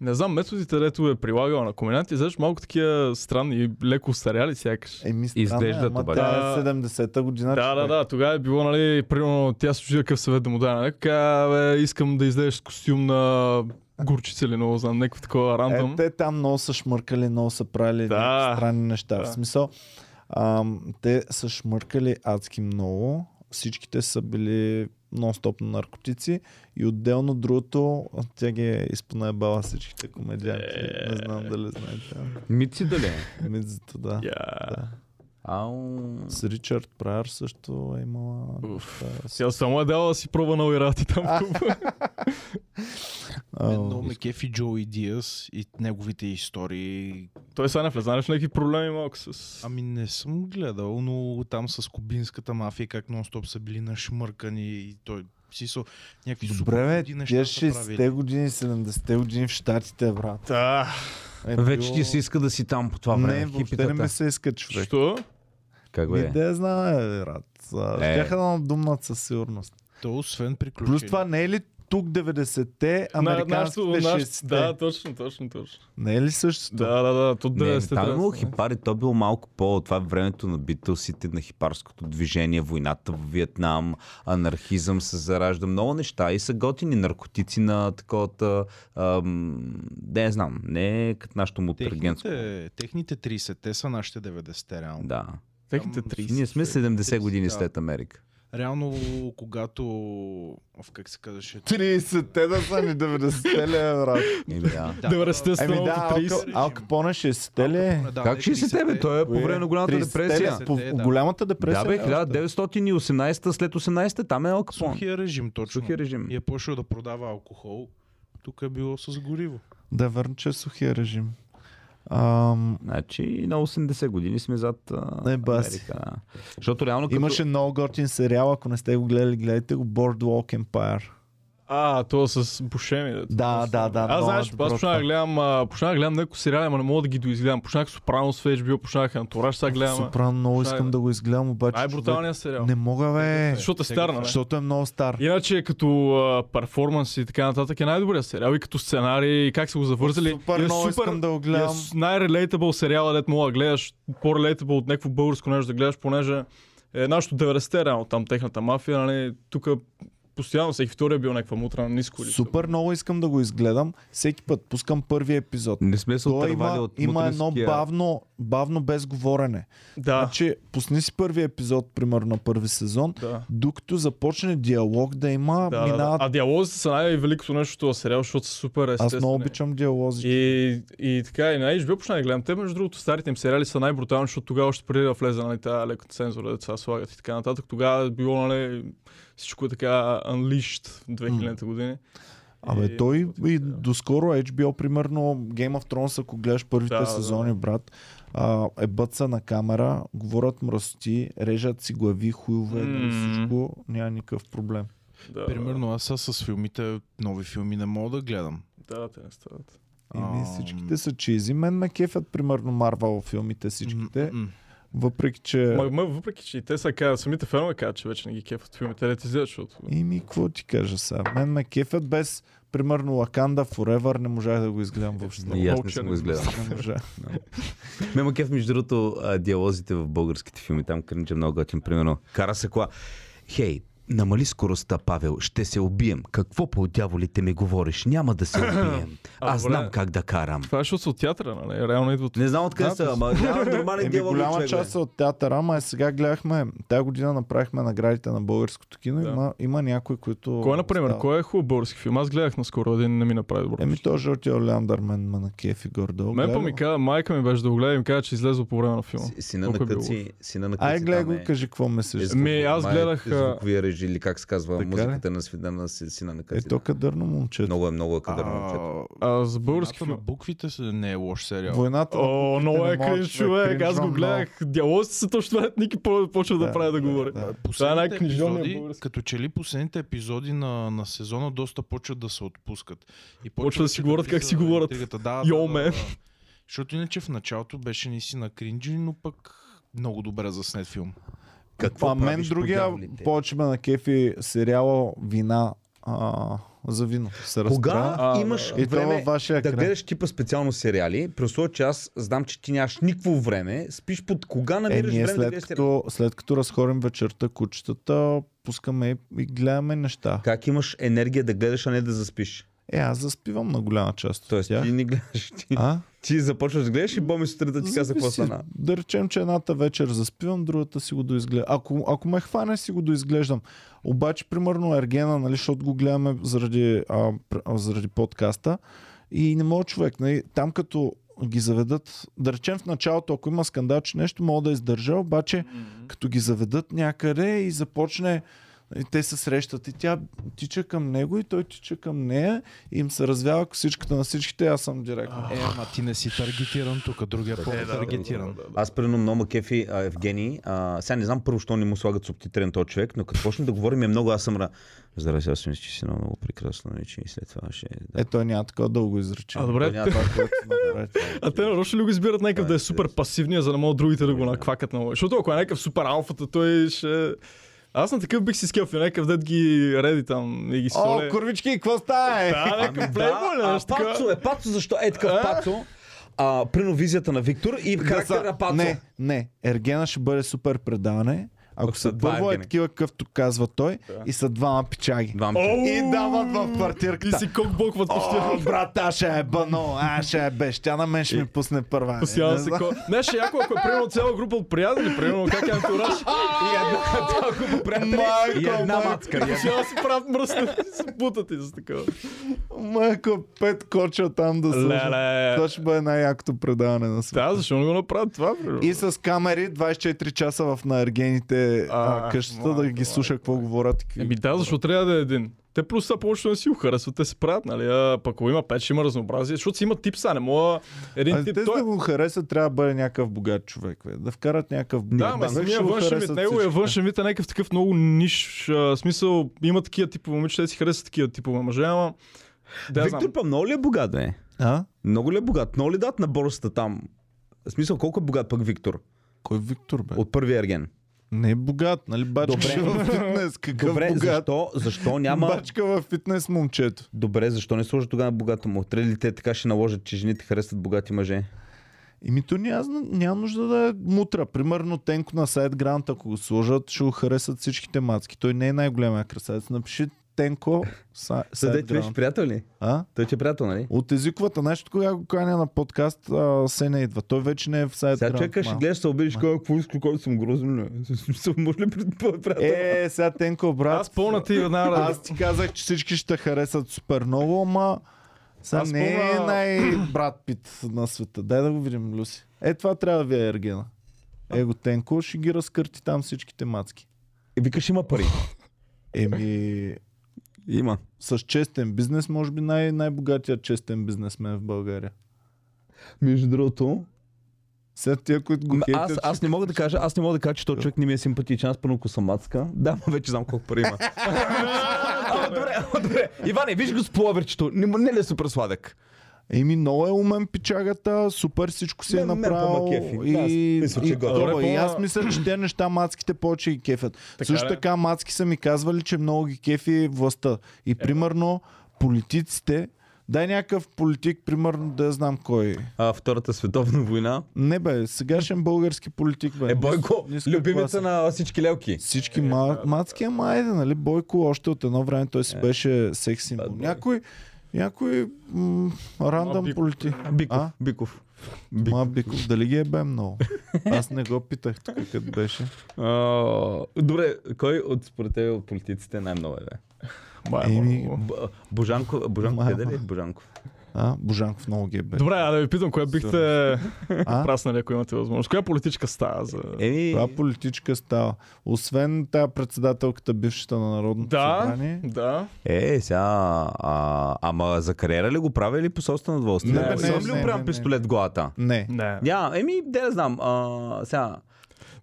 S3: не знам, методите, дето е прилагала на комедианти, знаеш, малко такива странни, леко старяли сякаш.
S1: Еми, странно е,
S6: Изглеждат
S1: ама
S6: обаче.
S1: Тя е 70-та година.
S3: Да, да,
S1: човек.
S3: да, тогава е било, нали, примерно, тя служи какъв съвет да му даде. Нали? Ка, бе, искам да излезеш с костюм на горчица или много знам, някакво такова рандъм.
S1: Е, те там много са шмъркали, много са правили
S3: Да.
S1: да. странни неща. Да.
S3: Да.
S1: В смисъл, ам, те са шмъркали адски много. Всичките са били нон-стоп на наркотици и отделно другото, тя ги е изпонаебала всичките комедианти. Не знам дали знаете.
S6: Мици дали? е?
S1: Мидзито, да.
S3: Е. Я.
S2: Ау.
S1: С Ричард Прайер също е имала...
S3: Уф.
S1: Да, с-
S3: Сега само е дала да си пробва нови работи там. в клуба. е
S1: а,
S5: Едно ме кефи Джои Диас и неговите истории.
S3: Той сега не влезе, нали, в някакви проблеми малко с...
S5: Ами не съм гледал, но там с кубинската мафия как нон-стоп са били нашмъркани и той си са някакви
S1: Добре, бе,
S5: супер
S1: тия
S5: неща са
S1: 60-те
S5: правили.
S1: години, 70-те години в Штатите, брат.
S3: Да,
S1: Е
S6: Вече
S1: било-
S6: ти се иска да си там по това
S1: Не,
S6: време.
S1: въобще не ми се иска човек.
S3: що?
S2: Как
S1: Ми
S2: бе?
S1: да я знае, брат. А,
S2: Е.
S1: Щяха да надумнат със сигурност.
S5: То освен приключения.
S1: Плюс това не е ли тук 90-те американските
S3: Нашето- наш-
S1: 60-те.
S3: Да, точно, точно, точно.
S1: Не е ли същото?
S3: Да, да, да. Тут
S2: Не, не,
S3: 90-те.
S2: там е имало
S3: да.
S2: хипари, то било малко по... Това е времето на битълсите, на хипарското движение, войната в Виетнам, анархизъм се заражда, много неща и са готини наркотици на таковата... Ам, не знам, не е като нашото му тергенско.
S5: Техните, техните 30, те са нашите 90-те реално.
S2: Да.
S3: Техните
S5: Там
S3: 30.
S2: Ние сме 70 години
S5: да.
S2: след Америка.
S5: Реално, когато... В как се казваше?
S1: 30-те да са ни 90-те ли, е, брат?
S2: Еми, да.
S3: 90-те са
S1: Еми да,
S3: много 30.
S1: алка, алка пона 60-те ли е?
S5: Да,
S2: как
S5: не,
S2: ще си
S5: 30-те.
S2: тебе? Той е по време на голямата
S1: 30-те ли?
S2: депресия.
S1: По
S5: Да.
S1: голямата
S2: Да,
S1: депресия.
S2: бе,
S1: ли още?
S2: 1918 след 18 там е Ал Капон.
S5: Сухия режим, точно.
S2: Сухия режим.
S5: И е почнал да продава алкохол. Тук е било с гориво.
S1: Да, върна, че е сухия режим. Ам,
S2: Значи на 80 години сме зад а,
S1: Не, баси.
S2: Америка. да. Защото реално като...
S1: имаше много готин сериал, ако не сте го гледали, гледайте го, Boardwalk Empire.
S3: А, то е с бушеми. Да,
S1: Да, да, да.
S3: Аз
S1: много
S3: знаеш,
S1: е добро
S3: аз почнах да
S1: това.
S3: гледам, а, почнах да гледам някои сериали, ама не мога да ги доизгледам. Почнах Сопранос в HBO, е почнах Антураж, сега гледам. а.
S1: Супрано, много
S3: Почнах,
S1: искам
S3: бе.
S1: да го изгледам, обаче човек,
S3: Най-бруталният сериал.
S1: не мога, бе,
S3: Защото е стар, нали?
S1: защото е много стар.
S3: Иначе като а, перформанс и така нататък е най-добрият сериал и като сценарий и как са го завързали.
S1: Супер
S3: И е
S1: много
S3: супер-
S1: искам да го
S3: и е
S1: гледам.
S3: с- най-релейтабъл сериала, дет мога да гледаш, по-релейтабъл от някакво българско нещо да гледаш, понеже е нашото 90-те реално, там техната мафия, нали, тук постоянно всеки втори е бил някаква мутра на ниско. лице.
S1: Супер много искам да го изгледам. Всеки път пускам първи епизод.
S2: Не сме се
S1: Той
S2: отървали
S1: има,
S2: от
S1: има едно
S2: мутренския-
S1: бавно, бавно без говорене.
S3: Да,
S1: Значи, пусни си първи епизод, примерно на първи сезон,
S3: да.
S1: докато започне диалог да има,
S3: Да, да, да.
S1: минават.
S3: А диалозите са най-великото нещо в този сериал, защото са супер
S1: Аз
S3: естествени.
S1: много обичам диалози.
S3: И, и така, и на HBO почна да гледам. Те, между другото, старите им сериали са най-брутални, защото тогава още преди да влезе нали, тази лека цензура, деца слагат и така нататък. Тогава е било, нали, всичко е така unleashed в 2000-те години.
S1: Абе,
S3: И-
S1: той и доскоро HBO, примерно Game of Thrones, ако гледаш първите
S3: Да,
S1: да,
S3: да,
S1: сезони,
S3: да.
S1: брат, а, е бъца на камера, говорят мръсоти, режат си глави, хуйове, mm.
S3: М.
S1: всичко, няма никакъв проблем.
S3: Да,
S5: Примерно аз сега с филмите, нови филми не мога да гледам.
S3: Да, те не стават.
S1: Еми,
S5: Ам.
S1: всичките са чизи. Мен ме кефят, примерно, Марвел филмите всичките,
S5: М-м.
S1: въпреки че...
S3: Ма, ма, въпреки, че и те са казват, самите фенове казват, че вече не ги кефат филмите, те излизат, защото...
S1: Ими, какво ти кажа сега? Мен ме кефят без, примерно, Лаканда Forever, не можах да го изгледам въобще.
S2: И аз не
S3: Мълча,
S2: съм
S3: не
S2: го изгледал.
S1: Не можах.
S2: Ме макев, между другото, а, диалозите в българските филми. Там кринджа много готин. Примерно, кара се кола. Хей, намали скоростта, Павел. Ще се убием. Какво по дяволите ми говориш? Няма да се убием.
S3: А,
S2: Аз
S3: добре.
S2: знам как да карам.
S3: Това е защото са от театъра, нали? Реално идват.
S2: Не знам откъде са, ама няма
S3: е
S2: нормален
S1: Еми,
S2: диалог.
S1: голяма
S2: човек, бе.
S1: част са от театъра, ама е сега гледахме, тази година направихме наградите на българското кино.
S3: Да.
S1: Има, има някои, които...
S3: Кой, например,
S1: остават.
S3: кой е хубав български филм? Аз гледах наскоро един, не ми направи добро.
S1: Еми, то жълтия Олеандър мен ме на кефи гордо.
S3: Мен па ми каза, майка ми беше да го гледа и ми каза, че излезе по време на филма.
S2: С- Сина на
S3: Колко е било?
S2: къци. Сина на къци.
S1: Ай, гледай го
S2: там
S1: и
S2: е-
S1: кажи какво мислиш.
S2: е
S1: за
S2: звук-
S3: Ми, аз
S2: май е
S3: гледах, а-
S2: Звуковия режи, или как се казва,
S1: Така ли?
S2: музиката на свида на си- сина на
S1: Е,
S2: къци.
S1: то кадърно момче.
S2: Много е, много е кадърно момчето.
S5: А,
S3: А за български
S5: Войната на
S3: филм.
S5: буквите са- не е лош сериал.
S1: Войната на
S3: О,
S1: буквите
S3: много
S1: не
S3: е
S1: мога,
S3: кринж човек, аз го
S1: кринжвам
S3: гледах. Диалозите са точно това, Ники по- почва да,
S1: Да,
S3: прави да
S1: да,
S3: говори.
S1: да.
S3: Това е
S5: Последните
S3: най-книжовният
S5: епизоди,
S3: български.
S5: като че ли последните епизоди на, на сезона доста почват да се отпускат. И
S3: Почва да си
S5: вече
S3: говорят как
S5: влиза
S3: си говорят.
S5: интригата. Да,
S3: Йо,
S5: да,
S3: ме.
S5: да, да. Защото иначе в началото беше наистина кринджи, но пък много добре заснет филм.
S2: Какво
S1: а мен
S2: правиш по
S1: другия
S2: дяволите?
S1: повече ме на кефи сериала Вина а, за вино. Се
S2: Кога
S1: разправя.
S3: А,
S2: имаш
S1: е И то
S2: време
S1: във вашия
S2: да
S1: екран.
S2: гледаш типа специално сериали, при условие, че аз знам, че ти нямаш никакво време, спиш под кога
S1: Е,
S2: намираш
S1: ние
S2: време да
S1: след
S2: гледаш сериали?
S1: като, след като разходим вечерта кучетата, пускаме и гледаме неща.
S2: Как имаш енергия да гледаш, а не да заспиш?
S1: Е, аз заспивам на голяма част от
S2: Тоест,
S1: тях.
S2: ти не гледаш. Ти,
S1: А?
S2: ти започваш да гледаш и Боми сутринта ти каза какво
S1: Зависи.
S2: стана.
S1: Да речем, че едната вечер заспивам, другата си го доизглеждам. Ако, ако ме хване, си го доизглеждам. Обаче, примерно, Ергена, нали, защото го гледаме заради, а, пр- а, заради подкаста, и не мога човек. Нали, там като ги заведат, да речем в началото, ако има скандал, че нещо мога да издържа, обаче като ги заведат някъде и започне и те се срещат и тя тича към него и той тича към нея и им се развява косичката на всичките, аз съм директно.
S5: Е, ама ти не си таргетиран тук, другия е по-таргетиран.
S2: Аз примерно много ме кефи а, Евгений. А, сега не знам първо, що не му слагат субтитри на този човек, но като почне да говорим е много, аз съм ра... Здравей, сега си мисля, че си много, много прекрасно, не, че и след това ще... Да.
S1: Е, той няма такова дълго изречение.
S3: А, добре.
S2: Няма това, което сме направили.
S3: А
S1: Е,
S3: те нарочно ли го избират някакъв е да е супер пасивния, за да могат другите да го наквакат много? Защото ако е някакъв супер алфата, той ще... Аз на такъв бих си скел някакъв дед ги реди там и ги
S1: О, Ами
S3: соле.
S1: курвички, какво става? е?
S3: Да, някакъв плейбой или
S2: Ами а,
S3: нещо такова.
S2: пацо, е, пацо, защо е такъв пацо? А, прино визията на Виктор и характер на пацо.
S1: Не, не. Ергена ще бъде супер предаване. Ако са
S2: два
S1: първо е
S2: Ергени.
S1: такива, какъвто казва той, и са двама пичаги.
S2: Двам-
S1: И дават в
S3: И
S1: квартирката.
S3: си кокбокват
S1: О,
S3: постоянно.
S1: брат, аз ще е бано, аз ще е беш. Тя на мен ще ми пусне първа. не,
S3: Постоянно
S1: не
S3: се
S1: знам.
S3: ко... Не, ще е яко, ако е примерно цяла група от приятели, примерно как е антураж,
S2: И една цяла купа приятели
S1: Майко,
S2: и една
S1: майко.
S2: мацка. И една-
S3: постоянно си правят мръсна, се бутат и за такова.
S1: Майко, пет коча там да слушам.
S3: Леле.
S1: Това ще бъде най-якото предаване на света.
S3: Да, защо не го направят това, примерно?
S1: И с камери 24 часа в наергените а,
S3: А,
S1: къщата да ги слуша Ами какво говорят. и какви-
S3: Еми да, защо трябва да е един? Те плюс са повечето не си го харесват, те се правят, нали? А, пък ако има пет, ще има разнообразие, защото си има тип са, не мога един
S1: А
S3: тип.
S1: Ами, те, за
S3: Е, Той...
S1: да го харесат, трябва да бъде някакъв богат човек. Бе. Да вкарат някакъв богат
S3: Да, ама
S1: човек, ще
S3: самия
S1: го
S3: външен вид,
S1: харесат
S3: него е
S1: всички.
S3: външен вид, е някакъв такъв много ниш а, смисъл. Има такива типове момичета, те си харесват такива типове мъже, ама... Да, знам.
S2: Виктор па много ли е богат, бе?
S1: А?
S2: Много ли е богат? Много ли дат на борсата там? В смисъл, колко е богат пък Виктор?
S1: Кой Виктор, бе?
S2: От първия ерген.
S1: Не е богат, нали? Бачка
S2: Добре.
S1: ще в фитнес. Какъв
S2: Добре,
S1: богат?
S2: защо, защо няма...
S1: Бачка в фитнес момчето.
S2: Добре, защо не сложат тогава богато му? Трябва ли те така ще наложат, че жените харесват богати мъже?
S1: Ими то няма, няма нужда да е мутра. Примерно Тенко на сайт Грант, ако го сложат, ще го харесат всичките мацки. Той не е най-големия красавец. Напиши Тенко са,
S2: Съдей,
S1: сайт
S2: ти беше
S1: Грант.
S2: приятел ли?
S1: А?
S2: Той ти е приятел, нали?
S1: От езиковата нещо, кога го каня на подкаст, а, се не идва. Той вече не е в сайт
S2: Сега
S1: Грант.
S2: чакаш, ще
S1: малко.
S2: гледаш, се обидиш, кой е, какво иска, кой съм грозен. не. В смисъл, Може ли пред твоя приятел?
S1: Е, сега Тенко, брат.
S3: Аз пълна ти една
S1: Аз ти казах, че всички ще харесат супер много, ама сега
S3: Аз
S1: не е
S3: помня-
S1: най-брат Пит на света. Дай да го видим, Люси. Е, това трябва да ви е Ергена. Его Тенко ще ги разкърти там всичките мацки.
S2: Е, Викаш, има пари.
S1: Еми,
S2: Има.
S1: с честен бизнес, може би най- най-богатия честен бизнесмен в България.
S2: Между другото,
S1: Сега тия, които го
S2: М,
S1: хейтят,
S2: аз, аз не мога да кажа, аз не мога да кажа, че този човек не ми е симпатичен. Аз първо ако съм мацка. Да, ма вече знам колко пари има. Ама добре, ама добре. Иване, виж го с пловерчето. Не, не ли е супер сладък?
S1: Еми, много е умен пичагата, супер всичко си е
S2: Мен- мен
S1: направил.
S2: по-ма кефи.
S1: И,
S2: Да, аз мисля, че
S1: и,
S2: е готин.
S1: добре,
S3: Добре,
S1: и
S3: по-ма-
S1: аз мисля, че те неща мацките повече ги кефят. Така Също
S3: ли? е?
S1: така мацки са ми казвали, че много ги кефи властта. И примерно политиците, дай някакъв политик, примерно да я знам кой.
S2: А, втората световна война.
S1: Не бе, сегашен български политик бе.
S2: Е, Бойко,
S1: Нис- ниска
S2: любимеца
S1: класа.
S2: на всички лелки.
S3: Е,
S1: Всички ма, мацки, ама айде, нали? Бойко още от едно време той си
S3: Е.
S1: беше секс
S2: Е,
S1: символ. Някой, някой м- рандъм
S3: Биков.
S1: политик.
S2: Биков,
S1: А?
S2: Биков.
S1: Ма Биков, дали ги е бе много? Аз не го питах тук, къде беше.
S2: А, добре, кой от според тебе от политиците най-много е? бе?
S1: Еми,
S2: Б- Божанко, Божанко,
S1: Ма-
S2: къде ли е Божанков?
S1: а, Божанков много ги е бе.
S3: Добре, а да ви питам, коя бихте
S1: А? Е,
S3: праснали, ако имате възможност. Коя политическа стая за...
S2: Еми,
S1: Това политическа става. Освен тая председателката, бившата на Народното
S3: Да,
S1: събрание.
S3: да.
S2: е, сега, а, ама за кариера ли го прави или по собствено удоволствие?
S1: Не, бе, не,
S2: Сам
S1: не,
S2: ли
S1: не,
S2: опрям
S1: не,
S2: пистолет в главата?
S1: Не.
S3: Не.
S2: Я, еми, де да знам, а, сега,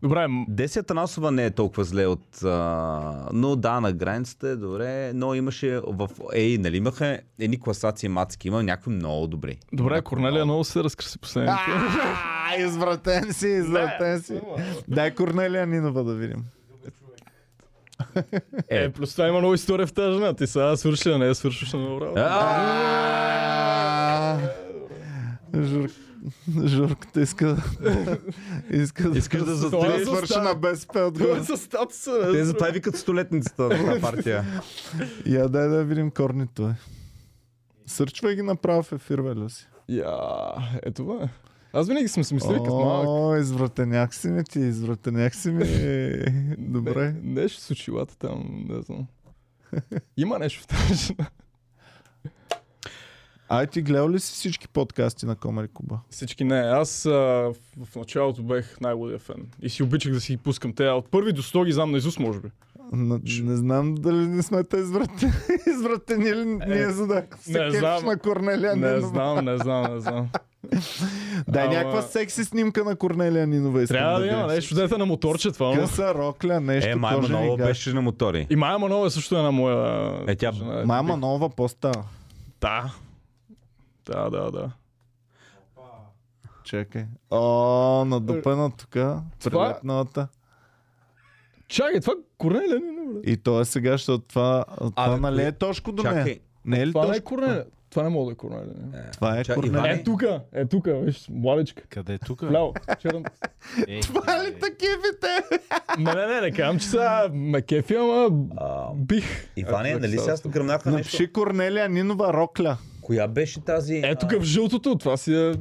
S3: Добре, м-
S2: Деся Танасова не е толкова зле от... А, но да, на границата е добре, но имаше в... Ей, нали имаха едни класации мацки, има някакви много добри.
S3: добре, Корнелия много се разкраси последните.
S1: А, извратен си, извратен си. Дай Корнелия Нинова да видим.
S2: Е.
S3: Е, плюс това има много история в тази жена. Ти сега свършиш, ли, не е свършиш на много работа.
S1: А, Жур... Журката иска да... иска да...
S2: Искаш да
S3: затвориш-
S1: да свърши на БСП
S3: Това е
S1: отгоре.
S3: за статуса.
S2: Те затова и викат столетницата на тази партия.
S1: Я дай да видим корнито е. Сърчвай ги направо в ефир, бе, си.
S3: Я, е това е. Аз винаги съм си мислил като малък.
S1: О, извратеняк си ми ти, извратеняк си ми. Добре.
S3: Не- Нещо с очилата там, не знам. Има нещо в тази жена.
S1: Ай, ти гледал ли си всички подкасти на Комари Куба?
S3: Всички не. Аз а, в- в началото бех най-големия фен. И си обичах да си ги пускам. Те от първи до 100 ги знам наизуст, може би.
S1: На, не знам дали не сме те извратени, извратени ли ние, за да се
S3: Е, не
S1: кефиш
S3: знам.
S1: на Корнелия
S3: Не
S1: Нинова.
S3: знам, не знам, не знам.
S1: Дай
S3: Ама-
S1: някаква секси снимка на Корнелия Нинова. искам
S3: Трябва да
S1: видя.
S3: има нещо, дете на моторче това. но-
S1: Къса, рокля, нещо.
S2: Е, Майя
S1: кожени
S2: Манова
S1: гащи.
S2: беше на мотори.
S3: И Майя Манова е също една моя...
S2: Е, тя-
S3: жена.
S1: Мама нова поста.
S3: Да. Да, да, да.
S1: Чакай. О, надупена тук. Прилепналата.
S3: Чакай, това Корнелия не е, бля.
S1: И то е сега, защото това, това
S2: бе,
S1: нали
S2: кое-
S1: е тошко до мен.
S2: Чакай.
S1: Не е ли
S3: Това не е
S1: тошко?
S3: Корнелия. Това не мога да е Корнелия. не.
S1: Това е
S2: Чакай,
S1: Корнелия.
S2: Иване.
S3: Е, тука, е, тука, виж, младичка.
S5: Къде е тук?
S3: Ляво, черен.
S5: Е,
S1: Това ли такивите?
S3: Не, не, не, не казвам, че са ме кефи, ама
S2: А,
S3: бих.
S2: Иване,
S3: Ако
S2: нали
S3: е
S2: сега
S3: става.
S2: гръмнаха нещо?
S1: Напиши Корнелия Нинова Рокля.
S2: Коя беше тази...
S3: Е, тук в жълтото, това си е...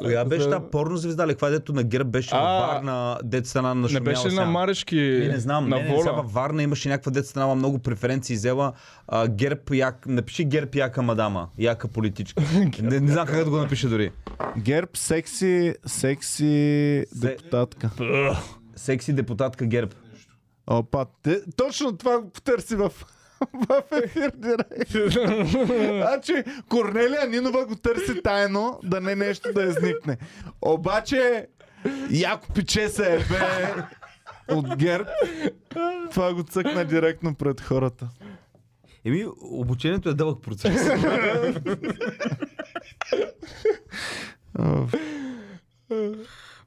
S2: Коя беше
S3: за-
S2: та порно звезда? ли? Каква е, дето на герб беше
S3: А,
S2: във Варна, дет страна на
S3: Не
S2: шумяла
S3: беше на
S2: сега?
S3: Марешки,
S2: Не, не знам.
S3: на
S2: не, не, сега във Варна имаше някаква дет страна, много преференции взела. А, герб, як... Напиши герб, яка мадама. Яка политичка. не, не знам как да го напиша дори.
S1: Герб секси, секси депутатка.
S2: Секси депутатка герб.
S1: Опа, те, точно това го потърси в, в ефир директ. Значи, Корнелия Нинова го търси тайно, да не нещо да изникне. Обаче, яко пиче се е бе от ГЕРБ. Това го цъкна директно пред хората.
S2: Еми, обучението е дълъг процес.
S3: Е,
S1: Оф.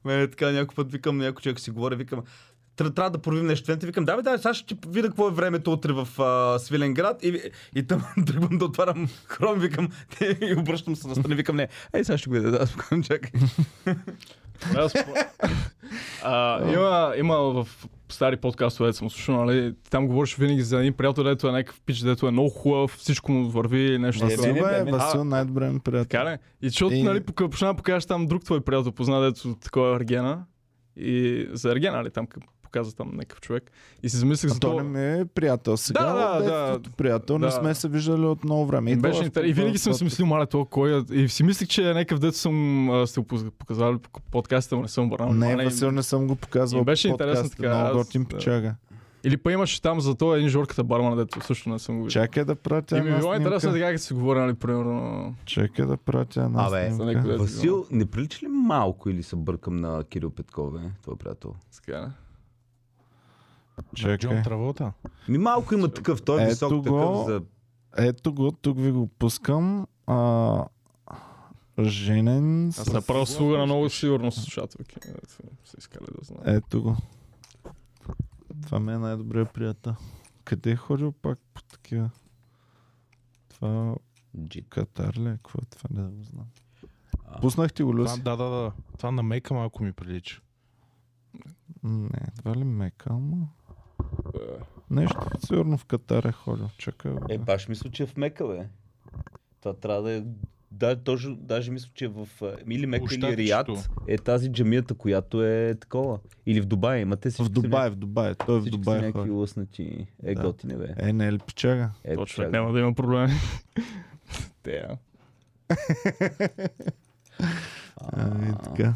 S2: Мене така някой път викам на някой човек, си говоря, викам, «Тра- трябва да проверим нещо. Венте, викам, да, бе, да, сега ще ти видя какво е времето утре в а, Свиленград и, и там тръгвам да отварям хром, викам, и обръщам се настрани, викам, не, ей, сега ще го видя, да, спокойно, чакай.
S3: Аз... а, има, има в стари подкастове, дето съм слушал, нали, там говориш винаги за един приятел, дето е някакъв пич, дето е много хубав, всичко му върви, нещо. такова.
S1: Васил е,
S3: А,
S1: Васил най-добре ми приятел.
S3: Така ли? И защото,
S1: И-
S3: нали, пока почна да покажеш там друг твой приятел, позна дето е такова Аргена. И за Аргена, нали, там къ- показа там някакъв човек. И си замислих за
S1: Антони
S3: това.
S1: ми е приятел сега.
S3: Да, да,
S1: от
S3: да.
S1: детството приятел. Не
S3: Да.
S1: сме се виждали от много време.
S3: И,
S1: Идвала
S3: беше
S1: в
S3: интерес. и винаги съм си
S1: Петроград.
S3: мислил, маля, това кой е. И си мислих, че е някакъв дето съм а, сте го поз- показали по подкаста, но не съм обърнал.
S1: Не,
S3: внимание.
S1: Васил не съм го показвал.
S3: Им беше
S1: по подкаста,
S3: интересно така,
S1: Много
S3: аз- е,
S1: готин печага.
S3: Или па имаше там за това един жорката барман, дето също не съм го виждал.
S1: Чакай да пратя
S3: И ми
S1: една
S3: било интересно
S1: снимка.
S3: така, като си говоря, нали, примерно.
S1: Чакай да пратя една
S2: Абе,
S1: снимка.
S3: за някой- Васил,
S2: не прилича ли малко или се бъркам на Кирил Петков, бе, твой приятел?
S3: Така, не?
S5: на Джон
S1: Чакай.
S5: Травота.
S2: Ми малко има такъв, той
S1: е Ето висок, такъв го. за- Ето го, тук ви го пускам. А, женен.
S3: Аз
S1: С...
S3: направя слуга на много сигурно слушателки. Дето Са искали да знаят.
S1: Ето го. Това ми е най-добрият приятел. Къде е ходил пак по такива? Това Катар ли? е? Какво е това? Не да го знам.
S2: А.
S1: Пуснах ти го,
S5: Това,
S1: Люси?
S5: да, да, да. Това на мека малко ми прилича.
S1: Не, това ли мека, ама... Нещо сигурно в Катар е ходил. Чакай. бе.
S2: Е, баш мисля, че е в Мека, бе. Това трябва да е... Да, точно, даже мисля, че е в а, или Мека или Рият
S5: Площадчето.
S2: е тази джамията, която е такова. Или в Дубай, имате си.
S1: В Дубай, в Дубай. Той е в
S2: всички са
S1: Дубай
S2: някакви
S1: ходи.
S2: лъснати. Е,
S1: Да.
S2: готине, бе.
S1: Е, не е ли печага?
S2: Е,
S3: То човек
S2: чакай.
S3: няма да има проблеми. Те, а.
S1: А, и Ами, така.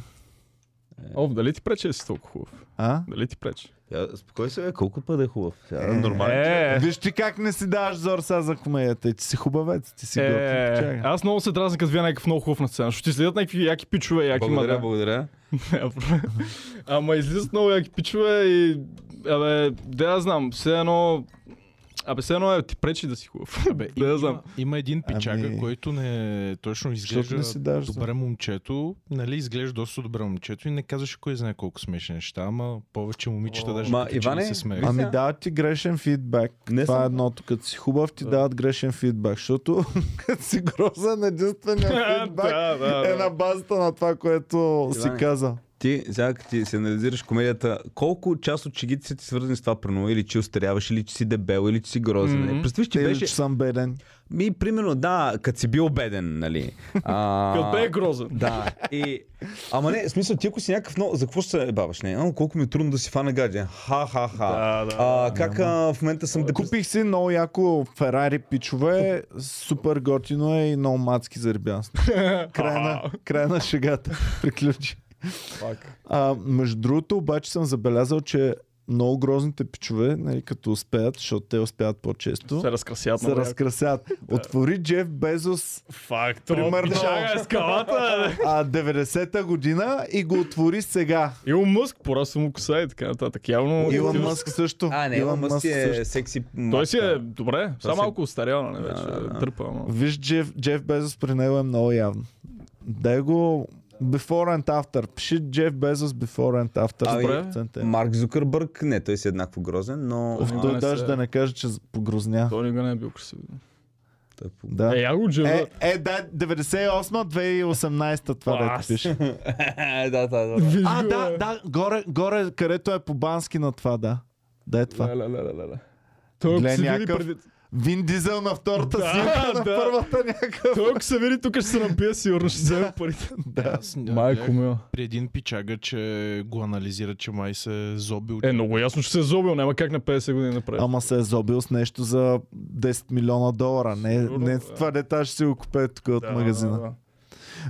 S3: О, дали ти пречи да си толкова хубав?
S1: А?
S3: Дали ти пречи?
S2: Я- Спокой се, бе, колко път е хубав. Сега,
S1: Е,
S2: нормален човек.
S3: Е,
S1: Виж ти как не си даваш зор сега за комедията. Ти си хубавец, ти си готин.
S3: е,
S1: Чакай.
S3: аз много се дразня, като видя някакъв много хубав на сцена. Ще ти следят някакви яки пичове,
S1: Значи
S3: яки
S2: Благодаря,
S3: мада.
S2: благодаря.
S3: Няма проблем. Ама излизат много яки пичове и... Абе, да я знам, все едно... Абе, все едно е, ти пречи да си хубав. Абе, да я знам.
S5: Има, има един пичага,
S1: Ами-
S5: който не точно
S1: Защото
S5: изглежда
S1: не си даваш зор.
S5: добре момчето. Нали, изглежда доста добре момчето и не казваше кой знае колко смешни неща, ама повече момичета даже
S2: Ма,
S5: като че ли
S2: Иване,
S5: се смеят.
S3: Е,
S2: виж-
S1: Ами
S2: сега.
S1: дават ти грешен фидбек.
S2: Не
S1: Това е
S2: съм-
S1: едното. Като си хубав, ти дават грешен фидбек. Защото като си грозен, единствения фидбек
S3: Да, да,
S1: е
S3: да.
S1: на базата на това, което си
S2: Иване.
S1: казал.
S2: Ти, сега като ти си анализираш комедията, колко част от чегите са ти свързани с това прано, или че устаряваш, или че си дебел, или че си грозен. Е,
S3: Мгм.
S2: Представиш, че
S1: Ти
S2: беше...
S1: че съм беден.
S2: Ми, примерно, да, като си бил беден, нали. А,
S3: Като е грозен.
S2: Да, и... Ама не, в смисъл, ти ако си някакъв много... За какво ще се бабаш? Не, а, колко ми е трудно да си фана гадже. Ха-ха-ха.
S3: Да, да.
S2: а, как а, в момента съм депресивен?
S1: Купих си много яко Ферари пичове, супер готино е и много мацки за рибянство. Край на, край на шегата. Приключи. А, между другото, обаче съм забелязал, че много грозните пичове, нали, като успеят, защото те успеят по-често,
S3: Се разкрасяват
S1: се
S3: много яко.
S1: разкрасят. Отвори Джеф Безос
S3: Факт, то
S1: Примерно.
S3: пичага е скалата. бе.
S1: а, 90-та година и го отвори сега.
S3: Илон Мъск, порасва му коса и така нататък. Явно...
S1: Илон Мъск също.
S2: А, не, Илон Мъск си е секси...
S3: Той си е добре, само
S2: си е-
S3: малко остарял, нали вече. Тръпа, ама.
S1: Виж, Джеф, Джеф Безос при него е много явно. Дай го Before and after. Пиши Джеф Безос before and after.
S2: Ами,
S1: 100% е.
S2: Марк Зукърбърг, не, той си е еднакво грозен, но...
S1: Оф,
S3: Ама
S1: Той
S3: не
S1: даже
S3: се-
S1: да не каже, че погрозня.
S3: Той никога не е бил красив.
S2: Той е по-
S1: Да.
S3: Е, я го джева.
S1: Е, е, да, 98-2018 това да
S3: Аз.
S1: пише.
S2: да, да, да. да.
S3: Виж
S1: А,
S3: го,
S1: да,
S3: бе.
S1: да, горе, горе, където е по бански на това, да. Да е това.
S3: Ля, ля, ля, ля, ля, ля. Той ако
S1: Гледай
S3: се види
S1: някакъв-
S3: преди...
S1: Вин Дизел на втората
S3: Да,
S1: си, на
S3: да.
S1: първата някакъв.
S3: Той ако се види, тук ще се набие сигурно, ще вземе парите.
S1: Да.
S5: Аз
S3: Майко
S5: гледах
S3: мила.
S5: При един пичага, че го анализира, че май се е зобил.
S3: Е, много ясно, че се е зобил, няма как на 50 години да прави.
S1: Ама се е зобил с нещо за 10 милиона долара. Не,
S3: Сигурно,
S1: не
S3: да.
S1: с това дета ще си го купя тук от магазина.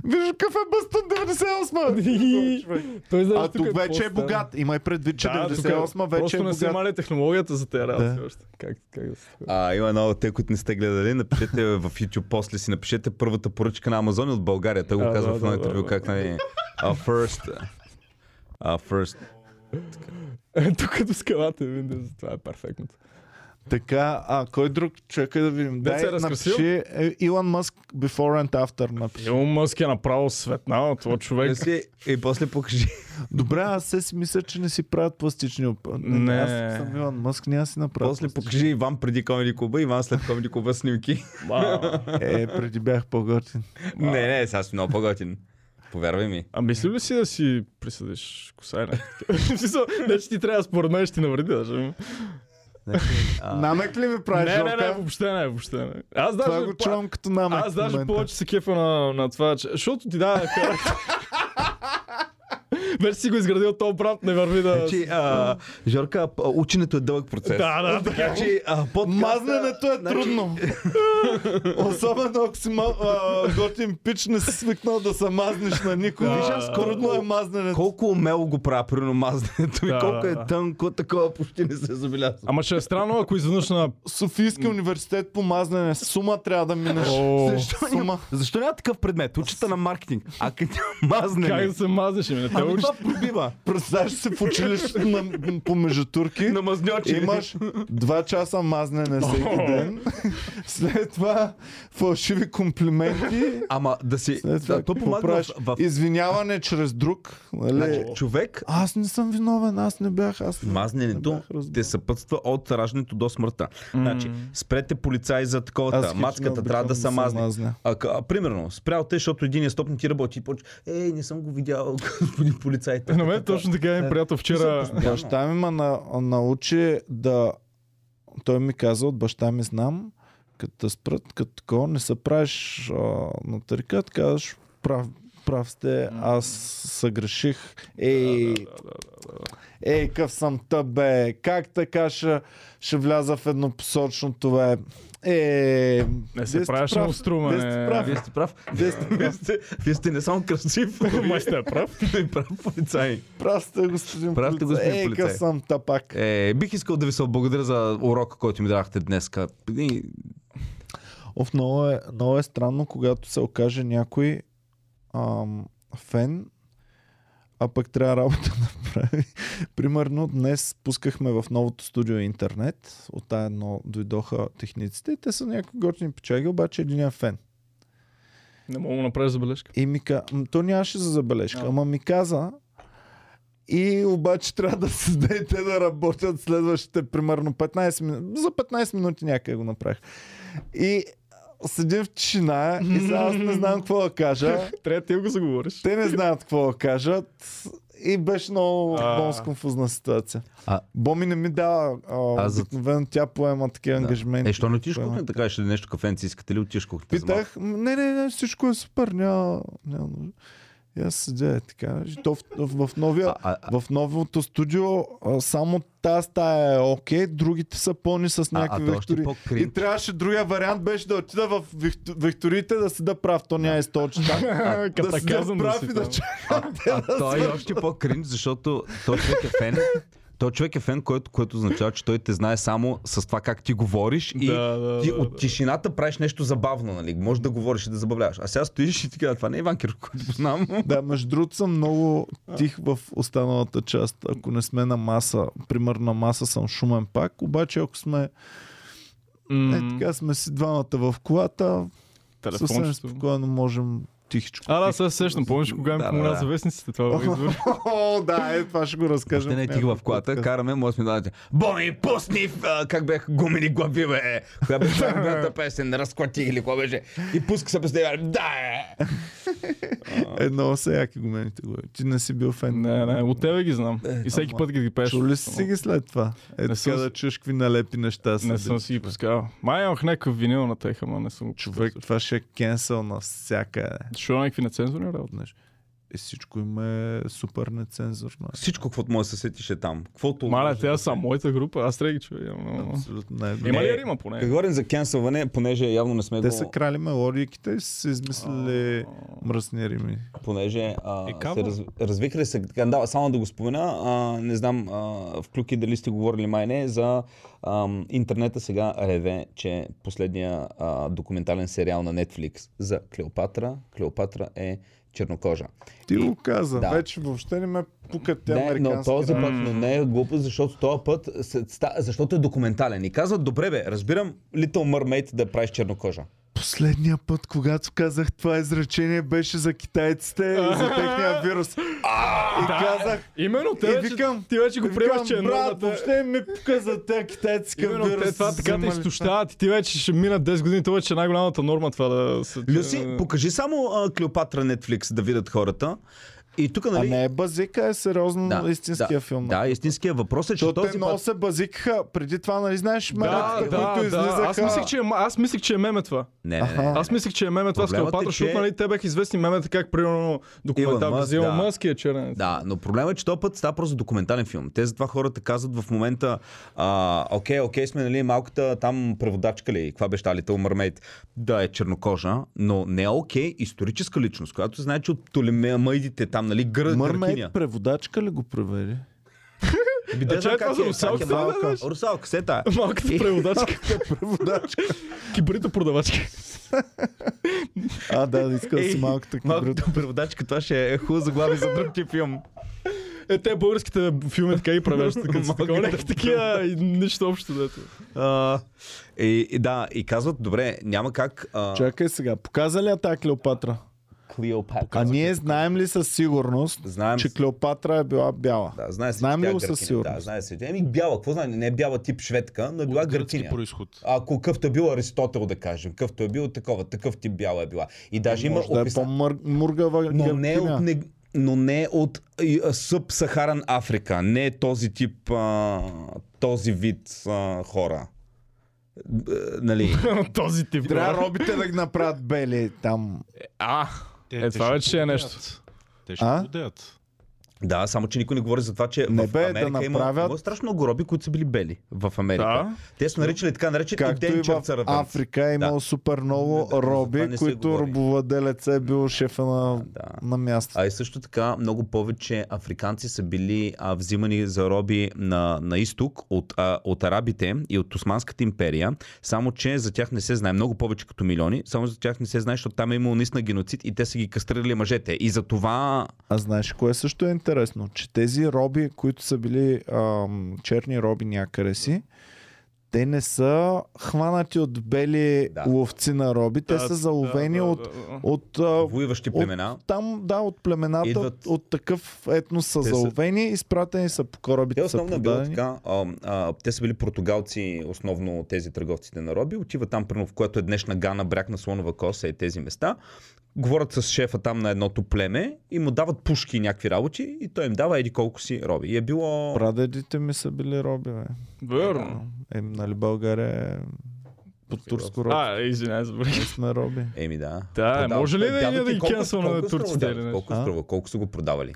S1: Виж какъв е бъстът 98
S3: Той знае,
S1: А
S3: че тук
S1: тук вече е
S3: по-стар.
S1: богат. Имай предвид, че
S3: Да, тук
S1: 98 вече
S3: Просто
S1: е
S3: не са
S1: богат.
S3: имали технологията за тези работи
S1: Да.
S3: още. Как, как да се
S2: А, има едно от те, които не сте гледали. Напишете в YouTube, после си напишете първата поръчка на Амазон от България. Той го
S3: А,
S2: казва
S3: да,
S2: в едно
S3: да,
S2: интервю,
S3: да,
S2: как нали... А, first... А, first...
S3: Е, тук като скалата, винде, това е перфектно.
S1: Така, а кой друг? Чакай да видим.
S3: Дет се е
S1: Дай,
S3: разкрасил?
S1: напиши е, Илон Мъск before and after. Напиши.
S3: Илон Мъск е направо светнал, това човек.
S2: После, и Е, после покажи.
S1: Добре, аз се си мисля, че не си правят пластични оп-
S3: Не.
S1: Аз съм Илон Мъск, няма си направя.
S2: После
S1: пластични.
S2: покажи Иван преди Комеди Клуба, Иван след Комеди Клуба снимки.
S3: Вау.
S1: Е, преди бях по-готин.
S2: не, не, сега си много по-готин. Повярвай ми.
S3: А мисли ли си да си присъдиш коса и нещо? В смисъл, Не, че ти трябва според мен, ще ти навреди даже. Не,
S1: Намек ли ми правиш?
S3: не, не,
S1: Жорка?
S3: въобще не, въобще не. Аз
S1: е Това
S3: даже...
S1: го
S3: по-
S1: чувам като намек.
S3: Аз
S1: в
S3: даже
S1: момента.
S3: повече се кефа на, на това, че... Защото ти дава характер. Вече си го изградил този брат, не върви
S1: Е,
S3: да...
S2: Значи, а, Жорка, а, ученето е дълъг процес.
S3: Да, да, така.
S1: е-
S2: Значи, а, подкаста...
S1: Мазненето е трудно. Особено ако си ма- а, готин пич, не си свикнал да се мазнеш на никого.
S3: Да. Виж, аз
S1: Трудно е мазненето.
S2: Колко умело го правя, примерно мазненето
S3: Да,
S2: и колко
S3: да,
S2: е
S3: да.
S2: тънко, такова почти не се забелязва.
S3: Ама ще е странно, ако изведнъж на...
S1: Софийски университет по мазнене. Сума трябва да минеш.
S3: О,
S1: Защо Сума.
S6: Защо няма такъв предмет? Учета на маркетинг. А като мазне.
S3: Как да се мазнеш, ами не те
S6: Ами
S3: учи.
S6: това пробива.
S1: Представяш се в училището на, по междутурки.
S6: На мазньочи.
S1: Имаш 2 часа мазнене всеки ден. След това фалшиви комплименти.
S2: Ама да си...
S1: След това
S2: Да, то помага в...
S1: поправиш.
S2: в...
S1: Извиняване чрез друг. Нали?
S2: Значи, човек
S1: Аз не съм виновен, аз не бях. Аз не...
S2: Мазненето
S1: бях разбрал.
S2: те съпътства от раждането до смъртта. Значи, спрете полицаи за таковата.
S1: хич не
S2: Мацката
S1: обичам
S2: трябва да са
S1: се
S2: мазни.
S1: мазня.
S2: А, к- а, примерно, спрял те, защото един е стоп не ти работи и почва. Ей, не съм го видял, господин полицай.
S3: На мен точно така е ми приятел вчера...
S1: Баща ми ме на, научи да... Той ми каза, от баща ми знам, като те спрат, като такова, не се правиш а, на тарикат, казваш, прав, прав сте, аз съгреших. Ей, ей, къв съм тъбе, как така ще, ще вляза в еднопосочно това е. Е,
S3: Не се
S1: вие сте
S3: правиш на
S1: прав,
S3: острумане.
S1: вие сте прав.
S2: Вие сте прав. Вие сте, вие сте, вие сте не само красив,
S3: Май сте прав.
S2: но и прав полицай.
S1: Прав сте, господин
S2: Прав сте, господин
S1: Ей,
S2: полицай.
S1: къв съм тъпак.
S2: Е, бих искал да ви се благодаря за урока, който ми дадахте днес. Е,
S1: Оф, много е, много е странно, когато се окаже някой ам, фен, а пък трябва работа да прави. Примерно днес пускахме в новото студио интернет. От тая едно дойдоха техниците и те са някакви готини печаги, обаче един е фен.
S3: Не мога да направиш забележка.
S1: И ми ка... М, То нямаше за забележка, ама ми каза и обаче трябва да се дадете да работят следващите примерно 15 минути. За 15 минути някъде го направих. И седим в тишина и сега аз не знам какво да кажа.
S3: Трябва ти да го заговориш.
S1: Те не знаят какво да кажат. И беше много,
S3: А.
S1: много сконфузна ситуация.
S2: А-
S1: Боми не ми дава. А,
S2: А за-
S1: обикновено тя поема такива ангажименти.
S2: Е, що не отиш
S1: Поема.
S2: кухня? Така ще нещо кафенце, искате ли отиш кухня? за малко?
S1: Питах, м, не, не, не, всичко е супер, няма, няма нужда. И аз седя е така. И То в, в, в, новия,
S2: А, а,
S1: в новото студио а, само тази стая е окей, другите са пълни с някакви
S2: а, а то е още
S1: виктори.
S2: по-кринч.
S1: И трябваше, другия вариант беше да отида в викто- викториите да седа прав, то няма източна.
S3: Като
S1: да седа
S3: казвам да
S1: прав и
S3: си
S1: да
S3: там.
S1: чакам те
S2: А
S1: да
S2: той е
S1: свършат.
S2: още по-кринч, защото той човек е фен. Той човек е фен, който, което означава, че той те знае само с това как ти говориш и
S3: Да, да,
S2: ти
S3: да,
S2: от
S3: да.
S2: тишината правиш нещо забавно, нали? Може да говориш и да забавляваш. А сега стоиш и ти казва, това не е Иван Кирков, който познавам.
S1: Да, между другото съм много тих в останалата част. Ако не сме на маса, примерно на маса съм шумен пак, обаче ако сме Е, така сме си двамата в колата. Съвсем
S3: Телефончето.
S1: спокойно можем Тихичко.
S3: А, да, сега се сещам. Помниш кога ми
S6: Да, да,
S3: помогна
S6: да.
S3: за вестниците това? го извори.
S1: О, да, е, това ще го разкажем.
S6: Още не е тих в колата, караме, може да сме дадете. Боми, пусни, в- а, как бях гумени глави, бе! Коя беше първата песен, разклати или какво беше? И пуска се песен, бе, да, е!
S1: Едно Е, са яки гумените глави. Ти не си бил фен.
S3: Не, не, от тебе ги знам. И всеки
S1: Е, ама.
S3: път ги ги пееш.
S1: Чу ли си си ги след това? Е, така
S3: съм-
S1: да чуеш какви налепи неща са.
S3: Не
S1: бе.
S3: съм си ги пускал. Май имах някакъв винил на теха, ама не съм го
S1: Човек, това ще е кенсъл навсякъде.
S3: Що някакви нецензурни работи?
S1: Знаеш, Е, всичко им е супер нецензурно.
S2: Всичко, каквото може да се сетиш е там. Каквото...
S3: Маля, те аз съм моята група, аз трябва да ги чуя. ама, ама.
S1: Абсолютно най
S3: Има
S2: Е,
S3: ли рима
S2: Като
S3: поне?
S2: говорим за кенсълване, понеже явно не сме
S1: Те
S2: го...
S1: са крали мелодиките и са измислили мръсни рими.
S2: Понеже а,
S5: Е,
S2: се
S5: кава.
S2: раз, развиха ли се... така, Да, само да го спомена, а, не знам а, в Клюки дали сте говорили май не, за а, интернета сега реве, че последния а, документален сериал на Netflix за Клеопатра, Клеопатра е чернокожа.
S1: Ти
S2: И-
S1: го каза,
S2: да.
S1: вече въобще не ме пукат те
S2: не, но
S1: американски.
S2: този
S1: работи.
S2: път но не е глупо, защото този път, се ста- защото е документален. И казват, добре бе, разбирам Little Mermaid да правиш чернокожа.
S1: Последния път, когато казах това изречение, беше за китайците и за техния вирус. И казах,
S3: Именно те
S1: И
S3: вече,
S1: Е, викам-
S3: ти вече го приемаш,
S1: викам,
S3: че е
S1: брат,
S3: новата.
S1: въобще ми пука за тези китайци към
S3: Именно
S1: вирус.
S3: те това така те
S1: вземали.
S3: изтощават и ти вече ще минат 10 години, това вече е най-голямата норма това да се...
S2: Люси, покажи само а, Клеопатра Netflix да видят хората. И тук,
S1: А
S2: нали...
S1: не е базика, е сериозно истинския
S2: да,
S1: филм.
S2: Да, истинския въпрос е, че
S1: То
S2: този
S1: те
S2: път...
S1: много се базикаха. Преди това, нали знаеш,
S3: Да,
S1: мерата,
S3: да,
S1: които
S3: да.
S1: излизаха.
S3: Аз мислих, че е, м- аз мислих, че е меме това.
S2: Не, не, не.
S1: Аха.
S3: Аз мислих, че е меме това с
S2: Проблемът е,
S3: Клеопатра, защото
S2: че-
S3: нали, те бяха известни мемета, как примерно документалка
S2: Мъск,
S3: за Илон
S2: да.
S3: Мъск и е черен.
S2: Да, но проблема е, че този път става просто документален филм. Те затова хората казват в момента, а, окей, окей сме, нали, малката там преводачка ли, каква беше та Little Mermaid, да е чернокожа, но не е окей историческа личност, която знае, че от Толемеамидите там, нали, гръд Дъркиня.
S1: Мърмейт преводачка ли го превери?
S2: Ами, де знам
S3: А чай,
S2: как
S3: това за
S2: е,
S3: русалките
S2: как е
S3: ли
S2: малка.
S3: беше?
S2: Русалка, се тая.
S3: Малката преводачка,
S1: Преводачка.
S3: кибрита продавачка.
S1: А, да, иска да си малко така. брат.
S2: Малката преводачка, това ще е хубаво заглавие за друг тип филм.
S3: Е, те българските филми така и правят, така са такова, някакви нали, такива и нищо общо дето.
S2: А, и, и да, и казват, добре, няма как... А...
S1: Чакай сега, показа ли я тая Клеопатра?
S2: Клеопатра.
S1: А ние знаем ли със сигурност,
S2: Знаем
S1: че
S2: с-
S1: Клеопатра е била бяла?
S2: Да, знае се,
S1: Знаем ли
S2: че тя
S1: го
S2: е
S1: със
S2: гъркиня. Да,
S1: сигурност?
S2: знае се. Еми бяла, какво знае? Не е бяла тип шведка, но е била
S5: Гръцки
S2: гъркиня.
S5: происход.
S2: Ако къвто е бил Аристотел, да кажем, къвто е бил такова, такъв тип бяла е била. И даже има
S1: Може да е
S2: описа-
S1: по-мургава
S2: но не е от, не, но не е от и, а, Събсахаран Африка. Не е този тип, а, този вид а, хора. Б- е, нали?
S3: Този тип.
S1: Трябва робите да ги направят бели там.
S3: А,
S5: Те,
S3: е, това
S5: ще
S3: вече е
S5: полудеят.
S3: нещо.
S5: Те ще
S1: А?
S5: подеят.
S2: да, само че никой не говори за това, че
S1: Не
S2: в
S1: бе, да
S2: Америка има,
S1: направят-
S2: има страшно много роби, които са били бели в Америка.
S3: Да.
S2: Те са наричали така наречените
S1: Както и в
S2: денчер цървенци.
S1: Африка е имало супер много
S2: Да, да, за това
S1: роби,
S2: не се
S1: които
S2: говори.
S1: робовладелец е бил шефа на,
S2: Да.
S1: на място.
S2: А и също така много повече африканци са били а, взимани за роби на, на изток от, а, от арабите и от Османската империя, само че за тях не се знае много повече като милиони, само за тях не се знае, защото там е имало наистина геноцид и те са ги кастрирали мъжете. И за това
S1: А знаеш, кое също е интересно? Че тези роби, които са били ам, черни роби някъде си, те не са хванати от бели
S2: Да.
S1: ловци на роби, те са заловени от, от, а,
S2: воюващи племена...
S1: от там, да, от племената, от,
S2: Идват-
S1: от такъв етнос са
S2: Те са-
S1: заловени, изпратени са по корабите.
S2: Те
S1: са
S2: основно е било
S1: продадени.
S2: така. А, а, те са били португалци, основно тези търговците на Роби. Отива там, примерно, в което е днешна Гана, бряг на Слонова коса и тези места. Говорят с шефа там на едното племе и му дават пушки и някакви работи и той им дава еди колко си роби. И е било...
S1: Прадедите ми са били роби, бе.
S3: Верно.
S1: Е, нали България е по
S2: Е,
S1: турско роби.
S3: А, извинявай, забравих.
S1: Ние сме роби.
S2: Еми да.
S3: Да,
S2: Продават.
S3: може ли да
S2: Е, дядо
S3: ние да
S2: ти
S3: ги
S2: колко-
S3: кенсълваме
S2: колко
S3: на
S2: струва
S3: турците
S2: дядо?
S3: или нещо?
S2: Колко
S1: А?
S2: струва? Колко са го продавали?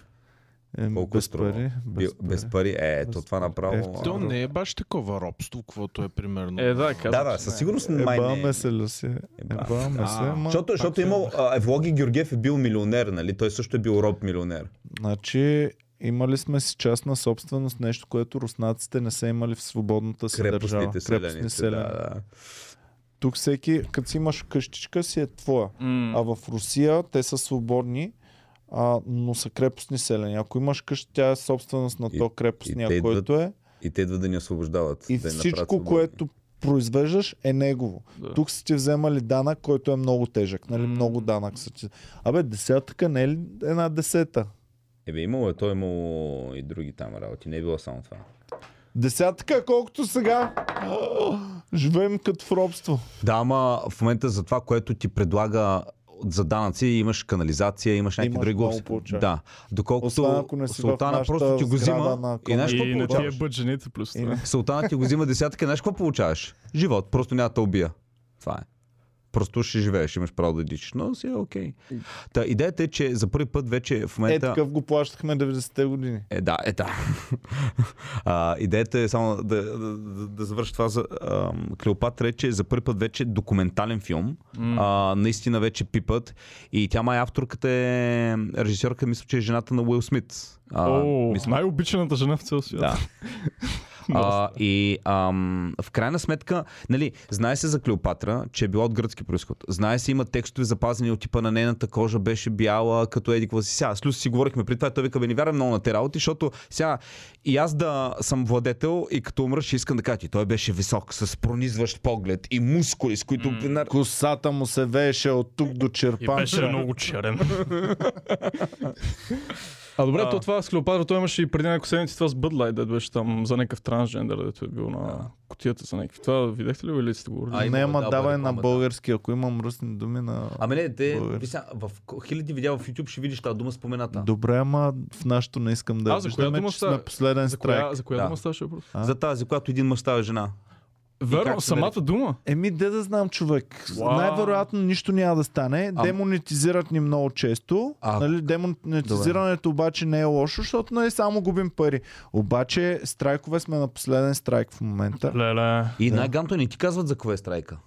S1: Е,
S2: Колко
S1: без
S2: струва?
S1: пари. Без,
S2: Без, без
S1: пари.
S2: пари. Е, то
S1: Без
S2: това
S1: пари.
S2: направо...
S1: Е,
S5: То не е баш такова робство, каквото е примерно.
S3: Е, да, казвам.
S2: Да, да, със сигурност май не е.
S1: Ебаваме се, Люси. Ебаваме се,
S5: А,
S1: ама...
S2: Защото, защото имал, а, Евлоги Георгиев е бил милионер, нали? Той също е бил роб милионер.
S1: Значи, имали сме си частна собственост, нещо, което руснаците не са имали в свободната си държава.
S2: Крепостните селеници. Да, да.
S1: Тук всеки, като си имаш къщичка, си е твоя.
S3: М.
S1: А в Русия те са свободни, а, но са крепостни селени. Ако имаш къща, тя е собственост на
S2: И-
S1: то
S2: и
S1: крепостния,
S2: те идват
S1: който е.
S2: И те идват да ни освобождават.
S1: И
S2: да ни направят
S1: всичко,
S2: свободни.
S1: което произвеждаш е негово.
S3: Да.
S1: Тук са ти вземали данък, който е много тежък. Нали? Много данък са ти. Абе, десятъка не е ли една десета?
S7: Ебе, имало е, той е имало и други там работи. Не е било само това.
S1: Десятъка, колкото сега. Живеем като в робство.
S2: Да, ама в момента за това, което ти предлага за данъци, имаш канализация, имаш някакви
S1: Имаш
S2: други
S1: много
S2: глупости.
S1: получаваш.
S2: Да.
S1: Освен
S2: Доколкото
S1: ако не си в
S2: султана
S1: нашата
S2: просто ти го
S1: сграда
S2: взима
S1: на
S2: и знаеш какво
S3: И на тия
S2: получаваш?
S3: бъджените плюс
S1: И на-
S3: това.
S2: Султана ти го взима десятъка, знаеш какво получаваш? Живот, просто няма да те убия. Това е. Просто ще живееш, имаш право да дичиш, но си е окей. Та, идеята е, че за първи път вече в
S1: Е,
S2: момента...
S1: такъв го плащахме 90-те години.
S2: Е, да, е, да. а, идеята е само да, да, да, да завърши това за ам, Клеопатра, е, че за първи път вече документален филм. Mm. А, наистина вече пипат. И тя май авторката е режисьорка, мисля, че е жената на Уил Смит. А,
S3: О,
S2: мисля,
S3: най-обичаната жена в цял свят.
S2: Да. а, и ам, в крайна сметка, нали, знае се за Клеопатра, че е била от гръцки происход. Знае се, има текстове запазени от типа на нейната кожа беше бяла, като еди какво си. Сега, с Люси си говорихме при това, той вика, бе, не вярвам много на те работи, защото сега и аз да съм владетел и като умра ще искам да кажа, ти той беше висок, с пронизващ поглед и мускули, с които... Mm.
S1: Косата му се вееше от тук до черпан.
S3: много черен. А добре, то това с Клеопатра, той имаше и преди няколко седмици това с Бъдлай, да беше там за някакъв трансжендър, дето е бил на кутията за някакви. Това видяхте ли го или сте говорили?
S7: А,
S1: Не,
S7: имало,
S1: ма
S7: да,
S1: давай
S7: бе,
S1: на
S7: реклама, да.
S1: български, ако имам мръсни думи на...
S7: Ами не, те,
S1: Българ.
S7: ви са- в ко- хиляди видеа в YouTube ще видиш тази дума спомената.
S1: Добре, ама в нашото не искам да
S3: А,
S1: я
S3: за коя
S1: виждаме,
S3: дума
S1: че
S3: ста-
S1: сме последен
S3: За коя,
S1: страйк.
S3: за коя
S2: Да.
S3: дума ставаше въпрос?
S1: А?
S2: За тази, която един мъж става жена.
S3: Верно,
S7: как се
S3: самата дума.
S1: Еми, де да знам, човек.
S3: Уау.
S1: Най-вероятно нищо няма да стане.
S2: Ам-
S1: Демонетизират ни много често.
S2: А,
S1: Нали, демонетизирането обаче не е лошо, защото не само губим пари. Обаче страйкове сме на последен страйк в момента.
S3: Леле.
S2: И
S1: Да.
S2: най-гамто не ти казват за кое е страйка.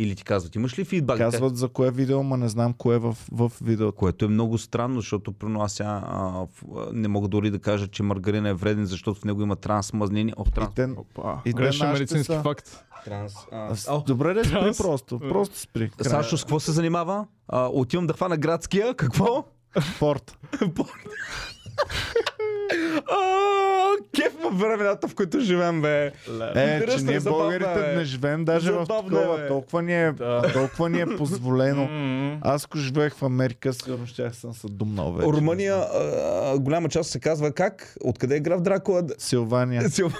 S2: Или ти казват, имаш ли фидбак?
S1: Казват за кое видео, ма не знам кое е в, в видеото.
S2: Което е много странно, защото прино аз сега, а, в- а, не мога дори да кажа, че маргарина е вреден, защото в него има трансмазнини. О, транс...
S1: И те,
S3: Опа.
S1: И те
S3: Грешен
S1: нашите
S3: медицински
S1: са-
S3: факт.
S7: Транс. А,
S1: Аз- Добре, да спри
S3: Транс.
S1: просто. Просто спри. Край.
S2: Сашо, с какво се занимава? А, отивам да хвана градския. Какво?
S1: Порт.
S2: А, Кеф във времената, в които живеем, бе.
S1: Е, че
S2: Интересно е,
S1: ние
S2: забавно е,
S1: българите
S2: бе.
S1: не живеем даже в
S2: Забавно е,
S1: такова.
S2: бе.
S1: Толкова ни е, толкова ни е позволено.
S3: М.
S1: Аз ако живеех в Америка, сигурно щях съм се думнал вече.
S7: Румъния, а, а, голяма част се казва как, откъде е граф Дракула? Д-
S1: Силвания.
S3: Е,
S7: Силван.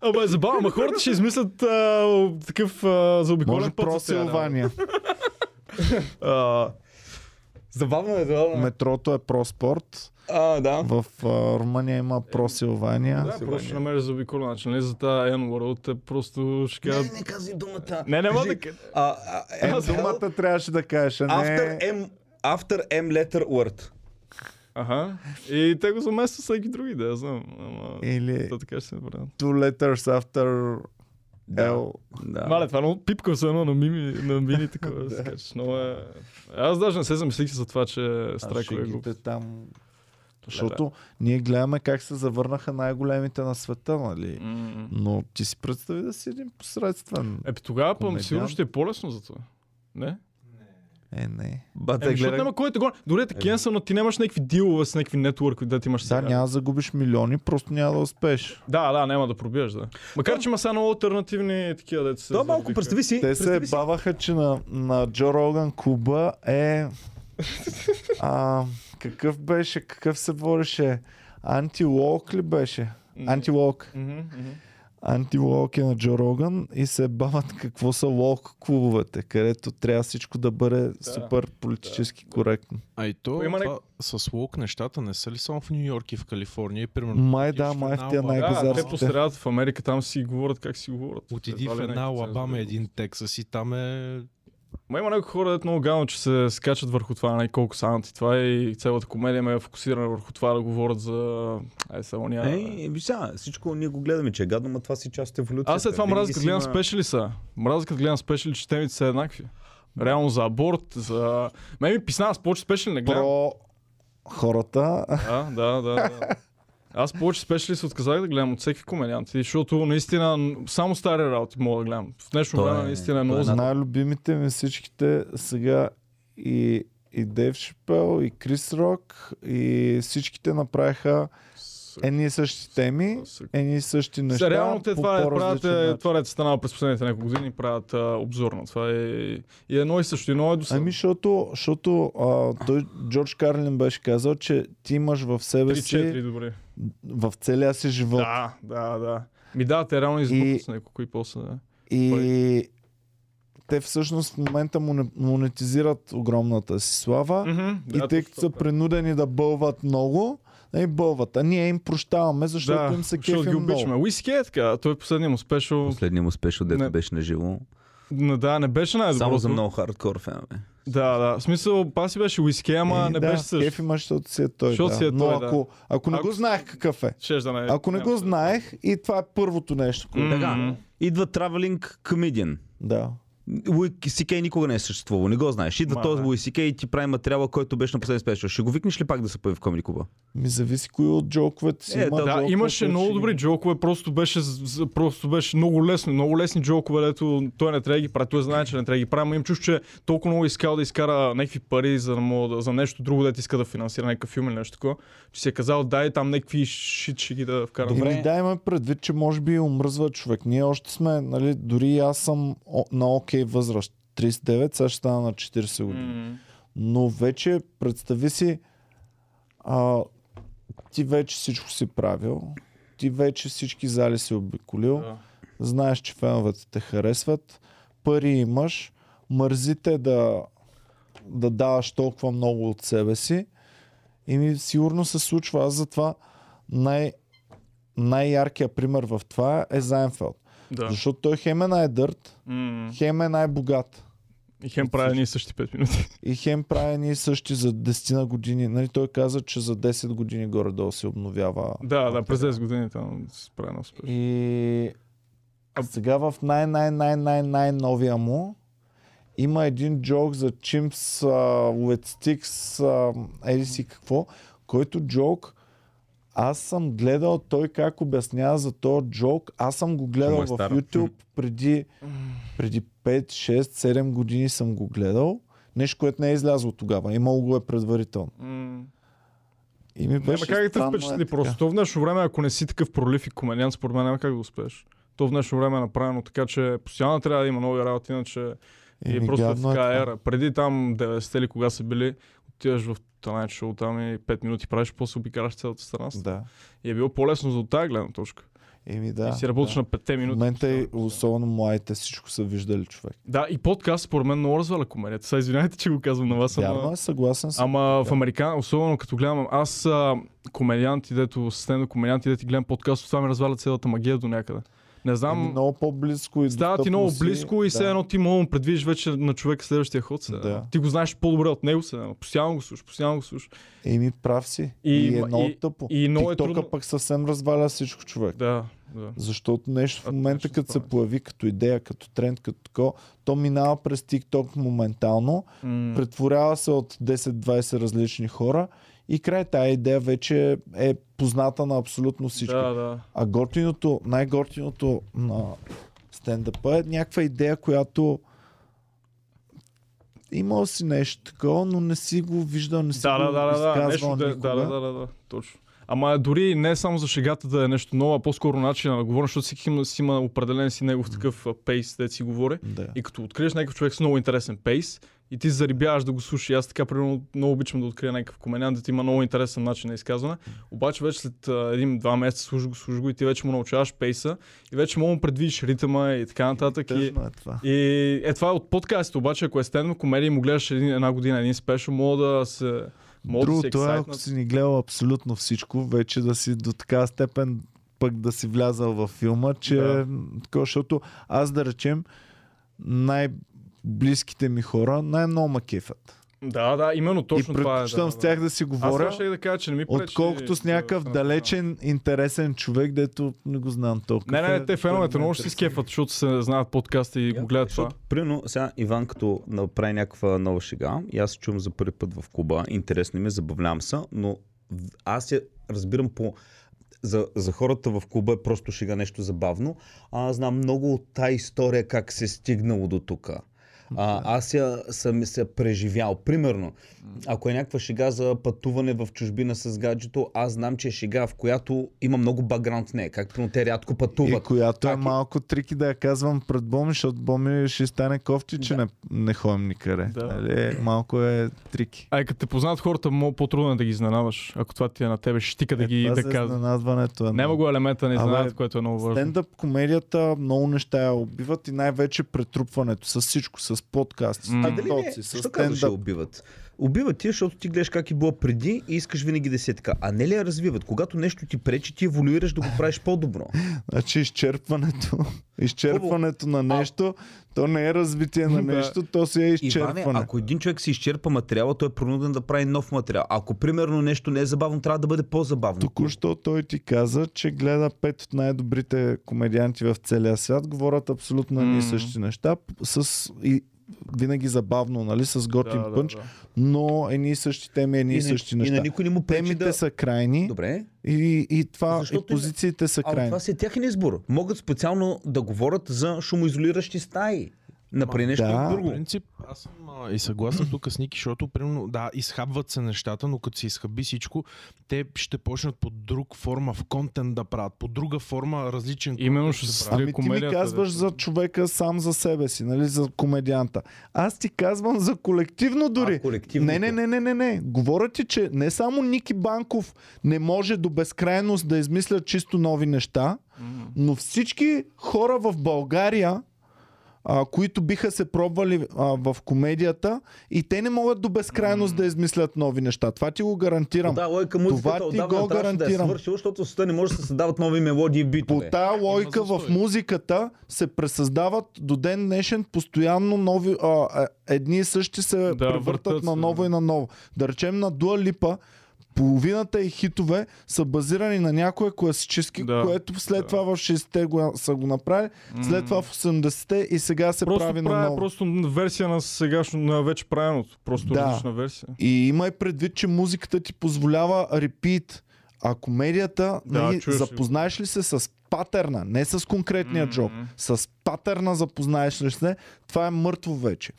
S3: Абе, забавно, ма хората ще измислят а, такъв а,
S1: Може
S3: заобиколен път.
S1: про
S3: за сега, да.
S1: Силвания.
S7: А, Забавно е, забавно е.
S1: Метрото е про спорт.
S7: А, да.
S1: В а, Румъния има про Силвания.
S3: Да, просто ще намериш заобиколен начин. Не за тази N-World, те просто ще
S2: Е,
S7: Не, не,
S3: кажат...
S7: не казвай думата.
S3: Не, не мога да...
S7: Кажи, А, а,
S1: Е,
S7: М-
S1: думата трябваше да кажеш, а не...
S7: After M, after M letter word.
S3: Ага. И те го заместват всеки други, да, я знам. Ама...
S1: Или
S3: То така ще се направят.
S1: two letters after L.
S3: Мале, това е много пипка, все едно на мими, на мини такова. да. се качиш. Много е... Аз даже не се замислих за това, че е страйкове го.
S1: шегите там. Защото ние гледаме как се завърнаха най-големите на света, нали? Но ти си представи да си един посредствен.
S3: Епи тогава пъм,
S1: Комедиант.
S3: сигурно ще е по-лесно за това. Не?
S1: Е, не.
S2: Бате,
S3: Еми, защото няма кой да го... Дори те кенсъл, но ти нямаш някакви дилове с някакви нетворки, да ти имаш
S1: Да,
S3: сега.
S1: няма да загубиш милиони, просто няма да успееш.
S3: Да, да, няма да пробиеш, да. Макар, че има сега много альтернативни такива деца. се
S7: То малко,
S3: завиваха.
S7: представи
S2: е
S7: си.
S1: Те се
S7: представи си.
S1: баваха, че на, на Джо Роган Куба е... А, какъв беше, какъв се водеше? Антилок ли беше? Антилок.
S3: Мгм, мгм.
S1: Антилок е на Джо Роган и се бават какво са лок клубовете, където трябва всичко да бъде супер политически коректно.
S5: А и то
S3: Има
S5: Има
S3: не-
S5: това, с лук нещата не са ли само в Нью Йорк и в Калифорния? И, примерно,
S1: Май
S5: отидеш
S1: да,
S5: в
S1: май
S5: една
S1: в тия
S5: Алабама-
S1: най-
S3: е Да,
S1: Най-базарските.
S3: те пострадат в Америка, там си говорят как си говорят.
S5: Отиди
S3: Едва
S5: в
S3: ли не,
S5: една
S3: не се
S5: Алабама,
S3: разбира.
S5: един Тексас и там е...
S3: Ма има някои хора, дето много гално, че се скачат върху това, най колко са анти това е и цялата комедия ме е фокусирана върху това да говорят за... Ай, само няма...
S7: Ей, е, ви сега, всичко ние го гледаме, че е гадно, но това си част от еволюцията.
S3: Аз след това
S7: Винаги
S3: мразя като
S7: си
S3: гледам
S7: има-
S3: спешили са. Мразя като гледам спешили, че темите са еднакви. Реално за аборт, за... Мен ми писна, аз повече спешили не гледам.
S1: Про хората,
S3: А, да, да, да. Аз повече спешили се отказах да гледам от всеки комедиант, защото наистина н- само стари работи мога да гледам. В днешно
S7: То
S3: време
S7: е-
S3: наистина е
S7: то е
S3: много
S7: една-
S1: най-любимите ми всичките сега и, и Дейв Шипел, и Крис Рок, и всичките направиха
S3: с- също.
S1: Едни и същи теми, едни и същи неща.
S3: Сега, реално те
S1: по
S3: това е, правят,
S1: по-различен
S3: е,
S1: начин.
S3: това е станало през последните няколко години, правят а, обзор на това. Е, и едно и също, едно е досадно.
S1: Ами, защото, защото а, той, Джордж Карлин беше казал, че ти имаш в себе си,
S3: 3-4, добре.
S1: в целия си живот.
S3: Да, да, да. Ми да, те реално избухват с няколко и после. Да.
S1: И те всъщност в момента моне- монетизират огромната си слава.
S3: Мгм,
S1: И
S3: да,
S1: тъй
S3: точно
S1: като са
S3: така.
S1: принудени да бълват много, и бълват. А ние им прощаваме, защото
S3: да,
S1: им се
S3: защото
S1: кефи
S3: ги
S1: много.
S3: обичаме. Уиски е така, той е последния му спешъл.
S2: Последният му спешъл, дето
S3: Не.
S2: беше на живо.
S3: Не, да, не беше най-доброто.
S2: Само за много хардкор фенове.
S3: Да, да. В смисъл, паси беше уиски, ама
S1: Е,
S3: не
S1: да,
S3: беше също.
S1: Кеф има, защото си е той.
S3: Защото
S1: да.
S3: си е
S1: Но
S3: той, да.
S1: ако, ако не
S3: Ако
S1: го
S3: си-
S1: знаех какъв е.
S3: Щеш да не е.
S1: Ако не
S3: няма
S1: го
S3: да-
S1: знаех, и това е първото нещо.
S3: М,
S1: Което...
S2: Така, идва Traveling Comedian.
S1: Да.
S2: Луи Сикей никога не е съществувал, не го знаеш. Идва
S3: Ма,
S2: този
S3: да.
S2: Луи Сикей и ти прави материала, който беше на последния спешъл. Ще го викнеш ли пак да се появи в Комеди Куба?
S1: Ми зависи кои от джоковете си.
S2: Е,
S1: има
S2: да,
S3: Да,
S1: джокове,
S3: имаше
S1: които
S3: много
S1: ще-
S3: добри джокове, просто беше, з- з- просто беше много лесно, много лесни джокове, дето той не трябва да ги прави, той знае, че не трябва да ги прави, но им чуш, че толкова много искал да изкара някакви пари за, да мога да, за нещо друго, дето иска да финансира някакъв филм или нещо такова, че си е казал, дай там някакви шит ще ги да вкарам.
S1: Добре. Еми, да, има предвид, че може би умръзва човек. Ние още сме, нали, дори и аз съм о- на окей възраст. 39, сега ще стана на 40 години.
S3: М,
S1: Но вече представи си, а, ти вече всичко си правил, ти вече всички зали си обиколил,
S3: Да.
S1: знаеш, че феновете те харесват, пари имаш, мързите да, да даваш толкова много от себе си. И ми сигурно се случва. Аз затова най- най-яркият пример в това е Зайнфелд.
S3: да.
S1: Защото той хем е най-дърт,
S3: М,
S1: хем е най-богат.
S3: И хем прави едни и същи 5 минути.
S1: И хем прави едни и същи за 10 на години. Нали, той каза, че за 10 години горе-долу се обновява.
S3: да, да, през 10 години там се прави на успех.
S1: И а сега в най-най-най-най-най-новия му има един джок за чимпс, with sticks, а, еди си какво, който джок аз съм гледал той как обяснява за този джок. Аз съм го гледал
S2: Много е
S1: в
S2: стар.
S1: YouTube преди, преди 5, 6, 7 години съм го гледал. Нещо, което не е излязло тогава. Имало го е предварително.
S3: М.
S1: И ми
S3: Ама
S1: беше
S3: как да те
S1: странно, е
S3: впечатли
S1: така.
S3: просто? То в днешно време, ако не си такъв пролив и комедиан, според мен няма как да успееш. То в днешно време е направено така, че постоянно трябва да има нови работи, иначе и,
S1: Еми,
S3: просто е в
S1: гадно е
S3: така
S1: това.
S3: ера. Преди там 90-те ли кога са били, отиваш в Танайт шоу там и 5 минути правиш, после обикараш цялата страна.
S1: Да.
S3: И е било по-лесно за от тази гледна точка.
S1: Еми да.
S3: и си работиш
S1: да.
S3: на 5
S1: В
S3: минути.
S1: момента и особено младите всичко са виждали човек.
S3: Да, и подкаст според мен много разваля комедията. Сега извинявайте, че го казвам на вас, ама...
S1: Вярно е, съгласен съм.
S3: Ама в Американ, особено като гледам, аз а, комедианти, дето стендъп комедианти, дето гледам подкаст, това ми разваля цялата магия до някъде. Не
S1: Ами
S3: знам,
S1: много по-близко и
S3: става ти
S1: достъпно
S3: много
S1: си.
S3: близко и все
S1: да.
S3: едно ти мога да му предвидиш вече на човек следващия ход. Се.
S1: Да.
S3: Ти го знаеш по-добре от него, се. едно. Постоянно го слушаш, постоянно го слушаш.
S1: Еми прав си. И,
S3: И-
S1: и е много
S3: и-
S1: тъпо.
S3: и много е
S1: TikTok-а
S3: трудно-
S1: пък съвсем разваля всичко човек.
S3: Да, да.
S1: Защото нещо в
S3: А,
S1: момента,
S3: точно
S1: като се
S3: това е.
S1: появи като идея, като тренд, като тако, то минава през TikTok моментално,
S3: М,
S1: претворява се от 10-20 различни хора и край тая идея вече е позната на абсолютно всички.
S3: Да, да.
S1: А готиното, най-готиното на стендъпа е някаква идея, която имал си нещо такова, но не си го виждал, не си
S3: Да,
S1: го
S3: да, да, да, да,
S1: изказвал
S3: нещо, да,
S1: никога.
S3: да, да, да, да, да, точно. Ама дори не само за шегата да е нещо ново, а по-скоро начин на говорене, защото всеки има, си има определен си негов такъв а, пейс, да си говори.
S1: Да.
S3: И като откриеш някакъв човек с много интересен пейс, и ти зарибяваш да го слушаш. И Аз така, примерно, много обичам да открия някакъв комедиант, да ти има много интересен начин на изказване. Обаче вече след а, един-два месеца слушаш го, слушаш го и ти вече му научаваш пейса и вече мога да му предвидиш ритъма и така нататък. И,
S1: Тъжно е това.
S3: и е това е от подкастите, обаче ако е стендъп комедия и му гледаш един, една година един спешъл, мога да се... Мога да се
S1: Другото е, ако
S3: ексайтнат.
S1: си ни гледал абсолютно всичко, вече да си до така степен пък да си влязал във филма, че
S3: Да.
S1: м, такова, защото аз да речем най-близките ми хора най-много ма кефят.
S3: Да, да, именно точно
S1: и
S3: това е.
S1: предпочитам
S3: да,
S1: с
S3: да.
S1: тях да си
S3: Аз това
S1: говоря.
S3: ще да кажа, че не ми пречи.
S1: Отколкото с
S3: да-
S1: някакъв
S3: да-
S1: далечен, интересен човек, дето не го знам толкова.
S3: Не, не, те феновете много ще
S1: е
S3: си скефат, защото се знаят подкаста и го гледат това.
S2: Е, Защото, примерно, сега Иван като направи някаква нова шега и аз се чувам за първи път в клуба, интересно ми, е, забавлявам се, но в- аз я разбирам по... За, за хората в клуба е просто шега нещо забавно, а аз знам много от тази история как се е стигнало до тук. А, аз я, съм се преживял. Примерно, ако е някаква шега за пътуване в чужбина с гаджето, аз знам, че е шега, в която има много баграунд в нея. Как примерно те рядко
S1: И
S2: пътуват.
S1: която е
S2: Как-
S1: малко трики да я казвам пред Боми, защото Боми ще стане кофти, че не, не ходим никъде.
S3: Да.
S1: Нали? Малко е трики.
S3: Ай, като те познат хората, много по-трудно е да ги изненаваш, ако това ти е на тебе щика да ги
S1: е,
S3: да
S1: това за
S3: казва.
S1: изненадването е
S3: Няма
S1: много.
S3: го елемента на
S1: Абе,
S3: изненадата, което е много важно.
S1: Стендъп комедията много неща я убиват и най-вече претрупването с всичко, с подкасти, с
S3: М.
S2: А дали не?
S1: тиктоци, с
S2: Що казваш, я
S1: стендъп.
S2: убиват? Убиват ти, защото ти гледаш как е било преди и искаш винаги да си е така. А не ли я развиват? Когато нещо ти пречи, ти еволюираш да го правиш по-добро.
S1: Значи изчерпването, изчерпването на нещо, то не е развитие на
S3: Да.
S1: нещо, то си е
S6: Иване,
S1: изчерпване.
S6: ако един човек си изчерпа материала, той е принуден да прави нов материал. Ако примерно нещо не е забавно, трябва да бъде по-забавно.
S1: Току-що той ти каза, че гледа пет от най-добрите комедианти в целия свят, говорят абсолютно едни и същи неща, п- с и винаги забавно, нали, с готин
S3: Да, да,
S1: пънч,
S3: да.
S1: но едни и същи теми, едни и,
S2: И на-
S1: същи
S2: и на
S1: неща.
S2: никой не му пречи
S1: Темите
S2: да-
S1: са крайни
S2: Добре.
S1: и, и, това, и
S2: Защото и на-
S1: позициите са
S2: А
S1: крайни.
S2: това си е тяхен избор. Могат специално да говорят за шумоизолиращи стаи. Например, нещо
S1: да.
S5: По
S2: друго.
S5: принцип, аз съм а, и съгласен тук с Ники, защото примерно, да, изхабват се нещата, но като се изхаби всичко, те ще почнат по друг форма в контент да правят, по друга форма различен
S3: Именно
S5: контент
S3: ще се
S5: правят.
S1: Ами ти ми
S3: комедията,
S1: казваш
S3: да.
S1: за човека сам за себе си, нали, за комедианта. Аз ти казвам за колективно дори.
S2: А, колективното.
S1: Не, не, не, не, не, не. Говоря ти, че не само Ники Банков не може до безкрайност да измисля чисто нови неща, но всички хора в България, а, които биха се пробвали а, в комедията, и те не могат до безкрайност да измислят нови неща. Това ти го гарантирам.
S2: Да, лойка музиката
S1: Това ти
S2: отдавна
S1: го
S2: трябваше да е
S1: гарантирам.
S2: свършила, защото света не може да се създават нови мелодии и
S1: По
S2: битове.
S1: тая логика в
S5: защо, бе.
S1: музиката се пресъздават до ден днешен постоянно нови, а, е, едни и същи се да, превъртат
S3: въртат
S1: на
S3: се,
S1: ново
S3: да.
S1: и на ново. Да речем на Дуа Липа, половината и хитове са базирани на някои класически, да,
S3: Да,
S1: което след да. това в 60-те го, са го направили, след това в 80-те и сега се
S3: Просто
S1: прави на
S3: правя
S1: ново.
S3: просто версия на сегашно, на вече правеното. Просто
S1: Да.
S3: различна версия.
S1: И имай предвид, че музиката ти позволява репит. А комедията, да,
S3: Да,
S1: нали,
S3: чуеш ли го?
S1: запознаеш ли се с патърна, не с конкретния mm-hmm. джоб, с патърна запознаеш ли се, това е мъртво вече.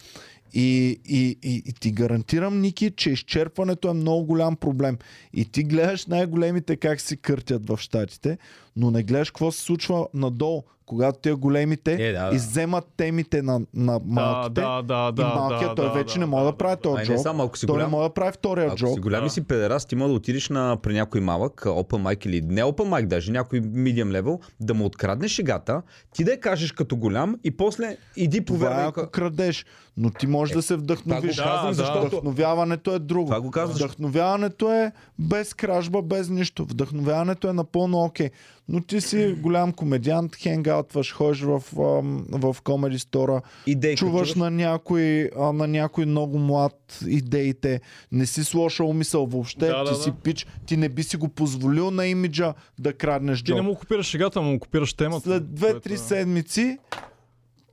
S1: И, и, и, и ти гарантирам, Ники, че изчерпването е много голям проблем. И ти гледаш най-големите как си къртят в щатите, но не гледаш какво се случва надолу, когато тия големите
S2: Е, да, да.
S1: изземат темите на, на малките.
S3: да, да, да,
S1: и малкият
S3: да,
S1: той
S3: да,
S1: вече
S3: да,
S1: не може да,
S3: да,
S1: прави
S3: да.
S1: този
S2: Ай, не
S1: джоб.
S2: само ако си
S1: той
S2: голям.
S1: не може да прави втория
S2: Ако
S1: джоб.
S2: си голям и си педераст, ти може да отидеш на, при някой малък, а, open mic или не open mic даже, някой medium level, да му откраднеш шегата, ти да я кажеш като голям и после иди
S1: Това е
S2: повернай.
S1: ако крадеш, но ти можеш да се вдъхновиш.
S2: Е, това го казвам,
S3: Да,
S2: защото-
S1: Вдъхновяването е друго.
S2: Това го казвам, защото-
S1: Вдъхновяването е без кражба, без нищо. Вдъхновяването е напълно окей. Но ти си голям комедиант, хенгаутваш, ходиш в, ам, в комеди стора,
S2: Идейка,
S1: чуваш на някой, а, на някой много млад идеите, не си с лоша умисъл въобще,
S3: Да,
S1: ти
S3: да,
S1: си
S3: да.
S1: пич, ти не би си го позволил на имиджа да краднеш
S3: Ти
S1: джоб.
S3: не му купираш шегата, му купираш темата.
S1: След
S3: което
S1: 2-3
S3: е-
S1: седмици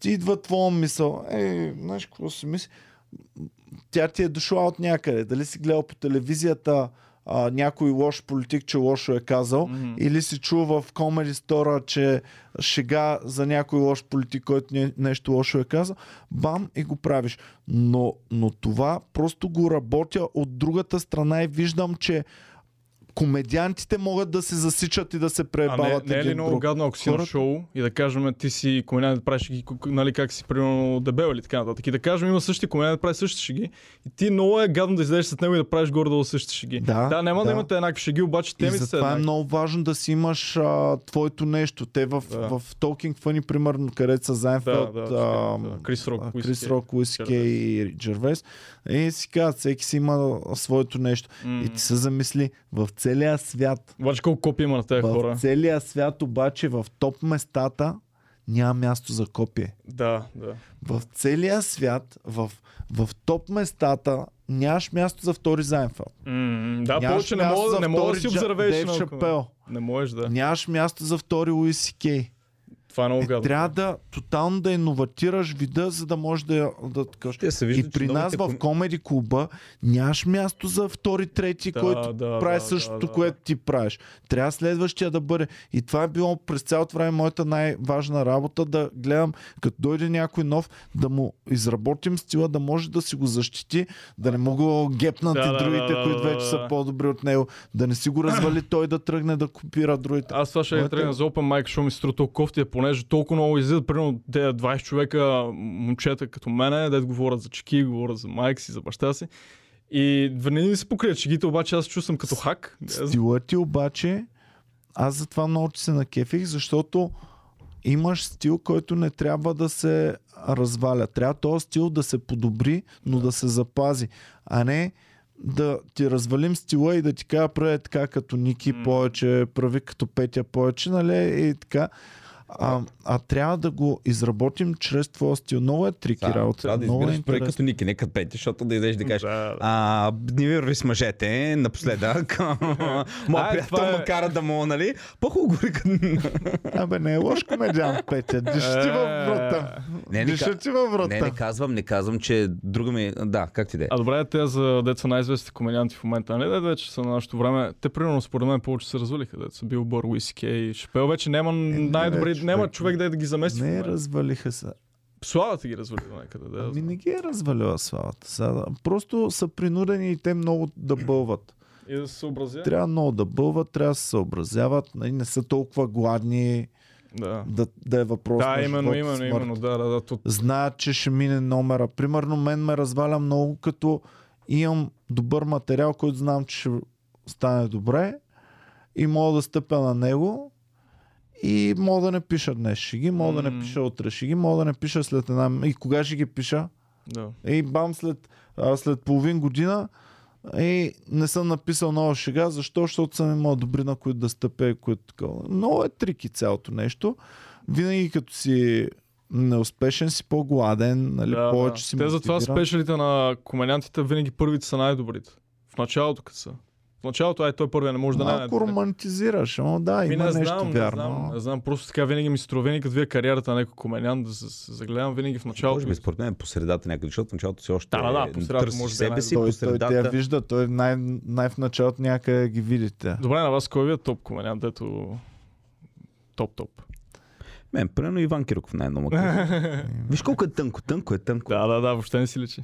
S1: ти идва твоя мисъл. Ей, знаеш какво си мисли? Тя ти е дошла от някъде. Дали си гледал по телевизията а, някой лош политик, че лошо е казал, mm-hmm. или си чул в Comedy Store, че шега за някой лош политик, който не, нещо лошо е казал, бам и го правиш. Но, но това просто го работя от другата страна и виждам, че комедиантите могат да се засичат и да се
S3: А
S1: преебават
S3: не, не е ли
S1: един
S3: много
S1: друг.
S3: гадно, ако си на
S1: Хората-
S3: шоу и да кажем, ти си комедиант, правиш шеги, ку- ку- нали, как си примерно дебел или така нататък. И да кажем, има същия комедиант, прави същите шеги. И ти много е гадно да излезеш след него и да правиш горе-долу същите шеги.
S1: Да,
S3: да няма да,
S1: да.
S3: имате еднакви шеги, обаче
S1: И
S3: те ми са
S1: затова е
S3: еднакви.
S1: много важно да си имаш а, твоето нещо. Те в,
S3: Да.
S1: в Talking Funny, примерно, където са Зайнфелд,
S3: Да, да,
S1: а,
S3: да. Крис Рок,
S1: а,
S3: Уис
S1: Крис
S3: Кей,
S1: Рок, Уис Кей и Джервес, и си казват, всеки си има своето нещо. И ти се замисли, в целия свят,
S3: Обаче колко копия има на тези
S1: в
S3: Е, хора.
S1: целия свят обаче, в топ местата, няма място за копие.
S3: Да, да.
S1: В целия свят, в, в топ местата, нямаш място за втори Зайнфелд.
S3: М, Да,
S1: Нямаш
S3: повече не
S1: място
S3: мога,
S1: за
S3: не мога да
S1: втори
S3: си
S1: Джа-
S3: обзървеш.
S1: Дейв
S3: на-
S1: Шапел.
S3: Не можеш да.
S1: Нямаш място за втори Луис Кей.
S3: Това е много
S1: Е,
S3: гадно.
S1: трябва да тотално да иноватираш вида, за да можеш да, я- да кажеш.
S2: Те се вижда,
S1: И при
S2: че
S1: нас
S2: новите
S1: в комеди клуба нямаш място за втори, трети,
S3: Да,
S1: който
S3: да,
S1: прави
S3: да,
S1: същото,
S3: да, да,
S1: което ти правиш. Трябва следващия да бъде. И това е било през цялото време моята най-важна работа да гледам, като дойде някой нов, да му изработим стила, да може да си го защити, да не мога гепнат
S3: Да,
S1: и
S3: да,
S1: другите,
S3: да, да,
S1: които
S3: да,
S1: вече
S3: да.
S1: са по-добри от него, да не си го развали той да тръгне да копира другите.
S3: Аз това ще
S1: Моята-
S3: я тръгна за Open Mic, защото ми се струва толкова кофти, понеже толкова много излизат, примерно те 20 човека м- момчета като мене, дед говорят за чеки, говорят за майка си, за баща си. И винаги ми се покрият чеките, обаче аз се чувствам като хак. Не знам.
S1: Стила ти обаче, аз затова много ти се накефих, защото имаш стил, който не трябва да се разваля. Трябва този стил да се подобри, но да се запази, а не да ти развалим стила и да ти кажа прави е така като Ники
S3: М.
S1: повече, прави като Петя повече, нали? И така. А, а трябва да го изработим чрез твоя стил. Много е трики
S2: Са,
S1: работа.
S2: Трябва да
S1: Много е
S2: избираш проект
S1: интересно.
S2: като Ники, не като Петя, защото да идеш да кажеш. А, не ви върви с мъжете, напоследък. Моят
S3: А,
S2: приятел
S3: това е-
S2: ме кара да му, нали? По-хубаво говори като...
S1: Абе, не е лош комедиан, Петя. Диши ти във
S3: Е.
S1: врата.
S2: Не, не,
S1: Диши
S2: ка...
S1: ти във
S2: не, не
S1: врата.
S2: казвам, не казвам, че друга ми... Да, е? как ти де?
S3: А добре, те за деца най-известните комедианти в момента, не да вече са на нашето време, те примерно според мен повече се развалиха, деца бил Бър, Уиси Кей, Шпел, вече няма
S1: Е, не, човек,
S3: най-добри, няма човек да е да ги замести.
S1: Не,
S3: в момента.
S1: развалиха се.
S3: Славата ги развали до някъде. Да,
S1: Ами не ги е развалила славата. Сега, да- просто са принудени и те много да бълват.
S3: И да се съобразя.
S1: Трябва много да бълват, трябва да се съобразяват, нали, не са толкова гладни
S3: Да,
S1: да, да е въпрос
S3: да
S1: на
S3: именно,
S1: живот и
S3: именно,
S1: смърт.
S3: именно, да, да, да, то-
S1: Знаят, че ще мине номера. Примерно мен ме разваля много, като имам добър материал, който знам, че ще стане добре и мога да стъпя на него и мога да не пиша днес шиги, мога да не
S3: М.
S1: пиша утре шиги, мога да не пиша след една... И кога ще ги пиша?
S3: да.
S1: И бам, след, а, след половин година и не съм написал нова шега, защо? Защото съм имал добри, на които да стъпя и които такова. Много е трики цялото нещо. Винаги като си неуспешен си по-гладен, нали,
S3: да,
S1: повече
S3: да.
S1: си
S3: Те затова
S1: мотивиран.
S3: спешалите на комедиантите винаги първите са най-добрите. В началото като са. В началото, ай, той първия не може да не е
S1: Малко
S3: най-добре.
S1: романтизираш, ама да,
S3: Ми,
S1: има
S3: не
S1: нещо
S3: знам,
S1: вярно.
S3: Не знам, не знам, просто така винаги ми се струва, винаги като вие кариерата на някой комедиант, да се, се загледам винаги в
S2: Може
S3: началото.
S2: би според мен е по средата някъде, защото в началото си още
S3: Да, да, да, по средата
S2: търсиш
S3: може да е
S2: себе си,
S1: Той,
S2: по
S1: той те я
S2: средата...
S1: вижда, той най- най- в началото някъде ги видите.
S3: Добре, на вас кой ви е топ комедиант, дето топ-топ?
S2: Мен, примерно Иван Кирков най-много. Виж колко е тънко, тънко е тънко.
S3: Да, да, да, въобще не си личи.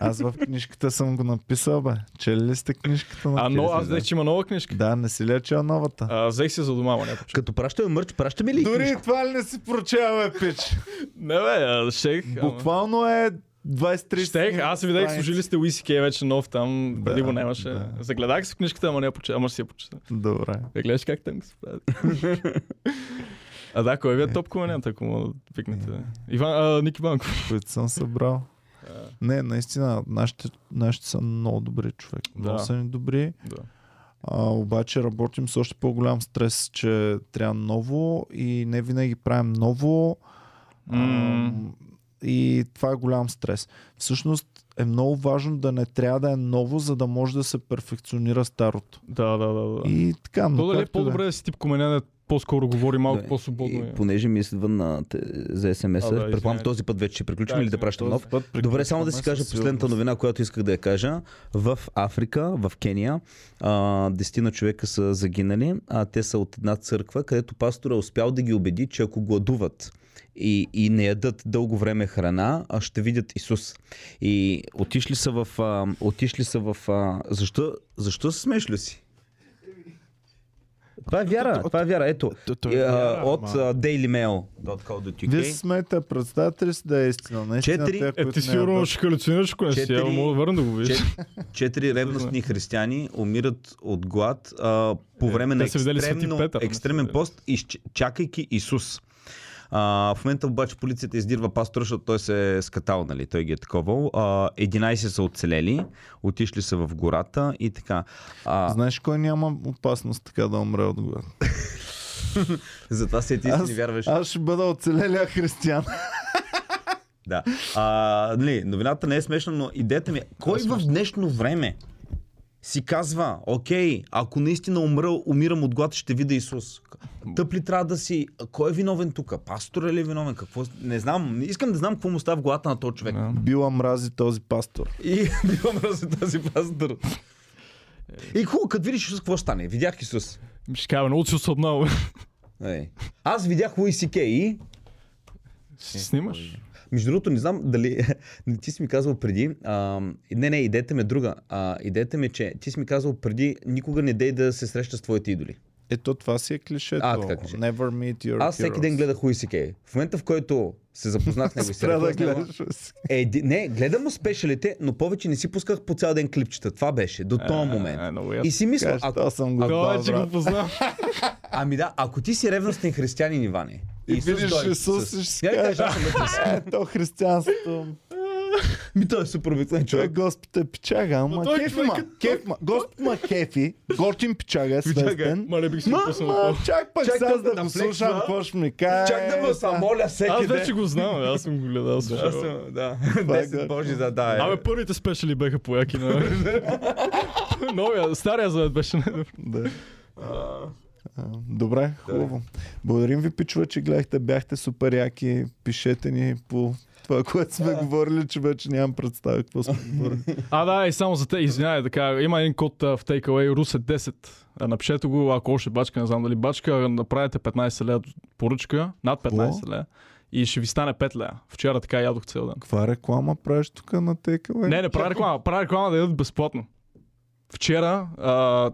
S1: Аз в книжката съм го написал, бе. Чели ли сте книжката на
S3: А, но
S2: интересно,
S3: аз
S2: да.
S3: взех, че има нова книжка.
S1: Да, не си ли я чел новата?
S3: А, взех си за дома, ама не почу.
S2: Като пращаме мърч, пращаме ли
S1: Дори
S2: книжка?
S1: и това ли не си прочела, бе, пич?
S3: Не бе, а, шех. ама-
S1: Буквално е 23
S3: Щех, аз видях, служили сте Уиси Кей вече нов там, преди
S1: Да,
S3: го нямаше.
S1: да.
S3: Загледах се в книжката, ама не я почета, ама ще си я почета.
S1: Добре.
S3: Да гледаш как там се правят. а да, кой ви е топ комедиант, ако му да пикнете? Иван, а, Ники Банков.
S1: Които съм събрал. Не, наистина, нашите, нашите са много добри човек. Много
S3: Да.
S1: са ни добри.
S3: Да.
S1: А, обаче работим с още по-голям стрес, че трябва ново и не винаги правим ново.
S3: М.
S1: А, и това е голям стрес. Всъщност е много важно да не трябва да е ново, за да може да се перфекционира старото.
S3: Да, да, да. да.
S1: И така, но
S3: То дали е
S1: както да е.
S3: по-добре да си тип комедиант, по-скоро говори малко
S2: Да,
S3: по-свободно.
S2: И
S3: е.
S2: понеже ми идва на, те- за
S3: А,
S2: СМС-а,
S3: да,
S2: предполагам
S3: извинявай.
S2: този път вече ще приключим
S3: Да,
S2: ли да
S3: извинявай,
S2: пращам
S3: този
S2: нов? Добре, само да си кажа последната новина, която исках да я кажа. В Африка, в Кения, а, десетина човека са загинали, а те са от една църква, където пастора е успял да ги убеди, че ако гладуват и, и не ядат дълго време храна, а ще видят Исус. И отишли са в... А, отишли са в а, защо, защо се смееш, Люси? Това е вяра, това е вяра, ето.
S5: То- то е
S2: И, а,
S5: вяра,
S2: От
S5: ама-
S2: а, dailymail.co.uk
S1: Вие се смеете, представете ли си да е истина? Наистина,
S2: Четири-
S1: те,
S3: Е,
S1: които
S3: ти
S1: не
S3: сигурно
S1: ядат-
S3: ще халюцинираш, ако не си.
S2: Четири-
S3: Ама мога да върна да го видиш.
S2: Чет- Четири ревностни християни умират от глад а, по време
S3: Е, те
S2: на
S3: са видели Свети
S2: екстремно,
S3: Петър, е. не са
S2: екстремен
S3: видели.
S2: пост, изч... чакайки Исус. А, в момента обаче полицията издирва пастора, защото той се е скатал, нали? Той ги е таковал. А, 11 са оцелели, отишли са в гората и така. А,
S1: Знаеш кой няма опасност така да умре от глад?
S2: затова се ти
S1: Аз-
S2: не вярваш.
S1: Аз ще бъда оцелелия християн.
S2: Да. А, нали, новината не е смешна, но идеята ми е, кой в днешно време си казва, окей, ако наистина умра, умирам от глад, ще видя Исус. Тъп ли трябва да си? Кой е виновен тук? Пастора ли е виновен? Какво? Не знам. Не искам да знам какво му става в главата на този човек.
S3: Да.
S1: Била мрази този пастор.
S2: И бивам мрази този пастор. И хубаво, като видиш Исус, какво стане? Видях Исус.
S3: Ще кажа, много се осъбнал.
S1: Е,
S2: Ей. Аз видях Луи Си Кей и...
S3: Снимаш?
S2: Между другото, не знам дали... не, ти си ми казал преди... А, не, не, идете ме друга. А, идете ме, че ти си ми казал преди никога не дей да се среща с твоите идоли.
S1: Ето това си е клишето.
S2: А, така клише.
S1: Never meet your
S2: Аз всеки ден
S1: heroes.
S2: гледах Луи Си Кей. В момента, в който се запознах с него и се
S1: Трябва да
S2: ръководя с него,
S1: гледаш.
S2: Е, ди- не, гледам успешелите, но повече не си пусках по цял ден клипчета. Това беше, до този момент.
S3: е, много
S2: И
S3: ясно.
S2: си мисля,
S1: Кажеш,
S2: ако,
S1: аз съм го
S3: Това е,
S1: дал,
S3: че
S1: брат.
S3: го познавам.
S2: ами да, ако ти си ревностен християнин, Иване,
S1: И видиш
S2: дойде
S1: Исус
S2: с-
S1: и ще си
S2: Я ви
S1: кажеш,
S2: кажа, аз съм Исус.
S1: Е, то християнството.
S2: Ми той е супер обикновен
S1: Той
S2: човек.
S1: Господ е пичага, ама
S3: той
S1: кефи
S3: човек
S1: ма,
S3: е-
S1: кеф ма, Господ ма кефи, готин пичага, е свестен.
S3: Ма не бих си го пуснал.
S1: Ма,
S3: това.
S1: чак пък
S2: Чак
S1: сега да
S2: да- да
S1: го
S2: флексва.
S1: слушам, какво ще ми кае.
S2: Чак да ме самоля всеки
S3: Аз
S2: ден.
S3: вече го знам, бе, аз съм го гледал. слушай.
S2: Аз съм, да.
S1: Това е
S2: 10
S1: гадно.
S2: божи за да. е.
S3: Абе, първите спешали бяха пояки на... Новия, стария завет беше най-добър.
S1: Да. А, Добре, хубаво. Благодарим ви, пичува, че гледахте. Бяхте супер яки. Пишете ни по това, което сме говорили, че вече нямам представа какво сме говорили.
S3: А, да, и само за те, извинявай, така, има един код а, в Takeaway, Русе 10. А, Напишете го, ако още бачка, не знам дали бачка, а направите 15 лея поръчка, над 15 лея. И ще ви стане 5 лея. Вчера така ядох цял ден.
S1: Каква реклама правиш тук на Takeaway?
S3: Не, не правя реклама, правя реклама да ядат безплатно. Вчера, а,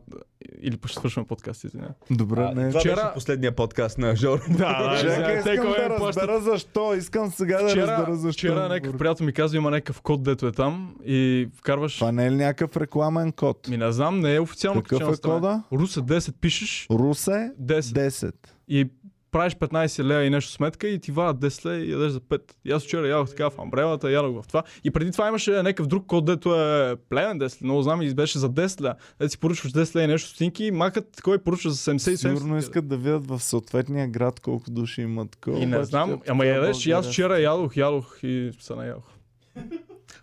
S3: или ще свършваме подкаст, извинявай.
S1: Добре,
S2: А,
S1: не.
S2: Това
S3: Вчера-
S2: беше последния подкаст на Жоро.
S3: Да,
S1: Чакай, искам да разбера защо. Искам сега да
S3: Вчера,
S1: разбера защо.
S3: вчера някакъв приятел ми каза, има някакъв код, дето е там и вкарваш...
S1: Това не е ли някакъв рекламен код?
S3: Ми не знам, не е официално
S1: Какъв
S3: качена
S1: е
S3: страна.
S1: кода?
S3: Руса 10 пишеш,
S1: Русе
S3: 10
S1: 10.
S3: и правиш 15 лева и нещо сметка и ти вадят 10 лева и ядеш за 5. И аз вчера ядох така в амбрелата, ядох в това. И преди това имаше някакъв друг код, дето е племен 10 лева, много знам и беше за 10 лева. Де си поръчваш 10 лева и нещо стинки и макът кой поръчва за 70 и 70.
S1: Сигурно е искат да видят в съответния град колко души имат такова.
S3: И не
S1: обаче
S3: знам,
S1: те-
S3: ама
S1: такива
S3: ядеш, и аз
S1: българи.
S3: вчера ядох, ядох и се наядох.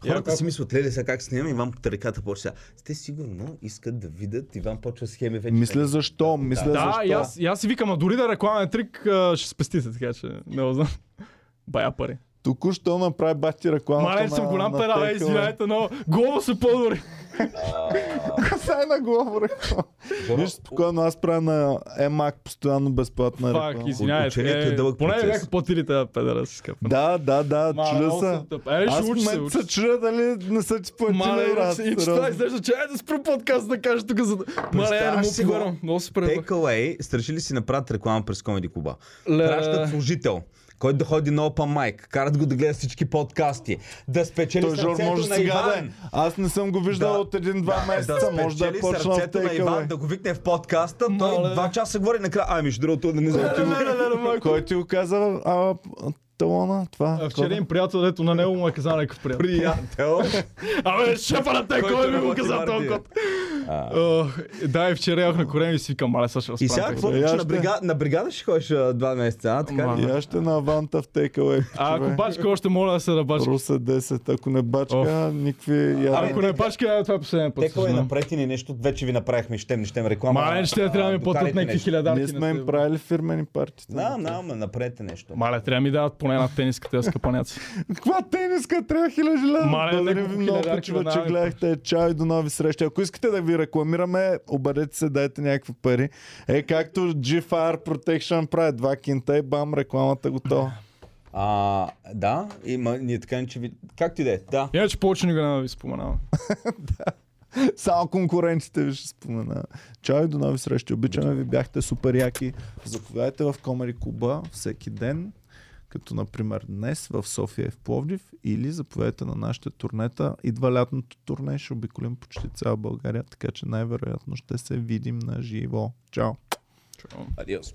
S2: Хората си мислят, леле, сега как снимам, Иван по ръката почва. Те сигурно искат да видят, Иван почва схеми вече.
S1: Е, Мисля защо, мисля
S3: Да, и
S1: защо.
S3: аз, и аз си викам, а дори да е рекламен трик, а, ще спестите, така че не го знам. Бая пари.
S1: Току-що направи бахти рекламата
S3: Мале съм голям
S1: на
S3: пера,
S1: Takeaway.
S3: е, извинявайте, но голова се по-добри.
S1: Сега е на глава реклама. Виж, спокойно, аз правя на Емак постоянно безплатна
S3: Пак,
S1: реклама.
S3: извинявайте.
S2: Обучението е
S3: Е,
S2: дълъг
S3: поне
S2: процес.
S3: бяха платили тази педера си скъпа.
S1: Да, да, да,
S3: Ма,
S1: чудя
S3: много
S1: се.
S3: съм тъп. Е,
S1: Аз
S3: ще
S1: в
S3: учи се,
S1: момента
S3: учи
S1: се
S3: се.
S1: чудя дали не са ти
S3: Мале,
S1: платили, брат.
S3: и че това
S1: сериозно.
S3: изглежда, че айде да спра подкаст да кажа тук, за да... Мале, е, не
S2: Представяш
S3: му
S2: си го?
S3: повярвам, много се пребах.
S2: Takeaway, страши ли си направят реклама през Комеди Куба?
S3: Ле.
S2: Пращат служител, който да ходи на Open Mic, карат го да гледа всички подкасти, да спечели
S1: Той Жор
S2: сърцето
S1: може
S2: на
S1: сега да е.
S2: Иван.
S1: Аз не съм го виждал
S2: Да,
S1: от един-два месеца.
S2: да
S1: Може да е
S2: спечели
S1: почнал в
S2: сърцето на Иван,
S1: Takeaway.
S2: да го викне в подкаста, той
S3: Мале.
S2: два часа говори накрая. Ай, между другото, да не знам.
S1: Кой ти го- Кой ти го каза? А, талона, това.
S3: А,
S1: кода?
S3: Вчера им приятел, дето на него му е казал някакъв приятел.
S2: Приятел.
S3: Абе, шефа на те,
S2: Който
S3: кой ми
S2: работи
S3: го каза
S2: Варди.
S3: този код? Ох, Да, и вчера ях на корем и си викам, мале, сега
S2: И
S3: ще разправя.
S2: сега какво?
S1: И аз ще-
S2: Ще На, брига... на бригада ще ходиш а, два месеца, а? Така
S3: е, Ма.
S2: ли?
S1: И аз ще на Аванта в Takeaway.
S3: А ако
S1: човек.
S3: бачка, още моля да се набачка.
S1: Русе 10, ако не бачка, никакви яда.
S3: Ако не бачка, това е последния път.
S2: Текла е
S3: съжалявам.
S2: направете ни нещо, вече ви направихме, щем, не щем реклама.
S3: Мале, ще
S2: А,
S3: трябва да ми платят
S2: докарайте
S3: някакви
S2: нещо.
S3: хилядарки.
S1: Ние
S3: на
S1: сме им
S3: теб.
S1: правили фирмени партии.
S2: Да, да, ама направете е нещо.
S3: Мале, трябва да ми дават поне една тениска, е тези скъпаняци.
S1: Каква тениска трябва хиляди лева?
S3: Мале,
S1: Благодарим
S3: няколко
S1: ви много,
S3: хилядарки
S1: пичува,
S3: веднага
S1: че
S3: ми
S1: гледахте. Чао и до нови срещи. Ако искате да ви рекламираме, обадете се, дайте някакви пари. Е, както G-Fire Protection прави два кинта и бам, рекламата е готова.
S2: А, да, има, ние така не че ви... Както и да е, да.
S3: Иначе повече никога не ви споменавам.
S1: Само конкурентите ви ще спомена. Чао и до нови срещи. Обичаме ви, бяхте супер яки. Заповядайте в Комери Куба всеки ден, като например днес в София и в Пловдив, или заповядайте на нашите турнета. Идва лятното турне, ще обиколим почти цяла България, така че най-вероятно ще се видим на живо. Чао!
S2: Адиос.